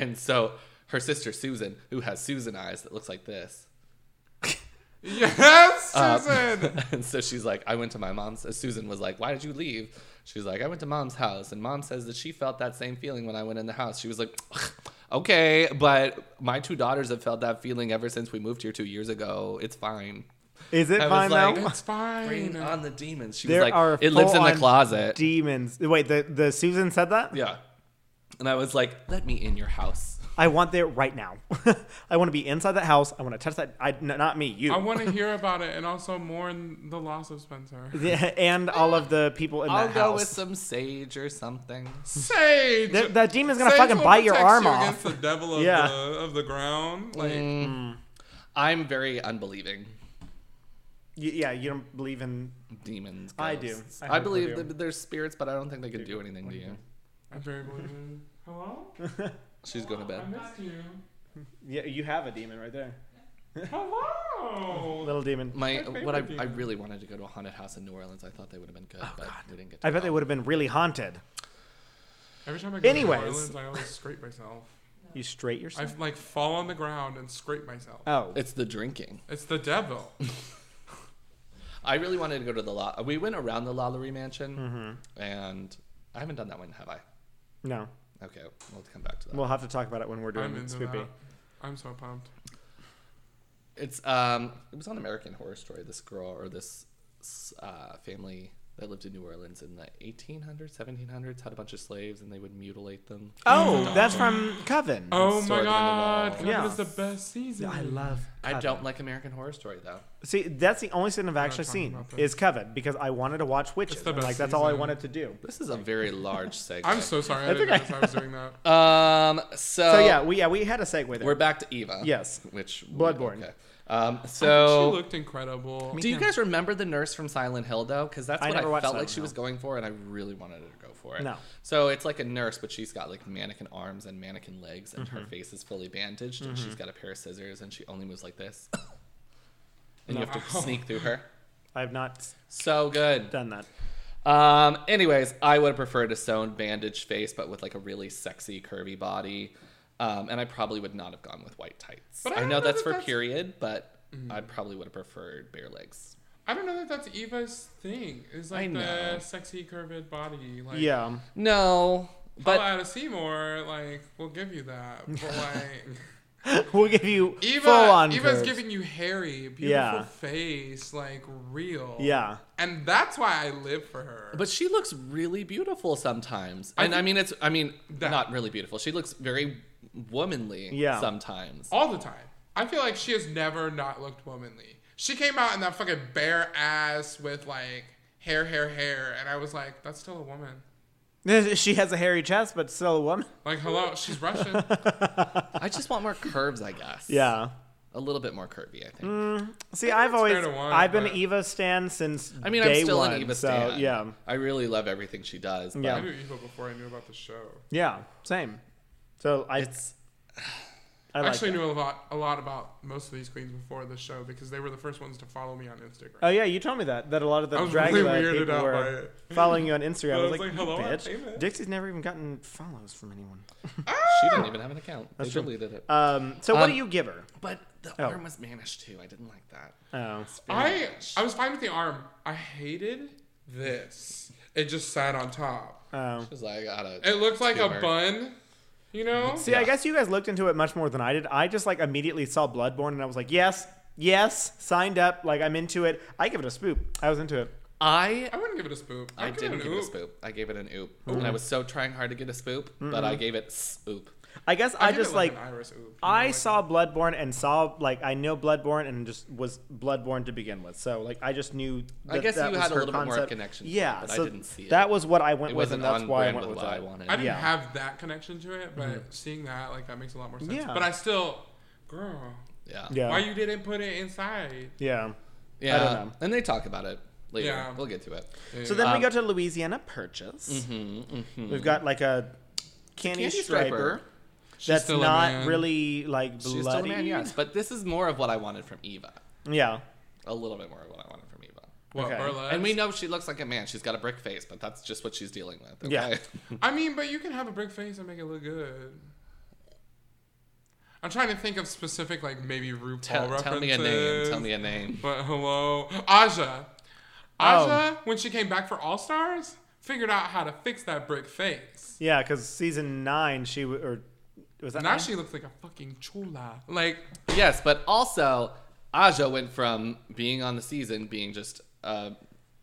Speaker 2: and so her sister Susan, who has Susan eyes that looks like this,
Speaker 1: Yes,
Speaker 2: Um,
Speaker 1: Susan.
Speaker 2: and so she's like, I went to my mom's. uh, Susan was like, Why did you leave? She's like, I went to mom's house, and mom says that she felt that same feeling when I went in the house. She was like, Okay, but my two daughters have felt that feeling ever since we moved here two years ago. It's fine.
Speaker 3: Is it
Speaker 2: I was
Speaker 3: fine
Speaker 2: like,
Speaker 3: though?
Speaker 1: it's fine.
Speaker 2: Bring on the demons. She
Speaker 3: There
Speaker 2: was
Speaker 3: are
Speaker 2: like, It lives in the
Speaker 3: full-on
Speaker 2: closet.
Speaker 3: Demons. Wait, the the Susan said that.
Speaker 2: yeah. And I was like, Let me in your house.
Speaker 3: I want there right now. I want to be inside that house. I want to touch that. I n- not me. You.
Speaker 1: I want to hear about it and also mourn the loss of Spencer.
Speaker 3: and all of the people in
Speaker 2: I'll
Speaker 3: that
Speaker 2: go
Speaker 3: house.
Speaker 2: with some sage or something.
Speaker 1: Sage.
Speaker 3: Th- that demon's gonna
Speaker 1: Sage
Speaker 3: fucking
Speaker 1: will
Speaker 3: bite your
Speaker 1: protect
Speaker 3: arm
Speaker 1: you
Speaker 3: off.
Speaker 1: Against the devil of,
Speaker 3: Yeah.
Speaker 1: the, of the ground. Like,
Speaker 2: I'm very unbelieving.
Speaker 3: Y- yeah, you don't believe in.
Speaker 2: Demons.
Speaker 3: I do.
Speaker 2: ghosts.
Speaker 3: I
Speaker 2: I,
Speaker 3: hope I
Speaker 2: believe
Speaker 3: do.
Speaker 2: that there's spirits, but I don't think they could do anything to you.
Speaker 1: I'm very believing. Hello?
Speaker 2: She's going to
Speaker 1: I
Speaker 2: bed.
Speaker 1: missed you.
Speaker 3: Yeah, you have a demon right there.
Speaker 1: Hello.
Speaker 3: Little demon.
Speaker 2: My
Speaker 1: My
Speaker 2: what I,
Speaker 1: favorite
Speaker 2: I
Speaker 1: demon.
Speaker 2: really wanted to go to a haunted house in New Orleans. I thought they would have been good, but we didn't get. To
Speaker 3: Oh, I bet
Speaker 2: go.
Speaker 3: they would have been really haunted.
Speaker 1: Every time I go
Speaker 3: Anyways.
Speaker 1: to New Orleans, I always scrape myself.
Speaker 3: You straight
Speaker 1: I
Speaker 3: yourself.
Speaker 1: like fall on the ground and scrape myself.
Speaker 3: oh,
Speaker 2: It's the drinking.
Speaker 1: It's the devil.
Speaker 2: I really wanted to go to the La. We went around the Lalaurie Mansion,
Speaker 3: Mm-hmm.
Speaker 2: and I haven't done that one, have I?
Speaker 3: no.
Speaker 2: Okay, we'll come back to that.
Speaker 3: We'll have to talk about it when we're doing
Speaker 1: I'm into
Speaker 3: Spoopy.
Speaker 1: that. I'm so pumped.
Speaker 2: It's um, it was on American Horror Story. This girl or this s- uh, family that lived in New Orleans in the 1800s, 1700s had a bunch of slaves, and they would mutilate them.
Speaker 3: Oh, that's from Coven.
Speaker 1: Oh
Speaker 2: Sword
Speaker 1: my
Speaker 2: in the
Speaker 1: god.
Speaker 2: Wall.
Speaker 1: Coven
Speaker 3: Yeah.
Speaker 1: is the best season.
Speaker 3: I love.
Speaker 2: I
Speaker 3: Coven.
Speaker 2: don't like American Horror Story though.
Speaker 3: See, that's the only sin I've actually
Speaker 1: talking
Speaker 3: seen
Speaker 1: about this.
Speaker 3: is Coven because I wanted to watch witches.
Speaker 1: It's the
Speaker 3: and, like
Speaker 1: best
Speaker 3: that's all I
Speaker 1: season.
Speaker 3: wanted to do.
Speaker 2: This is a very large segment.
Speaker 1: I'm so sorry. I
Speaker 3: That's
Speaker 1: didn't
Speaker 3: okay.
Speaker 1: notice I was doing that.
Speaker 2: Um. So,
Speaker 3: So yeah, we yeah we had a segue there.
Speaker 2: we're back to Eva.
Speaker 3: Yes.
Speaker 2: Which
Speaker 3: Bloodborne.
Speaker 2: Okay. Um.
Speaker 1: she
Speaker 2: So.
Speaker 1: looked incredible.
Speaker 2: Do you guys remember the nurse from Silent Hill though? Because that's
Speaker 3: I
Speaker 2: what I,
Speaker 3: never watched
Speaker 2: felt like
Speaker 3: Silent
Speaker 2: she
Speaker 3: Hill.
Speaker 2: was going for, and I really wanted her to go for it.
Speaker 3: No.
Speaker 2: So it's like a nurse, but she's got like mannequin arms and mannequin legs, and
Speaker 3: Mm-hmm.
Speaker 2: her face is fully bandaged, and she's got a pair of scissors, and she only moves like this. and you have to
Speaker 1: No.
Speaker 2: sneak through her.
Speaker 3: I've not
Speaker 2: So good.
Speaker 3: done that.
Speaker 2: Um, anyways, I would have preferred a sewn bandage face, but with like a really sexy curvy body. Um, and I probably would not have gone with white tights.
Speaker 1: But I
Speaker 2: I,
Speaker 1: don't
Speaker 2: know
Speaker 1: know
Speaker 2: that's
Speaker 1: that
Speaker 2: for
Speaker 1: that's- Mm.
Speaker 2: period, but I probably would have preferred bare legs.
Speaker 1: I don't know that that's Eva's thing. Is like
Speaker 2: I know.
Speaker 1: the sexy curved body. Like,
Speaker 3: Yeah,
Speaker 2: No,
Speaker 1: But
Speaker 2: but
Speaker 1: out of Seymour, like we'll give you that. But like
Speaker 3: um, we'll give you
Speaker 1: Eva,
Speaker 3: full on.
Speaker 1: Eva's
Speaker 3: curves.
Speaker 1: giving you hairy, beautiful
Speaker 3: Yeah.
Speaker 1: face, like real.
Speaker 3: Yeah.
Speaker 1: and that's why I live for her.
Speaker 2: but she looks really beautiful sometimes.
Speaker 1: I
Speaker 2: And I,
Speaker 1: think-
Speaker 2: mean, it's I mean
Speaker 1: That-
Speaker 2: not really beautiful. She looks very womanly.
Speaker 3: Yeah.
Speaker 2: sometimes.
Speaker 1: all the time, I feel like she has never not looked womanly. She came out in that fucking bare ass with like hair, hair, hair, and I was like, that's still a woman.
Speaker 3: She has a hairy chest, but still a woman.
Speaker 1: Like, hello, she's Russian.
Speaker 2: I just want more curves, I guess.
Speaker 3: Yeah. Mm,
Speaker 2: a little bit more curvy. I think.
Speaker 3: See, I've
Speaker 1: it's fair
Speaker 3: always
Speaker 1: to want,
Speaker 3: I've been
Speaker 1: but-
Speaker 3: Eva stan since
Speaker 2: I mean,
Speaker 3: day
Speaker 2: I'm still
Speaker 3: one.
Speaker 2: an Eva
Speaker 3: so
Speaker 2: stan.
Speaker 3: yeah,
Speaker 2: I really love everything she does. But
Speaker 1: I
Speaker 3: Yeah.
Speaker 1: knew Eva before I knew about the show.
Speaker 3: yeah, same. So I
Speaker 2: It's
Speaker 3: I like
Speaker 1: actually
Speaker 3: that.
Speaker 1: knew a lot, a lot about most of these queens before this show because they were the first ones to follow me on Instagram.
Speaker 3: Oh yeah, you told me that that a lot of the
Speaker 1: I was
Speaker 3: Dracula
Speaker 1: really weirded
Speaker 3: people
Speaker 1: out by
Speaker 3: were
Speaker 1: it.
Speaker 3: following you on Instagram. I
Speaker 1: I
Speaker 3: was,
Speaker 1: was
Speaker 3: like,
Speaker 1: like, hello,
Speaker 3: "You
Speaker 1: I'm
Speaker 3: bitch.
Speaker 1: famous."
Speaker 3: Dixie's never even gotten follows from anyone.
Speaker 2: She didn't even have an account. They
Speaker 3: true.
Speaker 2: deleted it.
Speaker 3: Um, so what
Speaker 2: Um,
Speaker 3: do you give her?
Speaker 2: but the
Speaker 3: oh.
Speaker 2: arm was managed too. I didn't like that.
Speaker 3: Oh,
Speaker 1: I I was fine with the arm. I hated this. It just sat on top.
Speaker 3: oh.
Speaker 2: She was like, I gotta.
Speaker 1: It looked like
Speaker 2: Skewer.
Speaker 1: a bun, you know.
Speaker 3: See, I guess you guys looked into it much more than I did. I just like immediately saw Bloodborne and I was like, yes, yes, signed up. Like I'm into it. I give it a spoop. I was into it.
Speaker 2: I
Speaker 1: I wouldn't give it a spoop.
Speaker 2: I
Speaker 1: I'd give
Speaker 2: didn't
Speaker 1: it
Speaker 2: give
Speaker 1: an
Speaker 2: it a
Speaker 1: oop.
Speaker 2: spoop. I gave it an oop, and I was so trying hard to get a spoop, but
Speaker 3: Mm-hmm.
Speaker 2: I gave it spoop.
Speaker 3: I guess I,
Speaker 1: I'd give it
Speaker 3: just like.
Speaker 1: an iris oop, you know,
Speaker 3: I saw Bloodborne and saw like I know Bloodborne and just was Bloodborne to begin with. So like I just knew. That,
Speaker 2: I guess
Speaker 3: that
Speaker 2: you
Speaker 3: was
Speaker 2: had a
Speaker 3: her
Speaker 2: little bit more
Speaker 3: concept.
Speaker 2: connection to it,
Speaker 3: Yeah,
Speaker 2: but I
Speaker 3: so
Speaker 2: didn't see it.
Speaker 3: That was what I went
Speaker 2: It
Speaker 3: with,
Speaker 2: wasn't
Speaker 3: and that's
Speaker 2: on
Speaker 3: why I
Speaker 2: brand
Speaker 3: went
Speaker 2: with
Speaker 3: with
Speaker 2: what I
Speaker 3: it.
Speaker 2: wanted.
Speaker 1: I didn't
Speaker 3: Yeah. Mm-hmm.
Speaker 1: have that connection to it, but seeing that like that makes a lot more sense.
Speaker 3: Yeah.
Speaker 1: But I still, girl,
Speaker 2: yeah.
Speaker 3: Yeah.
Speaker 1: why you didn't put it inside?
Speaker 3: Yeah.
Speaker 2: Yeah.
Speaker 3: I don't know.
Speaker 2: And they talk about it later.
Speaker 1: Yeah.
Speaker 2: We'll get to it.
Speaker 3: So then
Speaker 2: Um,
Speaker 3: we go to Louisiana Purchase.
Speaker 2: Hmm,
Speaker 3: We've got like a candy,
Speaker 2: mm-hmm. Candy
Speaker 3: striper,
Speaker 2: striper.
Speaker 1: She's
Speaker 3: that's
Speaker 1: still a
Speaker 3: not
Speaker 1: man.
Speaker 3: really like bloody.
Speaker 2: She's still a man, yes. But this is more of what I wanted from Eva.
Speaker 3: Yeah.
Speaker 2: A little bit more of what I wanted from Eva.
Speaker 1: what
Speaker 3: okay.
Speaker 1: burlesque.
Speaker 2: And we know she looks like a man. She's got a brick face, but that's just what she's dealing with. Okay?
Speaker 3: Yeah.
Speaker 1: I mean, but you can have a brick face and make it look good. I'm trying to think of specific, like maybe RuPaul
Speaker 2: tell,
Speaker 1: references.
Speaker 2: tell me a name. Tell me a name.
Speaker 1: But hello, Aja. Aja,
Speaker 3: Oh.
Speaker 1: when she came back for All Stars, figured out how to fix that brick face.
Speaker 3: Yeah, because season nine, she w- or was that
Speaker 1: Now
Speaker 3: nine?
Speaker 1: she looks like a fucking chula. Like,
Speaker 2: Yes, but also Aja went from being on the season, being just uh,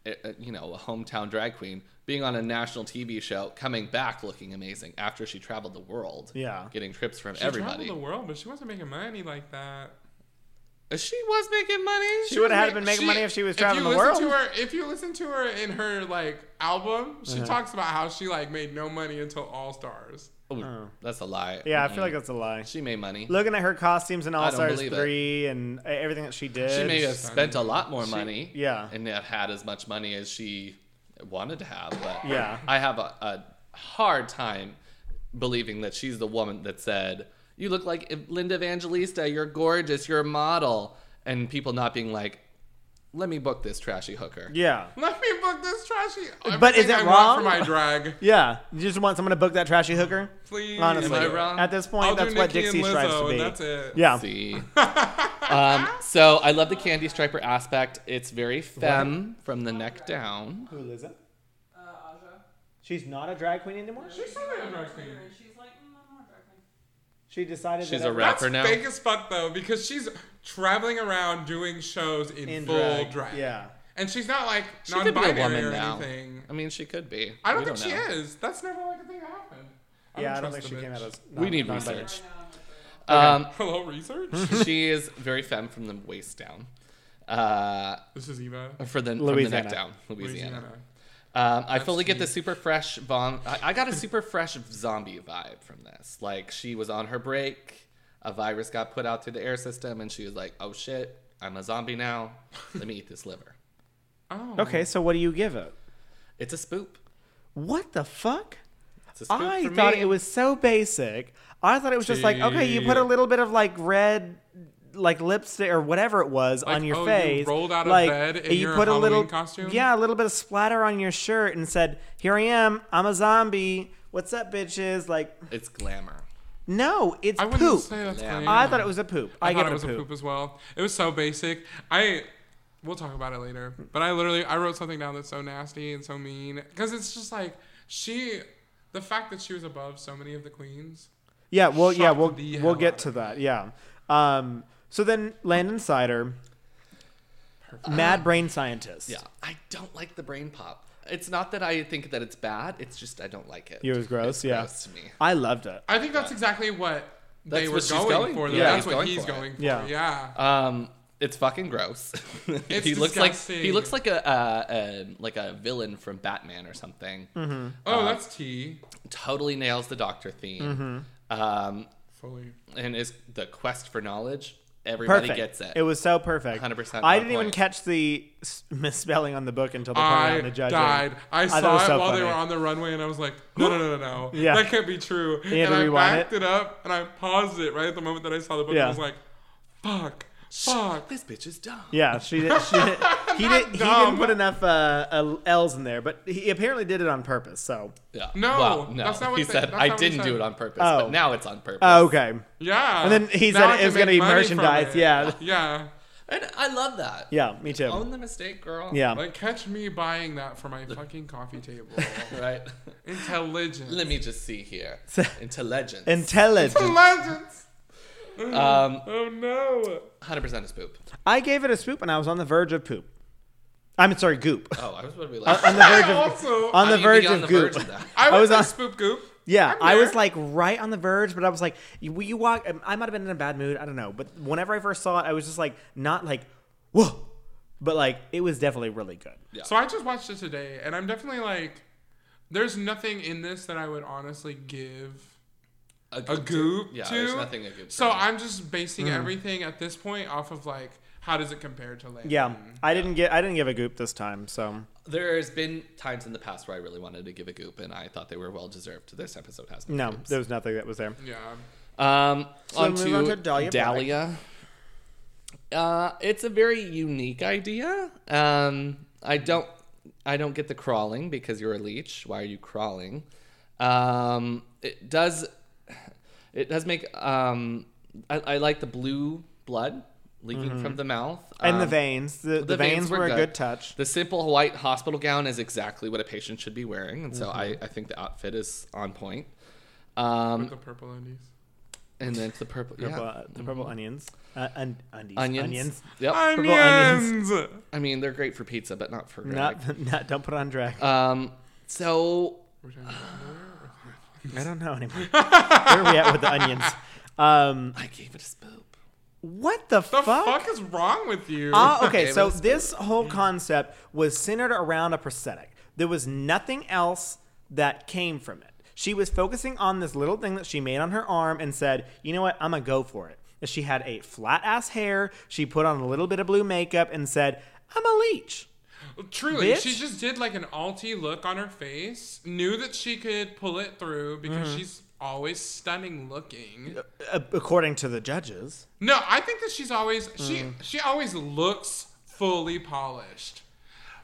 Speaker 2: a, a- you know a hometown drag queen, being on a national TV show, coming back looking amazing after she traveled the world.
Speaker 3: Yeah.
Speaker 2: getting trips from
Speaker 1: she
Speaker 2: everybody.
Speaker 1: traveled the world, but she wasn't making money like that.
Speaker 2: she was making money.
Speaker 3: She would
Speaker 2: was
Speaker 3: have
Speaker 2: ma-
Speaker 3: been making
Speaker 1: She-
Speaker 3: money if she was
Speaker 1: you
Speaker 3: traveling the
Speaker 1: listen
Speaker 3: world. Uh-huh.
Speaker 1: To her, if you listen to her in her like album, she talks about how she like made no money until All Stars.
Speaker 2: Oh, that's a lie.
Speaker 3: yeah, I feel like that's a lie.
Speaker 2: she made money.
Speaker 3: Looking at her costumes in All Stars
Speaker 2: Mm. believe it.
Speaker 3: three and and uh, everything that she did,
Speaker 2: she may have
Speaker 1: Son.
Speaker 2: spent a lot more money.
Speaker 3: yeah.
Speaker 2: And not had as much money as she wanted to have. But
Speaker 3: Yeah.
Speaker 2: I have a, a hard time believing that she's the woman that said, You look like Linda Evangelista. You're gorgeous. You're a model. And people not being like, Let me book this trashy hooker.
Speaker 3: yeah,
Speaker 1: Let me book this trashy.
Speaker 3: But is
Speaker 1: everything I
Speaker 3: it
Speaker 1: want
Speaker 3: wrong?
Speaker 1: for my drag?
Speaker 3: yeah. You just want someone to book that trashy hooker.
Speaker 1: Please,
Speaker 3: Honestly,
Speaker 2: Am I wrong?
Speaker 3: at this point,
Speaker 1: I'll
Speaker 3: that's
Speaker 1: do
Speaker 3: what
Speaker 1: Nicki
Speaker 3: Dixie
Speaker 1: and
Speaker 3: strives to
Speaker 1: Lizzo,
Speaker 3: be.
Speaker 1: and that's it.
Speaker 3: Yeah,
Speaker 2: See. um, so I love the candy striper aspect. It's very femme from the neck down.
Speaker 3: Who is it? She's not a drag queen anymore.
Speaker 1: She's totally a drag queen.
Speaker 4: Uh, She's like, mm, I'm not driving.
Speaker 3: She decided
Speaker 2: She's
Speaker 3: that
Speaker 2: a
Speaker 3: every-
Speaker 1: That's
Speaker 2: rapper now.
Speaker 1: fake as fuck though, because she's traveling around doing shows in,
Speaker 3: in
Speaker 1: full
Speaker 3: drag.
Speaker 1: drag.
Speaker 3: Yeah,
Speaker 1: and she's not like
Speaker 2: She could be
Speaker 1: non-binary
Speaker 2: a woman
Speaker 1: or
Speaker 2: now.
Speaker 1: anything.
Speaker 2: I mean, she could be.
Speaker 1: I don't
Speaker 2: We
Speaker 1: think she
Speaker 2: know.
Speaker 1: is. That's never like a thing that happened.
Speaker 3: yeah. I don't think
Speaker 1: trust
Speaker 3: she
Speaker 1: the
Speaker 3: came
Speaker 1: bitch.
Speaker 3: out as.
Speaker 2: We need
Speaker 3: non-binary.
Speaker 2: research.
Speaker 3: Okay.
Speaker 2: Um,
Speaker 1: Hello, research.
Speaker 2: she is very femme from the waist down. Uh,
Speaker 1: this is Eva.
Speaker 2: for the, from the
Speaker 3: Louisiana.
Speaker 2: neck down, Louisiana.
Speaker 1: Louisiana.
Speaker 2: Um, I fully get the
Speaker 1: deep.
Speaker 2: super fresh vom. I, I got a super fresh zombie vibe from this. Like she was on her break, a virus got put out through the air system, and she was like, "Oh shit, I'm a zombie now. Let me eat this liver."
Speaker 1: Oh.
Speaker 3: Okay, so what do you give it?
Speaker 2: It's a spoop.
Speaker 3: What the fuck?
Speaker 2: It's a spoop
Speaker 3: I
Speaker 2: for
Speaker 3: thought
Speaker 2: me.
Speaker 3: it was so basic. I thought it was just like, okay, you put a
Speaker 1: Dude.
Speaker 3: little bit of like red, like lipstick or whatever it was
Speaker 1: Like,
Speaker 3: on your
Speaker 1: oh, you
Speaker 3: face.
Speaker 1: rolled out of
Speaker 3: like,
Speaker 1: bed in
Speaker 3: and you
Speaker 1: your
Speaker 3: put a little
Speaker 1: Halloween costume?
Speaker 3: Yeah, a little bit of splatter on your shirt and said, "Here I am. I'm a zombie. What's up, bitches?" Like,
Speaker 2: It's glamour.
Speaker 3: no, it's
Speaker 1: I wouldn't
Speaker 3: poop.
Speaker 1: say that's
Speaker 2: Yeah.
Speaker 1: clean.
Speaker 3: I thought it was a poop. I,
Speaker 1: I
Speaker 3: give
Speaker 1: thought
Speaker 3: it
Speaker 1: it was a poop. as well. It was so basic. I we'll talk about it later. But I literally I wrote something down that's so nasty and so mean because it's just like she, the fact that she was above so many of the queens.
Speaker 3: Yeah, well, yeah,
Speaker 1: Shocked
Speaker 3: we'll
Speaker 1: the
Speaker 3: we'll
Speaker 1: hell
Speaker 3: get
Speaker 1: out
Speaker 3: to that. Yeah. Um. So then, Landon Sider, mad brain scientist.
Speaker 2: Yeah, I don't like the brain pop. It's not that I think that it's bad. It's just I don't like it.
Speaker 3: It was gross.
Speaker 2: It's
Speaker 3: yeah.
Speaker 2: gross to me.
Speaker 3: I loved it.
Speaker 1: I think that's exactly what they
Speaker 2: That's
Speaker 1: were
Speaker 2: what she's
Speaker 1: going,
Speaker 2: going
Speaker 1: for.
Speaker 2: for.
Speaker 1: though.
Speaker 2: Yeah,
Speaker 1: that's
Speaker 2: he's
Speaker 1: what
Speaker 2: going
Speaker 1: he's
Speaker 2: for it.
Speaker 1: going for.
Speaker 3: Yeah.
Speaker 1: Yeah.
Speaker 2: Um, it's fucking gross. he looks like he
Speaker 1: disgusting.
Speaker 2: looks like a, uh a like a villain from Batman or something. Uh,
Speaker 1: oh, that's tea.
Speaker 2: Totally
Speaker 1: Mm-hmm.
Speaker 2: nails the Doctor theme, um,
Speaker 1: Fully.
Speaker 2: and is the quest for knowledge everybody
Speaker 3: Perfect.
Speaker 2: gets it.
Speaker 3: It was so perfect.
Speaker 2: 100%
Speaker 3: I
Speaker 2: on
Speaker 3: didn't even
Speaker 2: point.
Speaker 3: catch the s- misspelling on the book until they pointed out
Speaker 1: I
Speaker 3: in the judging.
Speaker 1: died. I
Speaker 3: thought
Speaker 1: saw
Speaker 3: was
Speaker 1: it,
Speaker 3: so
Speaker 1: while they
Speaker 3: funny.
Speaker 1: were on the runway, and I was like, no, no, no, no, no.
Speaker 3: Yeah.
Speaker 1: That can't be true.
Speaker 3: had
Speaker 1: And
Speaker 3: to
Speaker 1: I
Speaker 3: rewind
Speaker 1: backed it. up, and I paused it right at the moment that I saw the book,
Speaker 3: Yeah.
Speaker 1: and I was like, fuck, fuck.
Speaker 2: This bitch is dumb.
Speaker 3: Yeah, she did. She did he did. He didn't
Speaker 1: dumb.
Speaker 3: put enough uh, uh, L's in there, but he apparently did it on purpose. So
Speaker 2: Yeah.
Speaker 1: No,
Speaker 2: Well, no.
Speaker 1: that's not what
Speaker 2: he
Speaker 1: they-
Speaker 2: said.
Speaker 1: that's not
Speaker 2: I
Speaker 1: what he
Speaker 2: didn't do
Speaker 1: said."
Speaker 2: it on purpose,
Speaker 3: Oh.
Speaker 2: but now it's on purpose.
Speaker 3: oh, okay,
Speaker 1: Yeah.
Speaker 3: And then he
Speaker 1: Now
Speaker 3: said
Speaker 1: I
Speaker 3: it
Speaker 1: can
Speaker 3: was gonna
Speaker 1: make
Speaker 3: be
Speaker 1: money from
Speaker 3: merchandise,
Speaker 1: it.
Speaker 3: yeah.
Speaker 1: Yeah.
Speaker 2: And I love that.
Speaker 3: yeah, me too.
Speaker 2: Own the mistake, girl.
Speaker 3: Yeah,
Speaker 1: Like, catch me buying that for my fucking coffee table.
Speaker 2: Right.
Speaker 1: Intelligence.
Speaker 2: Let me just see here. Intelligence.
Speaker 3: intelligent.
Speaker 1: Intelligence.
Speaker 2: um,
Speaker 1: Oh no.
Speaker 2: 100% is poop.
Speaker 3: I gave it a swoop, and I was on the verge of poop. I'm sorry, goop.
Speaker 2: Oh, I was going to be
Speaker 3: On
Speaker 2: like,
Speaker 3: the verge
Speaker 1: I
Speaker 3: of.
Speaker 1: also.
Speaker 3: On the
Speaker 2: How do you be
Speaker 3: verge
Speaker 2: on
Speaker 3: of
Speaker 2: the
Speaker 3: goop.
Speaker 2: verge of that?
Speaker 1: I
Speaker 3: I
Speaker 1: was,
Speaker 3: was
Speaker 1: on
Speaker 3: on-
Speaker 1: spoop goop.
Speaker 3: Yeah,
Speaker 1: I'm
Speaker 3: I was
Speaker 1: there.
Speaker 3: like right on the verge, but I was like, you, you walk. Um, I might have been in a bad mood. I don't know. But whenever I first saw it, I was just like, not like, whoa, but like it was definitely really good.
Speaker 1: So I just watched it today, and I'm definitely like, there's nothing in this that I would honestly give a goop
Speaker 2: Yeah,
Speaker 1: to.
Speaker 2: there's nothing a goop.
Speaker 1: So
Speaker 2: for me.
Speaker 1: I'm just basing
Speaker 3: Mm.
Speaker 1: everything at this point off of like, how does it compare to Land?
Speaker 3: Yeah, I didn't get. I didn't give a goop this time. So
Speaker 2: There's been times in the past where I really wanted to give a goop, and I thought they were well deserved. This episode has
Speaker 3: no,
Speaker 2: no. goops.
Speaker 3: there was nothing that was there.
Speaker 1: Yeah.
Speaker 2: Um, on,
Speaker 3: move
Speaker 2: to
Speaker 3: on to Dahlia Black.
Speaker 2: Dahlia. Uh, it's a very unique idea. Um, I don't, I don't get the crawling because you're a leech. Why are you crawling? Um, it does, it does make. Um, I, I like the blue blood leaking from the mouth
Speaker 3: Mm-hmm. And the
Speaker 2: Um,
Speaker 3: veins. The, the, veins, were, a good, touch.
Speaker 2: the simple white hospital gown is exactly what a patient should be wearing, and so
Speaker 3: Mm-hmm.
Speaker 2: I, I think the outfit is on point. Um,
Speaker 1: With the purple undies.
Speaker 2: and then it's the purple,
Speaker 3: Purple,
Speaker 2: yeah.
Speaker 3: uh, the purple onions. Uh, un- undies.
Speaker 2: onions.
Speaker 3: Onions.
Speaker 2: Yep.
Speaker 3: purple onions.
Speaker 1: Onions.
Speaker 2: I mean, they're great for pizza, but not for drag.
Speaker 3: Not, not, don't put it on drag.
Speaker 2: Um, so
Speaker 1: We're talking about underwear?
Speaker 3: I don't know anymore. Where are we at with the onions? Um,
Speaker 2: I gave it a spoop.
Speaker 3: what the,
Speaker 1: The
Speaker 3: fuck?
Speaker 1: fuck is wrong with you?
Speaker 3: Ah, okay,
Speaker 2: Gave
Speaker 3: so
Speaker 2: it a
Speaker 3: this whole concept was centered around a prosthetic. There was nothing else that came from it. She was focusing on this little thing that she made on her arm and said, you know what, I'm gonna go for it. And she had a flat ass hair, she put on a little bit of blue makeup and said, I'm a leech.
Speaker 1: Truly,
Speaker 3: Bitch.
Speaker 1: she just did like an alty look on her face. Knew that she could pull it through because
Speaker 3: Mm-hmm.
Speaker 1: she's always stunning looking.
Speaker 3: A- uh, According to the judges.
Speaker 1: No, I think that she's always
Speaker 3: Mm.
Speaker 1: she she always looks fully polished.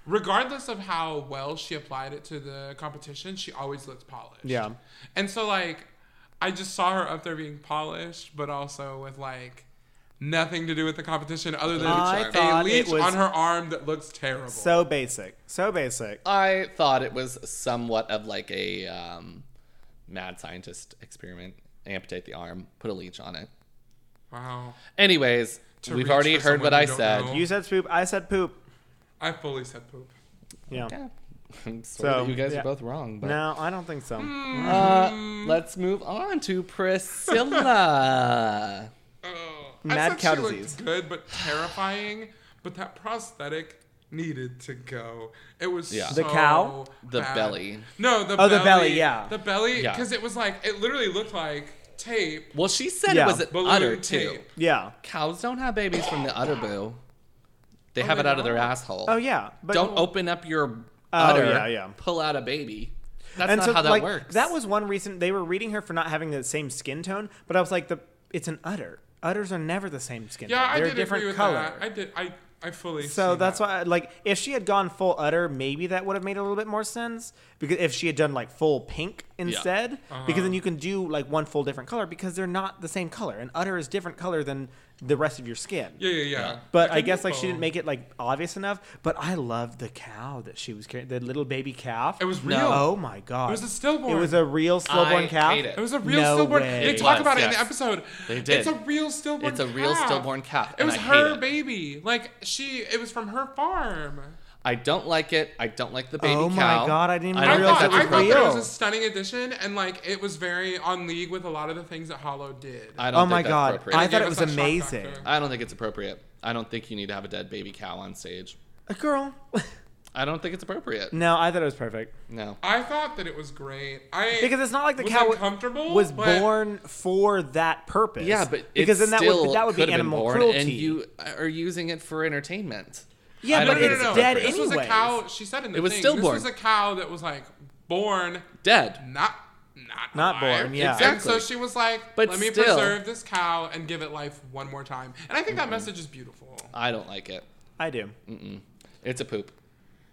Speaker 1: Regardless of how well she applied it to the competition, she always looks polished.
Speaker 3: Yeah.
Speaker 1: And so like I just saw her up there being polished, but also with like nothing to do with the competition other than
Speaker 3: I
Speaker 1: a
Speaker 3: thought
Speaker 1: leech
Speaker 3: it was-
Speaker 1: on her arm that looks terrible.
Speaker 3: So basic. So basic.
Speaker 2: I thought it was somewhat of like a um, mad scientist experiment. Amputate the arm, put a leech on it.
Speaker 1: wow.
Speaker 2: Anyways,
Speaker 1: To
Speaker 2: we've
Speaker 1: reach
Speaker 2: already
Speaker 1: for
Speaker 2: heard
Speaker 1: someone
Speaker 2: what
Speaker 1: you
Speaker 2: I
Speaker 1: don't
Speaker 2: said.
Speaker 1: know.
Speaker 3: You said poop, I said poop.
Speaker 1: I fully said poop.
Speaker 3: Yeah.
Speaker 2: Yeah. I'm sorry
Speaker 3: So,
Speaker 2: that you guys
Speaker 3: yeah.
Speaker 2: are both wrong. But,
Speaker 3: No, I don't think so.
Speaker 2: uh,
Speaker 1: Hmm.
Speaker 2: let's move on to Priscilla.
Speaker 1: Oh,
Speaker 3: Mad
Speaker 1: I said
Speaker 3: cow
Speaker 1: she looked
Speaker 3: disease.
Speaker 1: Good, but terrifying. But that prosthetic needed to go. It was
Speaker 2: Yeah.
Speaker 1: so
Speaker 3: The cow?
Speaker 2: The
Speaker 1: bad.
Speaker 2: belly.
Speaker 1: No, the
Speaker 3: Oh,
Speaker 1: belly,
Speaker 3: the belly, yeah.
Speaker 1: the belly.
Speaker 2: Yeah.
Speaker 1: Because it was like it literally looked like tape.
Speaker 2: well, she said
Speaker 3: Yeah.
Speaker 2: it was an
Speaker 1: Balloon
Speaker 2: udder
Speaker 1: tape.
Speaker 2: too.
Speaker 3: yeah.
Speaker 2: Cows don't have babies from the udder boo. They
Speaker 1: Oh,
Speaker 2: have it
Speaker 1: they
Speaker 2: out of their
Speaker 1: don't?
Speaker 2: asshole.
Speaker 3: Oh yeah. But
Speaker 2: don't open up your udder.
Speaker 3: yeah, yeah.
Speaker 2: Pull out a baby. That's
Speaker 3: and
Speaker 2: not
Speaker 3: so
Speaker 2: how that
Speaker 3: like,
Speaker 2: works.
Speaker 3: That was one reason they were reading her for not having the same skin tone. But I was like, the it's an udder. Udders are never the same skin.
Speaker 1: Yeah,
Speaker 3: tone.
Speaker 1: I
Speaker 3: They're
Speaker 1: did
Speaker 3: a different
Speaker 1: agree with
Speaker 3: color.
Speaker 1: that. I did. I I fully.
Speaker 3: so
Speaker 1: see
Speaker 3: that's
Speaker 1: that.
Speaker 3: why, I- like, if she had gone full udder, maybe that would have made a little bit more sense. Because if she had done like full pink instead,
Speaker 1: Uh-huh.
Speaker 3: because then you can do like one full different color because they're not the same color. An udder is different color than the rest of your skin.
Speaker 1: Yeah, yeah, yeah.
Speaker 3: But
Speaker 1: That
Speaker 3: I
Speaker 1: could be
Speaker 3: guess like she didn't
Speaker 1: both.
Speaker 3: make it like obvious enough. But I loved the cow that she was carrying, the little baby calf.
Speaker 1: It was
Speaker 2: No.
Speaker 1: real.
Speaker 3: Oh my god!
Speaker 1: It was a stillborn.
Speaker 3: It was a real stillborn
Speaker 2: I
Speaker 3: calf.
Speaker 2: hate it.
Speaker 1: It was a real
Speaker 3: No
Speaker 1: stillborn.
Speaker 3: way.
Speaker 1: They
Speaker 2: It
Speaker 1: talk
Speaker 2: was,
Speaker 1: about it in the
Speaker 2: yes.
Speaker 1: episode.
Speaker 2: They did.
Speaker 1: It's a real stillborn.
Speaker 2: It's a real
Speaker 1: calf.
Speaker 2: stillborn calf,
Speaker 1: It
Speaker 2: and
Speaker 1: was
Speaker 2: I hate
Speaker 1: her
Speaker 2: it.
Speaker 1: baby. Like she. It was from her farm.
Speaker 2: I don't like it. I don't like the baby
Speaker 3: Oh my
Speaker 2: cow.
Speaker 3: God, I didn't even
Speaker 2: don't
Speaker 1: I
Speaker 2: think
Speaker 3: realize
Speaker 1: thought,
Speaker 3: that
Speaker 2: that's
Speaker 1: I thought
Speaker 2: appropriate.
Speaker 1: that it
Speaker 3: real.
Speaker 1: was a stunning addition, and like it was very on league with a lot of the things that Hollow did.
Speaker 2: I don't
Speaker 3: Oh
Speaker 2: think
Speaker 3: my
Speaker 2: that's
Speaker 3: god!
Speaker 2: appropriate.
Speaker 3: I
Speaker 1: It
Speaker 3: thought
Speaker 1: gave
Speaker 3: it
Speaker 1: us
Speaker 3: was
Speaker 1: that shock
Speaker 3: amazing.
Speaker 1: factor.
Speaker 2: I don't think it's appropriate. I don't think you need to have a dead baby cow on stage.
Speaker 3: A girl.
Speaker 2: I don't think it's appropriate.
Speaker 3: No, I thought it was perfect
Speaker 2: No.
Speaker 1: I thought that it was great. I
Speaker 3: because it's not like the
Speaker 1: was
Speaker 3: cow
Speaker 1: uncomfortable,
Speaker 3: was
Speaker 1: but-
Speaker 3: born for that purpose.
Speaker 2: Yeah, but
Speaker 3: because
Speaker 2: it
Speaker 3: then that
Speaker 2: still
Speaker 3: would that would be
Speaker 2: could've been
Speaker 3: animal
Speaker 2: born,
Speaker 3: cruelty.
Speaker 2: And you are using it for entertainment.
Speaker 3: yeah,
Speaker 2: I
Speaker 3: but
Speaker 2: don't think
Speaker 3: it's
Speaker 2: it's
Speaker 3: dead
Speaker 2: appropriate.
Speaker 1: This
Speaker 3: anyway.
Speaker 1: was a cow. She said in the
Speaker 2: It was
Speaker 1: thing,
Speaker 2: still
Speaker 1: this
Speaker 2: born.
Speaker 1: was a cow that was like born,
Speaker 2: Dead.
Speaker 1: not not
Speaker 3: Not
Speaker 1: alive.
Speaker 3: born, yeah.
Speaker 2: Exactly.
Speaker 1: And so she was like,
Speaker 2: But
Speaker 1: "Let me
Speaker 2: still-
Speaker 1: preserve this cow and give it life one more time." And I think that
Speaker 2: Mm-hmm.
Speaker 1: message is beautiful.
Speaker 2: I don't like it.
Speaker 3: I do.
Speaker 2: It's a poop.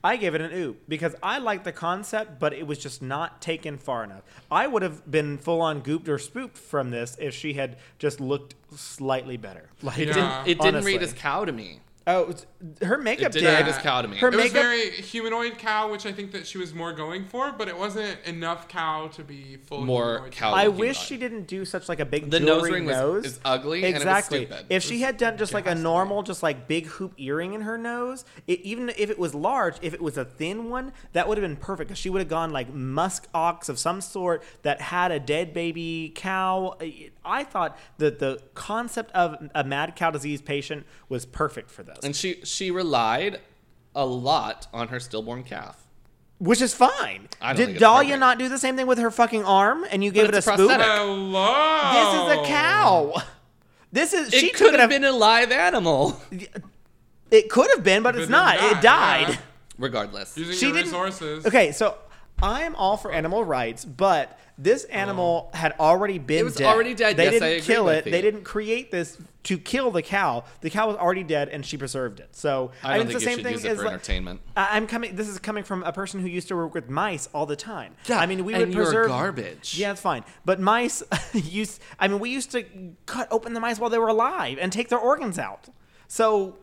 Speaker 3: I gave it an oop because I liked the concept, but it was just not taken far enough. I would have been full on gooped or spooked from this if she had just looked slightly better. Like,
Speaker 2: It
Speaker 1: Yeah.
Speaker 2: didn't. It didn't
Speaker 3: Honestly.
Speaker 2: read as cow to me.
Speaker 3: oh, it's- her makeup
Speaker 2: It didn't
Speaker 3: did.
Speaker 2: read as cow to me.
Speaker 3: Her
Speaker 1: It was
Speaker 3: makeup-
Speaker 1: very humanoid cow, which I think that she was more going for, but it wasn't enough cow to be full
Speaker 2: More
Speaker 1: humanoid.
Speaker 2: cow.
Speaker 3: I
Speaker 2: Oh, he
Speaker 3: wish
Speaker 2: lied.
Speaker 3: she didn't do such like a big
Speaker 2: The nose
Speaker 3: jewelry
Speaker 2: ring was-
Speaker 3: nose.
Speaker 2: is ugly and it was
Speaker 3: exactly.
Speaker 2: stupid.
Speaker 3: If
Speaker 2: It
Speaker 3: she
Speaker 2: was
Speaker 3: had done just like a
Speaker 2: ghastly.
Speaker 3: normal, just like big hoop earring in her nose, it, even if it was large, if it was a thin one, that would have been perfect because she would have gone like musk ox of some sort that had a dead baby cow. I- I thought that the concept of a mad cow disease patient was perfect for this,
Speaker 2: And she she relied a lot on her stillborn calf.
Speaker 3: which is fine.
Speaker 2: I
Speaker 3: Did
Speaker 2: don't think it's
Speaker 3: Dahlia
Speaker 2: perfect.
Speaker 3: not do the same thing with her fucking arm? And you gave it
Speaker 2: it's
Speaker 3: a
Speaker 2: a
Speaker 3: spook.
Speaker 2: prosthetic. Oh.
Speaker 1: Hello.
Speaker 3: This is a cow. This is she
Speaker 2: it
Speaker 3: could have
Speaker 2: been a live animal.
Speaker 3: It could have been, but it's
Speaker 1: But
Speaker 3: not. It died.
Speaker 1: yeah.
Speaker 2: Regardless,
Speaker 1: Using
Speaker 3: She
Speaker 1: your
Speaker 3: didn't-
Speaker 1: resources.
Speaker 3: Okay, so I am all for animal rights, but this animal had already been
Speaker 2: It was
Speaker 3: dead.
Speaker 2: already dead.
Speaker 3: They
Speaker 2: Yes, I
Speaker 3: didn't
Speaker 2: agree
Speaker 3: kill
Speaker 2: with
Speaker 3: it.
Speaker 2: you.
Speaker 3: They didn't create this to kill the cow. The cow was already dead, and she preserved it. So
Speaker 2: I
Speaker 3: mean,
Speaker 2: don't think
Speaker 3: it's the
Speaker 2: you
Speaker 3: same
Speaker 2: should
Speaker 3: thing
Speaker 2: use
Speaker 3: as
Speaker 2: it for
Speaker 3: like-
Speaker 2: entertainment.
Speaker 3: I- I'm coming. This is coming from a person who used to work with mice all the time. I mean, we
Speaker 2: and
Speaker 3: would
Speaker 2: you're
Speaker 3: preserve
Speaker 2: garbage.
Speaker 3: Yeah, it's fine. But mice used. I mean, we used to cut open the mice while they were alive and take their organs out. So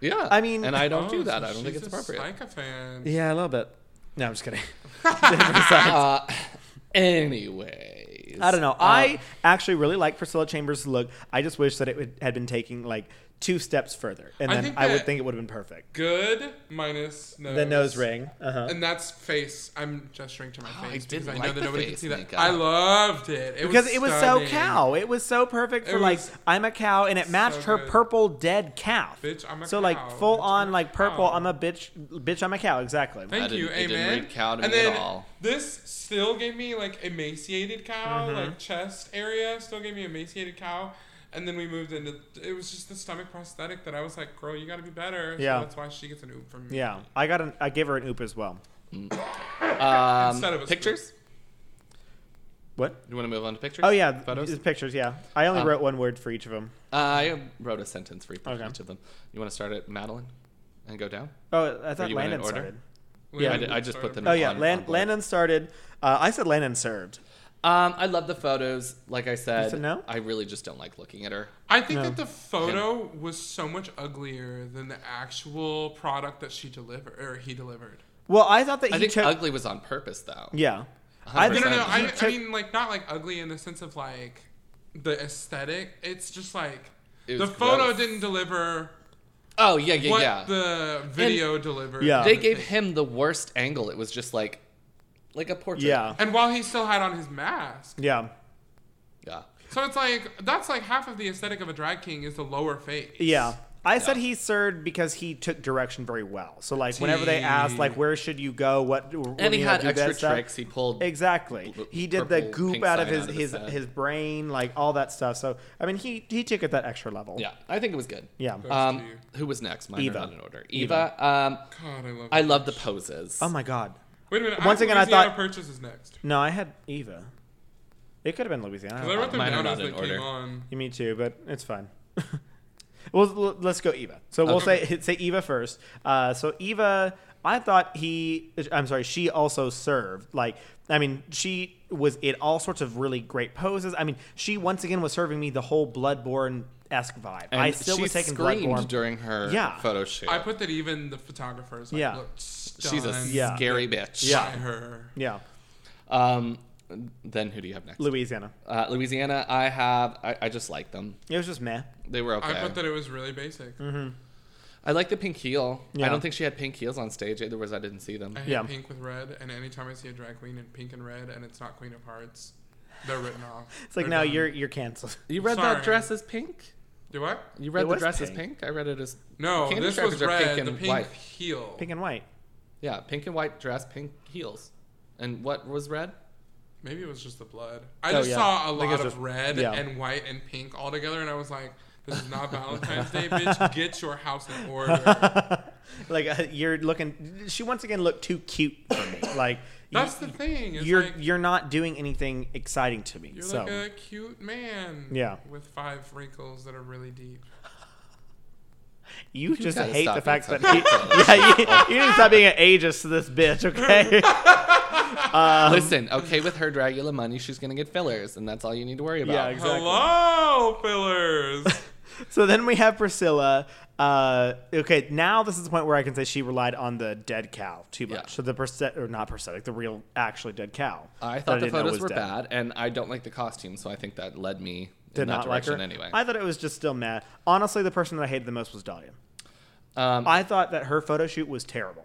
Speaker 2: yeah.
Speaker 3: I mean-
Speaker 2: and I don't do
Speaker 1: Oh,
Speaker 2: that.
Speaker 1: so
Speaker 2: I don't think
Speaker 1: she's
Speaker 2: it's
Speaker 1: a
Speaker 2: appropriate.
Speaker 1: Psychophant.
Speaker 3: yeah, a little bit. No, I'm just kidding.
Speaker 2: Uh, anyways,
Speaker 3: I don't know. I actually really like Priscilla Chambers' look. I just wish that it would, had been taking like two steps further, and
Speaker 1: I
Speaker 3: then
Speaker 1: think
Speaker 3: I, would
Speaker 1: that-
Speaker 3: think it would have been perfect.
Speaker 1: Good minus nose.
Speaker 3: The nose ring. Uh-huh.
Speaker 1: And that's face. I'm gesturing to my
Speaker 2: Oh, I
Speaker 1: face because
Speaker 2: didn't
Speaker 1: I know
Speaker 2: like
Speaker 1: that
Speaker 2: the
Speaker 1: nobody can
Speaker 2: face
Speaker 1: see that.
Speaker 2: makeup.
Speaker 1: I loved it. it
Speaker 3: Because
Speaker 1: was
Speaker 3: it was so
Speaker 1: stunning.
Speaker 3: cow. It was so perfect for
Speaker 1: It
Speaker 3: like
Speaker 1: was
Speaker 3: I'm a cow, and it matched her
Speaker 1: good.
Speaker 3: purple dead calf.
Speaker 1: Bitch, I'm a
Speaker 3: so
Speaker 1: cow.
Speaker 3: like full
Speaker 1: Bitch, I'm
Speaker 3: on
Speaker 1: a
Speaker 3: like purple.
Speaker 1: cow.
Speaker 3: I'm a bitch. Bitch, I'm a cow. Exactly.
Speaker 1: Thank
Speaker 2: I
Speaker 1: you,
Speaker 2: didn't- it
Speaker 1: amen.
Speaker 2: didn't read cow to
Speaker 1: and
Speaker 2: me at
Speaker 1: then
Speaker 2: all.
Speaker 1: This still gave me like emaciated cow,
Speaker 3: Mm-hmm.
Speaker 1: like chest area. Still gave me emaciated cow. And then we moved into. It was just the stomach prosthetic that I was like, girl, you got to be better. So
Speaker 3: Yeah.
Speaker 1: that's why she gets an oop from me.
Speaker 3: yeah, I got an. I gave her an oop as well.
Speaker 2: Um,
Speaker 1: Instead of a
Speaker 2: pictures.
Speaker 3: What?
Speaker 2: You want to move on to pictures?
Speaker 3: Oh yeah,
Speaker 2: photos.
Speaker 3: photos. Pictures. Yeah, I only
Speaker 2: Um,
Speaker 3: wrote one word for each of them.
Speaker 2: I wrote a sentence for each,
Speaker 3: Okay.
Speaker 2: each of them. You want to start at Madeline and go down?
Speaker 3: Oh, I thought
Speaker 2: you went
Speaker 3: Landon
Speaker 2: in order?
Speaker 3: started.
Speaker 1: We
Speaker 3: Yeah.
Speaker 1: had
Speaker 3: I
Speaker 2: did- I just
Speaker 1: sort
Speaker 2: put
Speaker 1: of-
Speaker 2: them
Speaker 3: Oh yeah,
Speaker 2: on-
Speaker 3: Lan-
Speaker 2: on board.
Speaker 3: Landon started. Uh, I said Landon served.
Speaker 2: Um, I love the photos. Like I said,
Speaker 3: said no?
Speaker 2: I really just don't like looking at her.
Speaker 1: I think
Speaker 3: No.
Speaker 1: that the photo was so much uglier than the actual product that she delivered or he delivered.
Speaker 3: Well, I thought that
Speaker 2: I
Speaker 3: he
Speaker 2: think
Speaker 3: took.
Speaker 2: ugly was on purpose, though.
Speaker 3: yeah, I
Speaker 1: No,
Speaker 3: think
Speaker 1: no, no.
Speaker 2: Exactly.
Speaker 1: I,
Speaker 3: he
Speaker 1: I
Speaker 3: took-
Speaker 1: mean, like not like ugly in the sense of like the aesthetic. It's just like
Speaker 2: It
Speaker 1: the
Speaker 2: was
Speaker 1: photo
Speaker 2: gross.
Speaker 1: didn't deliver
Speaker 2: Oh yeah, yeah,
Speaker 1: what
Speaker 2: yeah.
Speaker 1: the video delivered.
Speaker 3: Yeah.
Speaker 2: they gave him the worst angle. It was just like, like a portrait.
Speaker 3: yeah,
Speaker 1: And while he still had on his mask,
Speaker 3: yeah,
Speaker 2: yeah.
Speaker 1: so it's like that's like half of the aesthetic of a drag king is the lower face.
Speaker 3: yeah. I said
Speaker 2: Yeah.
Speaker 3: he served because he took direction very well. So like whenever they asked like where should you go, what when
Speaker 2: And he
Speaker 3: you gotta
Speaker 2: had
Speaker 3: do that
Speaker 2: extra
Speaker 3: stuff-
Speaker 2: tricks. He pulled.
Speaker 3: Exactly.
Speaker 2: Bl-
Speaker 3: He did the
Speaker 2: purple
Speaker 3: goop
Speaker 2: pink
Speaker 3: out of
Speaker 2: sign
Speaker 3: his
Speaker 2: out of
Speaker 3: his
Speaker 2: his head.
Speaker 3: his brain, like all that stuff. So I mean, he he took it that extra level.
Speaker 2: Yeah, I think it was good.
Speaker 3: Yeah.
Speaker 2: Um,
Speaker 1: Goes to you.
Speaker 2: who was next? Mine are
Speaker 3: Eva.
Speaker 2: not in order. Eva. Um,
Speaker 1: God, I love.
Speaker 2: I love the poses.
Speaker 3: Oh my god.
Speaker 1: Wait a minute.
Speaker 3: Once
Speaker 1: I,
Speaker 3: again, I
Speaker 1: Louisiana
Speaker 3: thought-
Speaker 1: purchase is next.
Speaker 3: No, I had Eva. It could have been Louisiana. I don't
Speaker 1: 'Cause I
Speaker 3: know.
Speaker 1: wrote them
Speaker 2: Uh, Mine are
Speaker 1: down
Speaker 2: not
Speaker 1: as
Speaker 2: in
Speaker 1: they
Speaker 2: order.
Speaker 1: came on.
Speaker 3: Yeah, Me too, but it's fine. well, l- let's go Eva. So we'll say say Eva first. Uh, so Eva, I thought he, I'm sorry, she also served. Like, I mean, she was in all sorts of really great poses. I mean, she once again was serving me the whole Bloodborne esque vibe.
Speaker 2: And
Speaker 3: I still
Speaker 2: she
Speaker 3: was taking
Speaker 2: screamed
Speaker 3: Bloodborne.
Speaker 2: during her
Speaker 3: Yeah.
Speaker 2: photo shoot.
Speaker 1: I put that even the photographers like,
Speaker 3: Yeah.
Speaker 1: looked stunned
Speaker 2: She's a
Speaker 3: Yeah.
Speaker 2: scary bitch.
Speaker 1: by
Speaker 3: Yeah.
Speaker 1: her.
Speaker 3: yeah,
Speaker 2: Um, then who do you have next?
Speaker 3: Louisiana.
Speaker 2: Uh, Louisiana. I have. I, I just like them.
Speaker 3: It was just meh.
Speaker 2: They were okay.
Speaker 1: I thought that it was really basic.
Speaker 3: Mm-hmm.
Speaker 2: I like the pink heel.
Speaker 3: Yeah.
Speaker 2: I don't think she had pink heels on stage. Otherwise, I didn't see them.
Speaker 1: I hate
Speaker 3: Yeah.
Speaker 1: pink with red, and anytime I see a drag queen in pink and red, and it's not Queen of Hearts, they're written off.
Speaker 3: It's like
Speaker 1: They're
Speaker 3: no,
Speaker 1: done.
Speaker 3: you're you're canceled.
Speaker 2: You read
Speaker 1: Sorry.
Speaker 2: that dress as pink?
Speaker 1: Do what?
Speaker 2: You
Speaker 3: It
Speaker 2: read the
Speaker 3: was
Speaker 2: dress as
Speaker 3: pink.
Speaker 2: pink? I read it as
Speaker 1: No,
Speaker 2: Candy
Speaker 1: this was
Speaker 2: crackers are
Speaker 1: red.
Speaker 2: pink
Speaker 1: the
Speaker 2: and
Speaker 1: pink
Speaker 2: white.
Speaker 1: heel.
Speaker 3: Pink and white.
Speaker 2: Yeah, pink and white dress, pink heels. And what was red?
Speaker 1: Maybe it was just the blood. I
Speaker 3: Oh,
Speaker 1: just
Speaker 3: yeah.
Speaker 1: saw a
Speaker 3: I think
Speaker 1: lot
Speaker 3: it's
Speaker 1: of
Speaker 3: just-
Speaker 1: red
Speaker 3: yeah.
Speaker 1: and white and pink all together, and I was like, "This is not Valentine's Day, bitch. Get your house in order."
Speaker 3: like uh, you're looking. She once again looked too cute for me. Like
Speaker 1: That's
Speaker 3: you,
Speaker 1: the thing. It's
Speaker 3: you're
Speaker 1: like,
Speaker 3: you're not doing anything exciting to me.
Speaker 1: you're
Speaker 3: so
Speaker 1: like a cute man.
Speaker 3: Yeah.
Speaker 1: With five wrinkles that are really deep.
Speaker 3: you, just
Speaker 2: gotta
Speaker 3: hate
Speaker 2: stop
Speaker 3: the
Speaker 2: being
Speaker 3: fact
Speaker 2: so
Speaker 3: that he, yeah, you, you need to stop being an ageist to this bitch, okay?
Speaker 2: Listen, okay, with her Dragula money, she's gonna get fillers, and that's all you need to worry about.
Speaker 3: Yeah, exactly.
Speaker 1: Hello, fillers.
Speaker 3: So then we have Priscilla. Uh, okay, now this is the point where I can say she relied on the dead cow too much.
Speaker 2: Yeah.
Speaker 3: So the prosthetic, or not prosthetic, the real, actually dead cow.
Speaker 2: I
Speaker 3: that
Speaker 2: thought the
Speaker 3: didn't know
Speaker 2: photos
Speaker 3: was
Speaker 2: were
Speaker 3: dead.
Speaker 2: bad, and I don't like the costume, so I think that led me
Speaker 3: Did
Speaker 2: in that
Speaker 3: not like
Speaker 2: direction
Speaker 3: her.
Speaker 2: anyway.
Speaker 3: I thought it was just still mad. Honestly, the person that I hated the most was Dahlia.
Speaker 2: um,
Speaker 3: I thought that her photo shoot was terrible.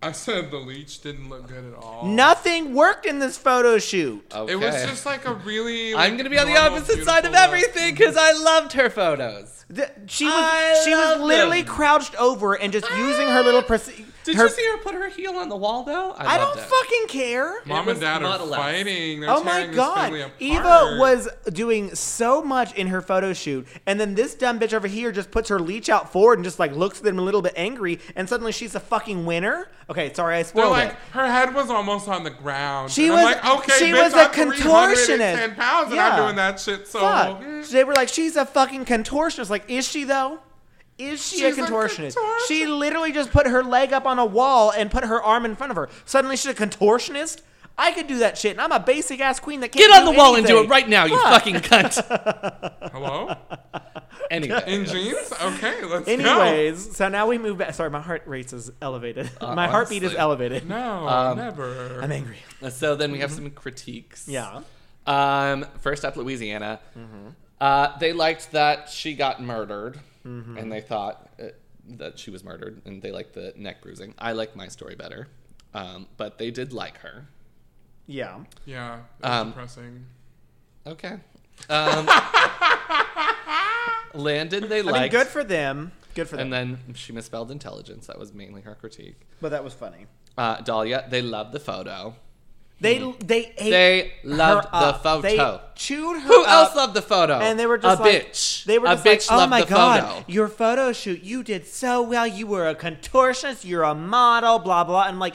Speaker 1: I said the leech didn't look good at all.
Speaker 3: Nothing worked in this photo shoot.
Speaker 2: okay.
Speaker 1: It was just like a really.
Speaker 2: I'm
Speaker 1: like,
Speaker 2: gonna be on the
Speaker 1: normal,
Speaker 2: opposite side
Speaker 1: beautiful
Speaker 2: of
Speaker 1: look.
Speaker 2: everything because I loved her photos.
Speaker 3: The- she was
Speaker 2: I
Speaker 3: she was
Speaker 2: love
Speaker 3: literally
Speaker 2: them. Ah!
Speaker 3: crouched over and just using her little. Preci-
Speaker 2: Did
Speaker 3: her-
Speaker 2: you see her put her heel on the wall though?
Speaker 3: I
Speaker 2: loved
Speaker 3: don't
Speaker 2: it.
Speaker 3: fucking care.
Speaker 1: Mom
Speaker 2: was
Speaker 1: and dad are
Speaker 2: model-esque.
Speaker 1: fighting. They're
Speaker 3: Oh my
Speaker 1: tearing this family
Speaker 3: god.
Speaker 1: apart.
Speaker 3: Eva was doing so much in her photo shoot, and then this dumb bitch over here just puts her leech out forward and just like looks at them a little bit angry, and suddenly she's a fucking winner. Okay, sorry, I
Speaker 1: They're
Speaker 3: spoiled
Speaker 1: like
Speaker 3: it.
Speaker 1: her head was almost on the ground.
Speaker 3: She
Speaker 1: and
Speaker 3: was-
Speaker 1: I'm like, okay,
Speaker 3: she
Speaker 1: bitch,
Speaker 3: was a
Speaker 1: I'm 310
Speaker 3: contortionist.
Speaker 1: pounds, and
Speaker 3: Yeah.
Speaker 1: I'm doing that shit. So
Speaker 3: Fuck.
Speaker 1: mm.
Speaker 3: They were like, she's a fucking contortionist. Like, is she though? Is she
Speaker 1: She's
Speaker 3: a
Speaker 1: a
Speaker 3: contortionist?
Speaker 1: contortionist.
Speaker 3: She literally just put her leg up on a wall and put her arm in front of her. Suddenly she's a contortionist? I could do that shit, and I'm a basic ass queen that can't
Speaker 2: Get on
Speaker 3: do
Speaker 2: the wall and do it
Speaker 3: anything.
Speaker 2: right now, you
Speaker 3: Fuck.
Speaker 2: fucking cunt.
Speaker 1: hello,
Speaker 2: Anyway,
Speaker 1: in jeans. Okay, let's
Speaker 3: Anyways, so now we move back. Sorry, my heart rate is elevated. my heartbeat is
Speaker 2: Uh, honestly.
Speaker 1: go.
Speaker 3: elevated.
Speaker 1: No,
Speaker 2: Um,
Speaker 1: never.
Speaker 3: I'm angry.
Speaker 2: so then we have some critiques.
Speaker 3: Mm-hmm. Yeah. Mm-hmm.
Speaker 2: Um, first up, Louisiana. Uh, they liked that she got murdered,
Speaker 3: Mm-hmm.
Speaker 2: and they thought uh, that she was murdered, and they liked the neck bruising. I like my story better, um, but they did like her.
Speaker 3: Yeah.
Speaker 1: yeah, that's
Speaker 2: Um,
Speaker 1: depressing.
Speaker 2: Okay. Um, Landon, they
Speaker 3: I mean,
Speaker 2: liked,
Speaker 3: good for them. Good for them.
Speaker 2: and then she misspelled intelligence. That was mainly her critique.
Speaker 3: but that was funny.
Speaker 2: Uh, Dahlia, they loved the photo.
Speaker 3: They they ate
Speaker 2: They
Speaker 3: her
Speaker 2: loved the
Speaker 3: up.
Speaker 2: photo.
Speaker 3: They chewed her
Speaker 2: Who
Speaker 3: up,
Speaker 2: else loved the photo?
Speaker 3: And they were just
Speaker 2: Oh. a
Speaker 3: like,
Speaker 2: bitch.
Speaker 3: They were
Speaker 2: a
Speaker 3: just
Speaker 2: bitch
Speaker 3: like, oh
Speaker 2: loved
Speaker 3: my
Speaker 2: the
Speaker 3: god,
Speaker 2: photo.
Speaker 3: your photo shoot, you did so well. You were a contortionist. You're a model. Blah blah. And I'm like,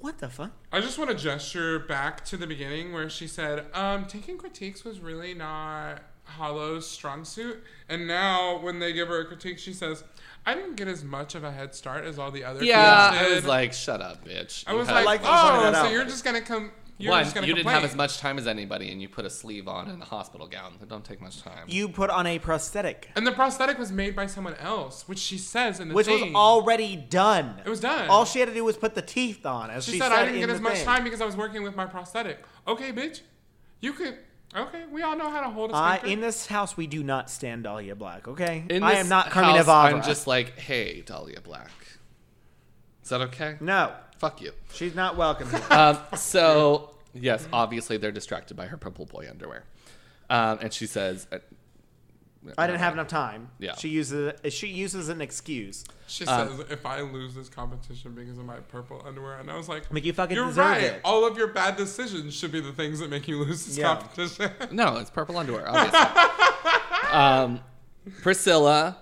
Speaker 3: what the fuck?
Speaker 1: I just want to gesture back to the beginning where she said, um, taking critiques was really not Hollow's strong suit. And now when they give her a critique, she says, I didn't get as much of a head start as all the other
Speaker 2: Yeah,
Speaker 1: kids
Speaker 2: I
Speaker 1: did.
Speaker 2: was like, shut up, bitch.
Speaker 1: I
Speaker 2: You
Speaker 1: was
Speaker 2: had-
Speaker 1: like,
Speaker 3: like that you pointed
Speaker 1: oh,
Speaker 3: that
Speaker 1: so
Speaker 3: out.
Speaker 1: you're just going to come. You're
Speaker 2: one,
Speaker 1: just gonna
Speaker 2: you didn't have
Speaker 1: complain."
Speaker 2: as much time as anybody, and you put a sleeve on and a hospital gown. It don't take much time.
Speaker 3: You put on a prosthetic,
Speaker 1: And the prosthetic was made by someone else, which she says in the
Speaker 3: which was
Speaker 1: thing.
Speaker 3: already done.
Speaker 1: It was done.
Speaker 3: All she had to do was put the teeth on. As she,
Speaker 1: she, said, I didn't
Speaker 3: in
Speaker 1: get
Speaker 3: the
Speaker 1: as much
Speaker 3: thing.
Speaker 1: time because I was working with my prosthetic. Okay, bitch. You could. Okay, we all know how to hold a
Speaker 3: I,
Speaker 1: sphincter.
Speaker 3: in this house, we do not stand Dahlia Black, okay?
Speaker 2: In
Speaker 3: I
Speaker 2: this
Speaker 3: am not Carmen
Speaker 2: house,
Speaker 3: Navarro.
Speaker 2: I'm just like, hey, Dahlia Black. Is that okay?
Speaker 3: No,
Speaker 2: Fuck you.
Speaker 3: she's not welcome here.
Speaker 2: Um, so yes, obviously they're distracted by her purple boy underwear, um, and she says, uh,
Speaker 3: I didn't have enough time.
Speaker 2: Yeah.
Speaker 3: She uses it, she uses an excuse.
Speaker 1: She
Speaker 3: Uh,
Speaker 2: Um,
Speaker 1: says, "If I lose this competition because of my purple underwear," and I was like,
Speaker 3: Like, you fucking
Speaker 1: "You're
Speaker 3: deserve
Speaker 1: right.
Speaker 3: it."
Speaker 1: All of your bad decisions should be the things that make you lose this
Speaker 3: Yeah.
Speaker 1: competition."
Speaker 2: No, it's purple underwear, obviously." um, Priscilla,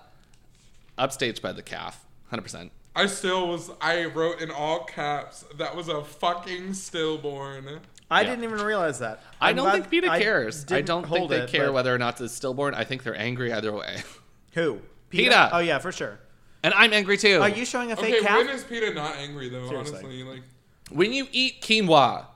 Speaker 2: upstaged by the calf, hundred percent.
Speaker 1: I still was. I wrote in all caps. That was a fucking stillborn.
Speaker 3: I
Speaker 2: Yeah.
Speaker 3: didn't even realize that.
Speaker 2: I
Speaker 3: I'm
Speaker 2: don't
Speaker 3: glad
Speaker 2: think Peter cares. I,
Speaker 3: didn't
Speaker 2: don't think
Speaker 3: hold
Speaker 2: they
Speaker 3: it,
Speaker 2: care
Speaker 3: but-
Speaker 2: whether or not it's stillborn. I think they're angry either way,
Speaker 3: Who?
Speaker 2: PETA.
Speaker 3: Oh yeah, for sure.
Speaker 2: and I'm angry too.
Speaker 3: Are you showing a fake
Speaker 1: Okay,
Speaker 3: calf?
Speaker 1: when is Peter not angry though?
Speaker 3: Seriously.
Speaker 1: Honestly, like
Speaker 2: when you eat quinoa,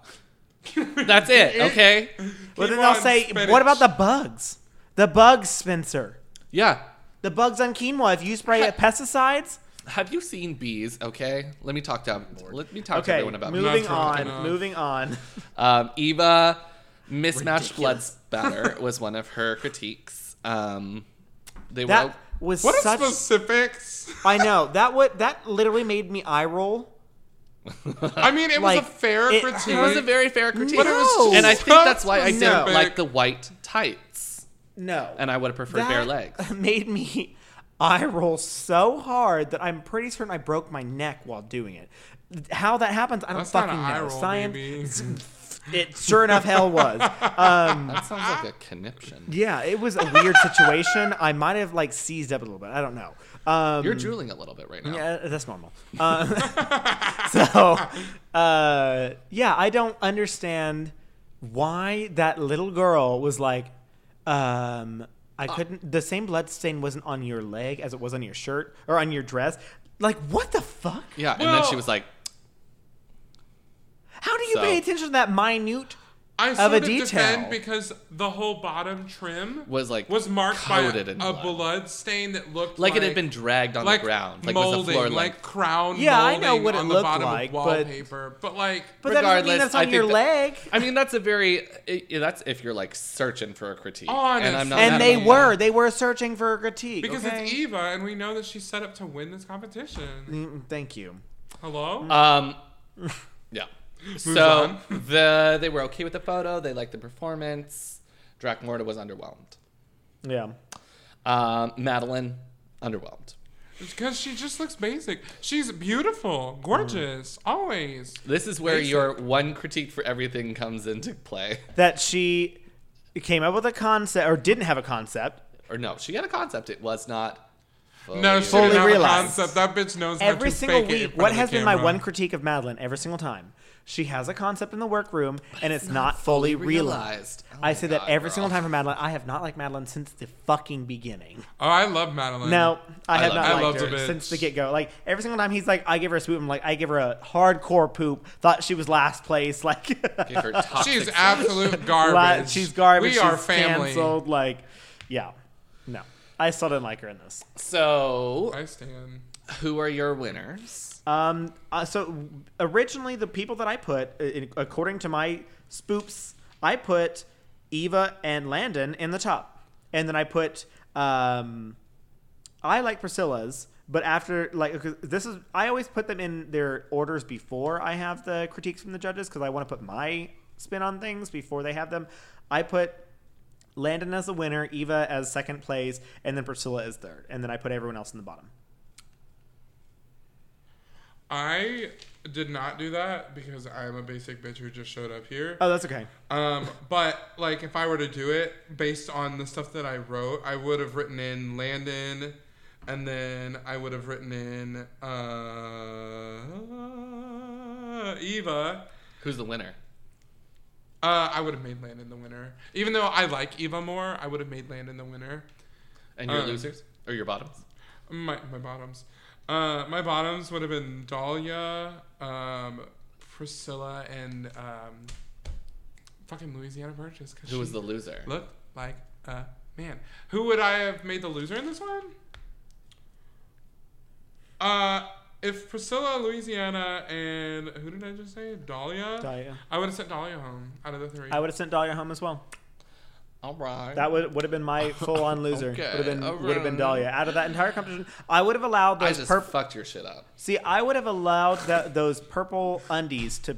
Speaker 2: that's it. Okay.
Speaker 3: well, then
Speaker 1: quinoa
Speaker 3: they'll
Speaker 1: and
Speaker 3: say,
Speaker 1: spinach.
Speaker 3: "What about the bugs? The bugs, Spencer.
Speaker 2: Yeah.
Speaker 3: The bugs on quinoa. If you spray it pesticides."
Speaker 2: Have you seen bees? Okay, let me talk to let me talk to
Speaker 3: Okay,
Speaker 2: everyone about bees.
Speaker 3: moving
Speaker 1: Not drunk
Speaker 3: on.
Speaker 1: enough.
Speaker 3: Moving on.
Speaker 2: Um, Eva, mismatched blood spatter was one of her critiques. Um, they were
Speaker 3: That was
Speaker 1: what
Speaker 3: such.
Speaker 1: are specifics?
Speaker 3: I know that would that literally made me eye roll.
Speaker 1: I mean, it was
Speaker 3: Like,
Speaker 1: a fair
Speaker 3: it-
Speaker 1: critique.
Speaker 2: it was a very fair critique,
Speaker 1: But it was
Speaker 3: No.
Speaker 2: and I think that's why I
Speaker 1: so
Speaker 2: didn't
Speaker 1: specific.
Speaker 2: like the white tights,
Speaker 3: No.
Speaker 2: and I would have preferred bare legs.
Speaker 3: Made me I roll so hard that I'm pretty certain I broke my neck while doing it. How that happens, I don't
Speaker 1: That's not
Speaker 3: fucking
Speaker 1: an eye
Speaker 3: know.
Speaker 1: roll,
Speaker 3: Science.
Speaker 1: baby.
Speaker 3: It sure enough hell was. Um,
Speaker 2: That sounds like a conniption.
Speaker 3: yeah, it was a weird situation. I might have like seized up a little bit. I don't know. Um,
Speaker 2: You're drooling a little bit right now.
Speaker 3: yeah, that's normal. Uh, so, uh, yeah, I don't understand why that little girl was like, um, I
Speaker 2: Ah.
Speaker 3: couldn't. The same blood stain wasn't on your leg as it was on your shirt or on your dress. Like, what the fuck?
Speaker 2: Yeah, and then
Speaker 1: Well-
Speaker 2: she was like,
Speaker 3: How do you
Speaker 2: So-
Speaker 3: pay attention to that minute?
Speaker 1: I
Speaker 3: a
Speaker 1: sort of
Speaker 3: detail.
Speaker 1: defend because the whole bottom trim
Speaker 2: Was, like,
Speaker 1: was marked by a,
Speaker 2: coated in
Speaker 1: a
Speaker 2: blood.
Speaker 1: blood stain that looked
Speaker 2: like, it had been dragged on
Speaker 1: like
Speaker 2: the ground, like
Speaker 1: molding,
Speaker 2: was the floor
Speaker 1: like
Speaker 2: length.
Speaker 1: crown.
Speaker 3: Yeah, I
Speaker 1: molding
Speaker 3: know what it
Speaker 1: on
Speaker 3: looked
Speaker 1: the bottom
Speaker 3: like,
Speaker 1: of
Speaker 3: but-
Speaker 1: wallpaper, but, like
Speaker 3: But that doesn't mean
Speaker 2: Regardless,
Speaker 3: that's
Speaker 2: I
Speaker 3: on
Speaker 2: think
Speaker 3: your
Speaker 2: that-
Speaker 3: leg.
Speaker 2: I mean, that's a very i- i- that's if you're like searching for a critique, and I'm
Speaker 1: Honest.
Speaker 2: not.
Speaker 1: that
Speaker 3: And they
Speaker 1: mean-
Speaker 3: were. They were searching for a critique.
Speaker 1: because
Speaker 3: okay?
Speaker 1: it's Eva, and we know that she's set up to win this competition.
Speaker 3: Mm, Thank you.
Speaker 1: Hello.
Speaker 2: Um, yeah. so
Speaker 1: on.
Speaker 2: the they were okay with the photo. They liked the performance. Dracmorta was underwhelmed.
Speaker 3: Yeah.
Speaker 2: Um, Madeline underwhelmed.
Speaker 1: Because she just looks basic. She's beautiful, gorgeous, always.
Speaker 2: This is where
Speaker 1: Basic.
Speaker 2: your one critique for everything comes into play.
Speaker 3: That she came up with a concept or didn't have a concept.
Speaker 2: Or no, she had a concept. It was not. fully-
Speaker 1: No, she
Speaker 3: Fully
Speaker 1: didn't have a
Speaker 3: realized.
Speaker 1: concept. That bitch knows how
Speaker 3: every
Speaker 1: to
Speaker 3: single
Speaker 1: fake it in
Speaker 3: week.
Speaker 1: front
Speaker 3: What
Speaker 1: of the
Speaker 3: has been my
Speaker 1: camera.
Speaker 3: one critique of Madeline every single time? She has a concept in the workroom and it's, not, fully realized.
Speaker 2: realized. Oh
Speaker 3: I
Speaker 2: my
Speaker 3: say that
Speaker 2: God,
Speaker 3: every
Speaker 2: girl.
Speaker 3: single time for Madeline. I have not liked Madeline since the fucking beginning.
Speaker 1: Oh, I love Madeline.
Speaker 3: No, I,
Speaker 2: I
Speaker 3: have
Speaker 2: love
Speaker 3: not
Speaker 2: her. I
Speaker 3: liked
Speaker 1: loved
Speaker 3: her
Speaker 1: a bitch.
Speaker 3: since the get go. Like every single time he's like, I give her a swoop. I'm like, I give her a hardcore poop. Thought she was last place. Like,
Speaker 2: Give her toxic
Speaker 1: she's
Speaker 2: slut.
Speaker 1: absolute
Speaker 3: la-
Speaker 1: garbage.
Speaker 3: she's garbage.
Speaker 1: We
Speaker 3: she's
Speaker 1: are family.
Speaker 3: Canceled. Like, yeah, no, I still didn't like her in this.
Speaker 2: So,
Speaker 1: I stand.
Speaker 2: who are your winners?
Speaker 3: Um, uh, so originally, the people that I put, uh, in, according to my spoops, I put Eva and Landon in the top, and then I put um, I like Priscilla's, but after like 'cause this is I always put them in their orders before I have the critiques from the judges because I want to put my spin on things before they have them. I put Landon as the winner, Eva as second place, and then Priscilla as third, and then I put everyone else in the bottom.
Speaker 1: I did not do that because I am a basic bitch who just showed up here.
Speaker 3: Oh, that's okay.
Speaker 1: Um, but like, if I were to do it based on the stuff that I wrote, I would have written in Landon, and then I would have written in uh, Eva.
Speaker 2: Who's the winner?
Speaker 1: Uh, I would have made Landon the winner, even though I like Eva more. I would have made Landon the winner.
Speaker 2: And your
Speaker 1: Um,
Speaker 2: losers or your bottoms?
Speaker 1: My my bottoms, uh, my bottoms would have been Dahlia, um, Priscilla, and um, fucking Louisiana Burgess. 'cause
Speaker 2: Who was
Speaker 1: she-
Speaker 2: the loser?
Speaker 1: look like a man. Who would I have made the loser in this one? Uh, if Priscilla, Louisiana, and who did I just say? Dahlia.
Speaker 3: Dahlia.
Speaker 1: I would have sent Dahlia home out of the three.
Speaker 3: I would have sent Dahlia home as well.
Speaker 2: All right.
Speaker 3: That would would have been my full on loser.
Speaker 2: Okay,
Speaker 3: would have been
Speaker 2: all
Speaker 3: would have been
Speaker 2: right.
Speaker 3: Dahlia. Out of that entire competition, I would have allowed
Speaker 2: I
Speaker 3: those
Speaker 2: just
Speaker 3: purple.
Speaker 2: fucked your shit up.
Speaker 3: See, I would have allowed that those purple undies to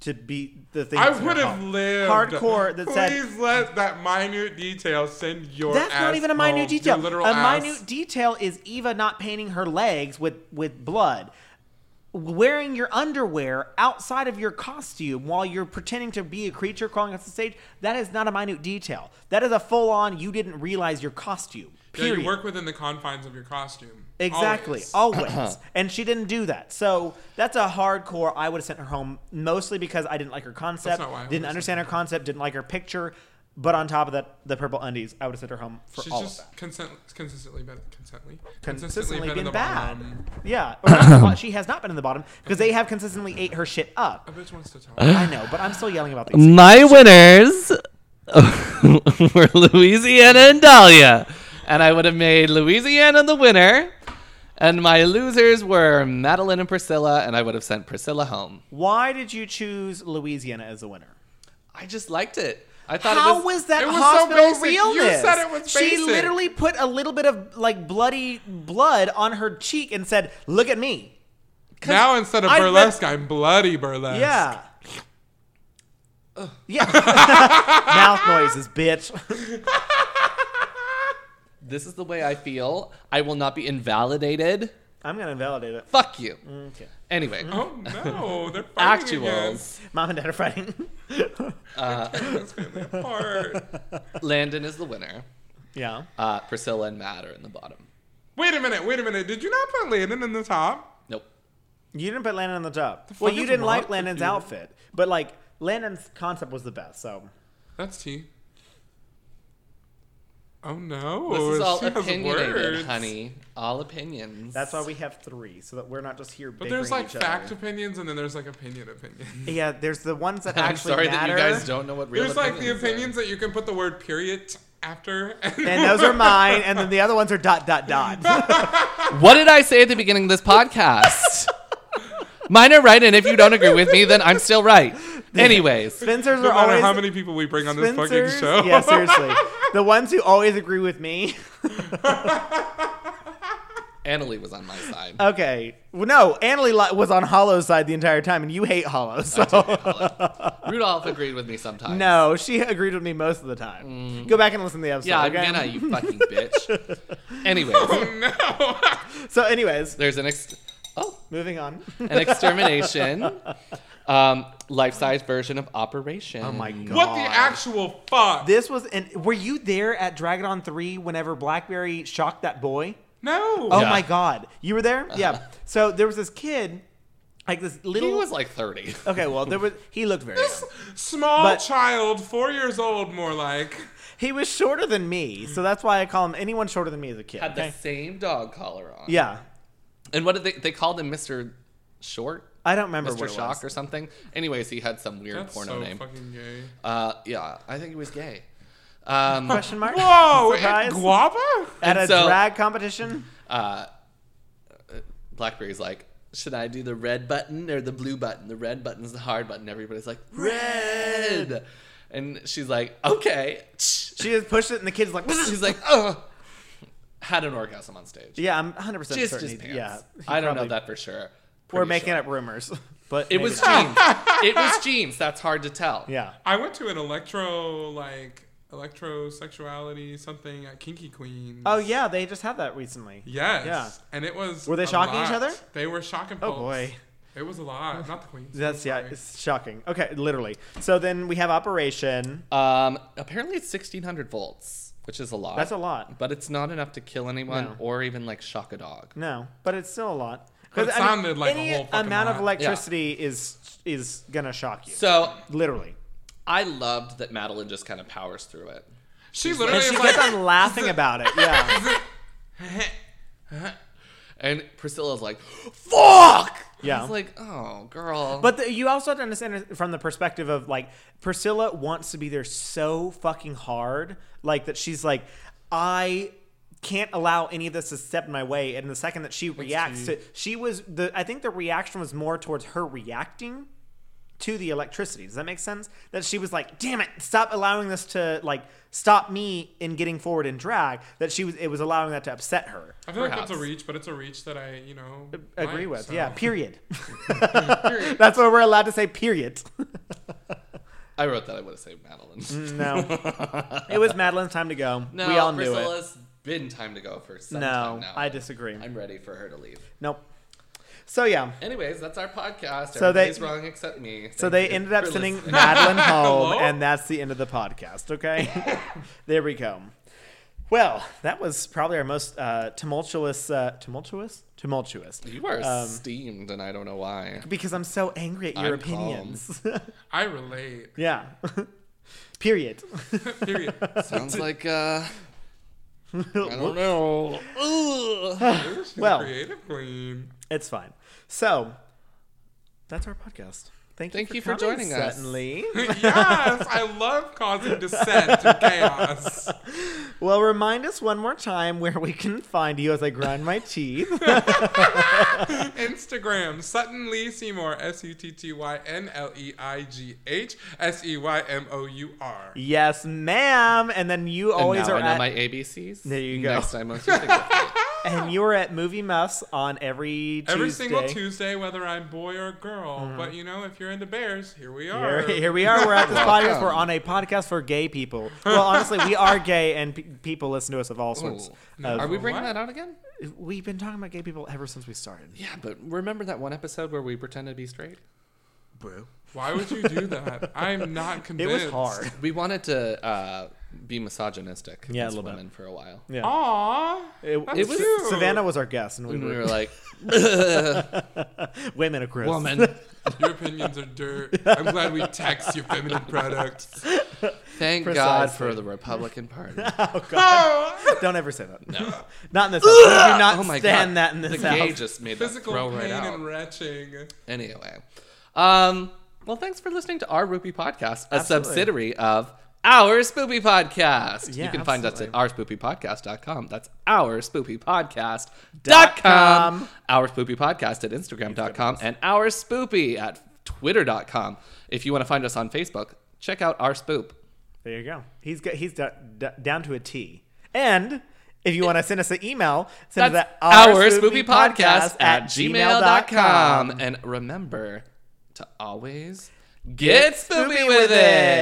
Speaker 3: to be the thing.
Speaker 1: I
Speaker 3: that's in your
Speaker 1: would have
Speaker 3: home.
Speaker 1: lived.
Speaker 3: Hardcore that
Speaker 1: Please
Speaker 3: said-
Speaker 1: let that minute detail send your.
Speaker 3: That's not
Speaker 1: ass
Speaker 3: even a
Speaker 1: home,
Speaker 3: minute
Speaker 1: you
Speaker 3: detail.
Speaker 1: Literal
Speaker 3: A
Speaker 1: ass.
Speaker 3: minute detail is Eva not painting her legs with with blood. Wearing your underwear outside of your costume while you're pretending to be a creature crawling off the stage, that is not a minute detail. That is a full on, you didn't realize your costume.
Speaker 1: Yeah,
Speaker 3: Period.
Speaker 1: you work within the confines of your costume.
Speaker 3: Exactly.
Speaker 1: Always.
Speaker 3: Always. and she didn't do that. So that's a hardcore. I would have sent her home mostly because I didn't like her concept,
Speaker 1: That's not why I would've
Speaker 3: didn't
Speaker 1: sent
Speaker 3: understand her concept, didn't like her picture. But on top of that, the purple undies, I would have sent her home for
Speaker 1: She's
Speaker 3: all
Speaker 1: just
Speaker 3: of that.
Speaker 1: consent, consistently been consently
Speaker 3: Consistently
Speaker 1: in
Speaker 3: been
Speaker 1: the
Speaker 3: bad.
Speaker 1: bottom.
Speaker 3: Yeah. Or not the bot- she has not been in the bottom because they have consistently ate her shit
Speaker 1: A
Speaker 3: up.
Speaker 1: bitch wants to talk.
Speaker 3: I know, but I'm still yelling about these.
Speaker 2: My winners were Louisiana and Dahlia. And I would have made Louisiana the winner. And my losers were Madeline and Priscilla, and I would have sent Priscilla home.
Speaker 3: Why did you choose Louisiana as the winner?
Speaker 2: I just liked it. I thought
Speaker 3: How
Speaker 2: it was,
Speaker 3: was that
Speaker 1: it was so
Speaker 3: hospital
Speaker 1: basic. You
Speaker 3: realness?
Speaker 1: said it was
Speaker 3: She
Speaker 1: basic.
Speaker 3: literally put a little bit of like bloody blood on her cheek and said, "Look at me."
Speaker 1: Now instead of
Speaker 3: I read-
Speaker 1: burlesque, I'm bloody burlesque.
Speaker 3: Yeah. Yeah. Mouth noises, bitch.
Speaker 2: This is the way I feel. I will not be invalidated.
Speaker 3: I'm gonna invalidate it.
Speaker 2: Fuck you.
Speaker 3: Okay. Mm.
Speaker 2: Anyway,
Speaker 1: Oh no, they're fighting again.
Speaker 2: actuals.
Speaker 3: Mom and Dad are fighting.
Speaker 1: This family apart.
Speaker 2: Landon is the winner.
Speaker 3: yeah.
Speaker 2: Uh, Priscilla and Matt are in the bottom.
Speaker 1: Wait a minute, wait a minute. Did you not put Landon in the top?
Speaker 2: Nope.
Speaker 3: You didn't put Landon on the top. well,
Speaker 1: fuck
Speaker 3: you
Speaker 1: is
Speaker 3: didn't
Speaker 1: wrong
Speaker 3: like
Speaker 1: with
Speaker 3: Landon's
Speaker 1: you?
Speaker 3: outfit, but like Landon's concept was the best. So
Speaker 1: That's T. Oh no.
Speaker 2: This is all
Speaker 1: she has
Speaker 2: opinionated,
Speaker 1: words.
Speaker 2: honey. All opinions.
Speaker 3: that's why we have three, so that we're not just here.
Speaker 1: But there's like
Speaker 3: each
Speaker 1: fact
Speaker 3: Other.
Speaker 1: opinions and then there's like opinion opinions.
Speaker 3: Yeah, there's the ones that
Speaker 2: I'm
Speaker 3: actually
Speaker 2: sorry
Speaker 3: matter.
Speaker 2: that you guys don't know what real
Speaker 1: There's like the
Speaker 2: are.
Speaker 1: opinions that you can put the word period after.
Speaker 3: And those are mine, and then the other ones are dot dot dot.
Speaker 2: What did I say at the beginning of this podcast? Mine are right, and if you don't agree with me, then I'm still right. Anyways,
Speaker 3: Spencers
Speaker 1: no
Speaker 3: are
Speaker 1: matter
Speaker 3: always
Speaker 1: how many people we bring on this fucking
Speaker 3: Spencers-
Speaker 1: show.
Speaker 3: Yeah, seriously. The ones who always agree with me.
Speaker 2: Annalie was on my side.
Speaker 1: Uh,
Speaker 3: Okay. Well, no, Annalie li- was on Hollow's side the entire time, and you hate Hollow. So
Speaker 2: Rudolph agreed with me sometimes.
Speaker 3: no, she agreed with me most of the time. Go back and listen to the episode.
Speaker 2: Mm. Yeah,
Speaker 3: okay?
Speaker 2: I'm gonna, uh, you fucking bitch. Anyways,
Speaker 1: Oh no.
Speaker 3: So, anyways,
Speaker 2: there's an ex- oh,
Speaker 3: moving on.
Speaker 2: an extermination, um, life-size version of Operation.
Speaker 3: oh my god!
Speaker 1: what the actual fuck?
Speaker 3: This was and were you there at Dragon On Three whenever BlackBerry shocked that boy?
Speaker 1: no.
Speaker 3: Oh
Speaker 2: Yeah. Uh-huh.
Speaker 3: my god! You were there? Yeah. So there was this kid, like this little.
Speaker 2: He was like 30.
Speaker 3: okay. Well, there was. He looked very. young.
Speaker 1: Small
Speaker 3: But-
Speaker 1: child, four years old, more like.
Speaker 3: He was shorter than me, so that's why I call him anyone shorter than me as a kid.
Speaker 2: Had the
Speaker 3: okay?
Speaker 2: same dog collar on.
Speaker 3: Yeah,
Speaker 2: And what did they? They called him Mr. Short,
Speaker 3: I don't remember
Speaker 2: Mr.
Speaker 3: what it
Speaker 2: Shock,
Speaker 3: was.
Speaker 2: or something. Anyways, he had some weird
Speaker 1: That's
Speaker 2: porno
Speaker 1: so
Speaker 2: name.
Speaker 1: fucking gay.
Speaker 2: Uh, yeah, I think he was gay. Um,
Speaker 3: Question mark?
Speaker 1: Whoa,
Speaker 3: Surprise?
Speaker 1: it, guava?
Speaker 3: At a
Speaker 2: And so-
Speaker 3: drag competition?
Speaker 2: uh, Blackberry's like, should I do the red button or the blue button? The red button's the hard button. Everybody's like, red. And she's like, okay.
Speaker 3: She just pushed it, and the kid's like,
Speaker 2: She's like, oh. Had an orgasm on stage.
Speaker 3: "Yeah, I'm 100 percent
Speaker 2: Just
Speaker 3: certain."
Speaker 2: his
Speaker 3: he-
Speaker 2: pants.
Speaker 3: Yeah,
Speaker 2: I don't know that for sure.
Speaker 3: We're
Speaker 2: Pretty
Speaker 3: making
Speaker 2: sure.
Speaker 3: up rumors, but
Speaker 2: It
Speaker 3: maybe
Speaker 2: was
Speaker 3: not.
Speaker 2: jeans. it was jeans. That's hard to tell.
Speaker 3: Yeah,
Speaker 1: I went to an electro, like, electrosexuality something at Kinky Queen.
Speaker 3: Oh yeah, they just had that recently.
Speaker 1: Yes.
Speaker 3: Yeah.
Speaker 1: And it was.
Speaker 3: Were they
Speaker 1: a
Speaker 3: shocking each
Speaker 1: lot.
Speaker 3: other?
Speaker 1: They were shocking.
Speaker 3: Oh, boy.
Speaker 1: It was a lot. Not the queens.
Speaker 3: That's yeah,
Speaker 1: Sorry.
Speaker 3: it's shocking. Okay, literally. So then we have Operation.
Speaker 2: Um, apparently it's 1600 volts, which is a lot.
Speaker 3: That's a lot.
Speaker 2: But it's not enough to kill anyone
Speaker 3: No.
Speaker 2: or even like shock a dog.
Speaker 3: No, but it's still a lot.
Speaker 1: But
Speaker 3: 'Cause,
Speaker 1: it sounded like a
Speaker 3: any
Speaker 1: whole fucking
Speaker 3: amount of
Speaker 1: lot.
Speaker 3: electricity is is gonna shock you.
Speaker 2: So
Speaker 3: literally,
Speaker 2: I loved that Madeline just kind of powers through it.
Speaker 1: She literally
Speaker 3: and she
Speaker 1: is
Speaker 3: kept
Speaker 1: like.
Speaker 3: on laughing about it. Yeah,
Speaker 2: And Priscilla's like, fuck!
Speaker 3: Yeah.
Speaker 2: I was like, oh, girl.
Speaker 3: but the, you also have to understand it from the perspective of like Priscilla wants to be there so fucking hard, like that she's like, I can't allow any of this to step in my way. And the second that she reacts to, she was the I think the reaction was more towards her reacting to the electricity. Does that make sense? That she was like, "Damn it, stop allowing this to like stop me in getting forward in drag." That she was it was allowing that to upset her.
Speaker 1: I feel like that's
Speaker 2: Perhaps.
Speaker 1: a reach, but it's a reach that I, you know,
Speaker 3: Agree
Speaker 1: like,
Speaker 3: with.
Speaker 1: so.
Speaker 3: Yeah, period. That's why we're allowed to say period.
Speaker 2: I wrote that. I would have saved Madeline.
Speaker 3: No. it was Madeline's time to go.
Speaker 2: No,
Speaker 3: we Mm. all knew it.
Speaker 2: Priscilla's been time to go for some
Speaker 3: No,
Speaker 2: time now.
Speaker 3: I disagree.
Speaker 2: I'm ready for her to leave.
Speaker 3: Nope. So yeah.
Speaker 2: Anyways, that's our podcast.
Speaker 3: So they-
Speaker 2: Everybody's wrong except me.
Speaker 3: So
Speaker 2: Thank
Speaker 3: they
Speaker 2: you
Speaker 3: ended up
Speaker 2: for
Speaker 3: sending
Speaker 2: listening.
Speaker 3: Madeline home,
Speaker 1: Hello?
Speaker 3: and that's the end of the podcast. Okay, there we go. Well, that was probably our most uh, tumultuous, uh, tumultuous, tumultuous,
Speaker 2: You are
Speaker 3: Um,
Speaker 2: steamed, and I don't know why.
Speaker 3: because I'm so angry at your
Speaker 2: I'm calm.
Speaker 3: opinions.
Speaker 1: I relate.
Speaker 3: yeah. Period.
Speaker 1: Period.
Speaker 2: Sounds like, uh. I don't know. Ugh.
Speaker 1: She's a
Speaker 3: Well.
Speaker 1: creative queen.
Speaker 3: It's fine. So that's our podcast. Thank you.
Speaker 2: Thank
Speaker 3: for
Speaker 2: you for
Speaker 3: coming,
Speaker 2: joining us.
Speaker 3: Sutton Lee.
Speaker 1: yes, I love causing dissent and chaos.
Speaker 3: Well, remind us one more time where we can find you as I grind my teeth.
Speaker 1: Instagram Sutton Lee Seymour S U T T Y N L E I G H S E Y M O U R.
Speaker 3: yes, ma'am. And then you always
Speaker 2: and now
Speaker 3: are
Speaker 2: I know
Speaker 3: at
Speaker 2: my ABCs.
Speaker 3: There you go.
Speaker 2: Next time, I'll see you.
Speaker 3: And you were at Movie Muffs on every Tuesday. Mm-hmm.
Speaker 1: Every single Tuesday, whether I'm boy or girl. But you know, if you're into bears, here we are.
Speaker 3: Here, here we are. We're at this podcast. We're on a podcast for gay people. Well, honestly, we are gay, and pe- people listen to us of all sorts.
Speaker 1: no.
Speaker 3: of-
Speaker 2: Are we bringing
Speaker 1: What?
Speaker 2: that out again?
Speaker 3: We've been talking about gay people ever since we started.
Speaker 2: Yeah, but remember that one episode where we pretended to be straight?
Speaker 3: Bro.
Speaker 1: Why would you do that? I'm not
Speaker 3: It
Speaker 1: convinced.
Speaker 3: was hard.
Speaker 2: We wanted to uh, be
Speaker 3: Yeah,
Speaker 2: misogynistic
Speaker 3: a
Speaker 2: against
Speaker 3: little bit.
Speaker 2: women for a while.
Speaker 3: Yeah.
Speaker 1: Aw.
Speaker 3: It,
Speaker 1: That's
Speaker 3: it was
Speaker 1: cute.
Speaker 3: Savannah was our guest, and we
Speaker 2: And we
Speaker 3: were
Speaker 2: were like,
Speaker 3: women of Chris.
Speaker 2: woman,
Speaker 1: Your opinions are dirt. I'm glad we tax your feminine products.
Speaker 2: thank God
Speaker 3: Precisely.
Speaker 2: for the Republican Party.
Speaker 1: Oh,
Speaker 3: Don't ever say that.
Speaker 2: No.
Speaker 3: Not in this. house. We do not
Speaker 2: Oh my
Speaker 3: stand
Speaker 2: God.
Speaker 3: that in this
Speaker 2: the gay
Speaker 3: house.
Speaker 2: just made that
Speaker 1: physical
Speaker 2: throw
Speaker 1: pain
Speaker 2: right out.
Speaker 1: and retching.
Speaker 2: Anyway, um, well, thanks for listening to our Roopy podcast, a
Speaker 3: Absolutely.
Speaker 2: subsidiary of our Spoopy podcast.
Speaker 3: Yeah,
Speaker 2: you can find us at
Speaker 3: absolutely.
Speaker 2: ourspoopypodcast.com. That's our spoopy podcast dot com. Our spoopy podcast at instagram.com and our spoopy at twitter.com. If you want to find us on Facebook, check out our spoop.
Speaker 3: There you go. He's got, he's da- da- down to a T. And if you want to send us an email, send us
Speaker 2: That's
Speaker 3: at
Speaker 2: our
Speaker 3: ourspoopypodcast
Speaker 2: spoopy podcast at
Speaker 3: gmail
Speaker 2: gmail.com.
Speaker 3: dot com.
Speaker 2: com. And remember to always get spoopy
Speaker 3: spoopy
Speaker 2: with
Speaker 3: with
Speaker 2: it.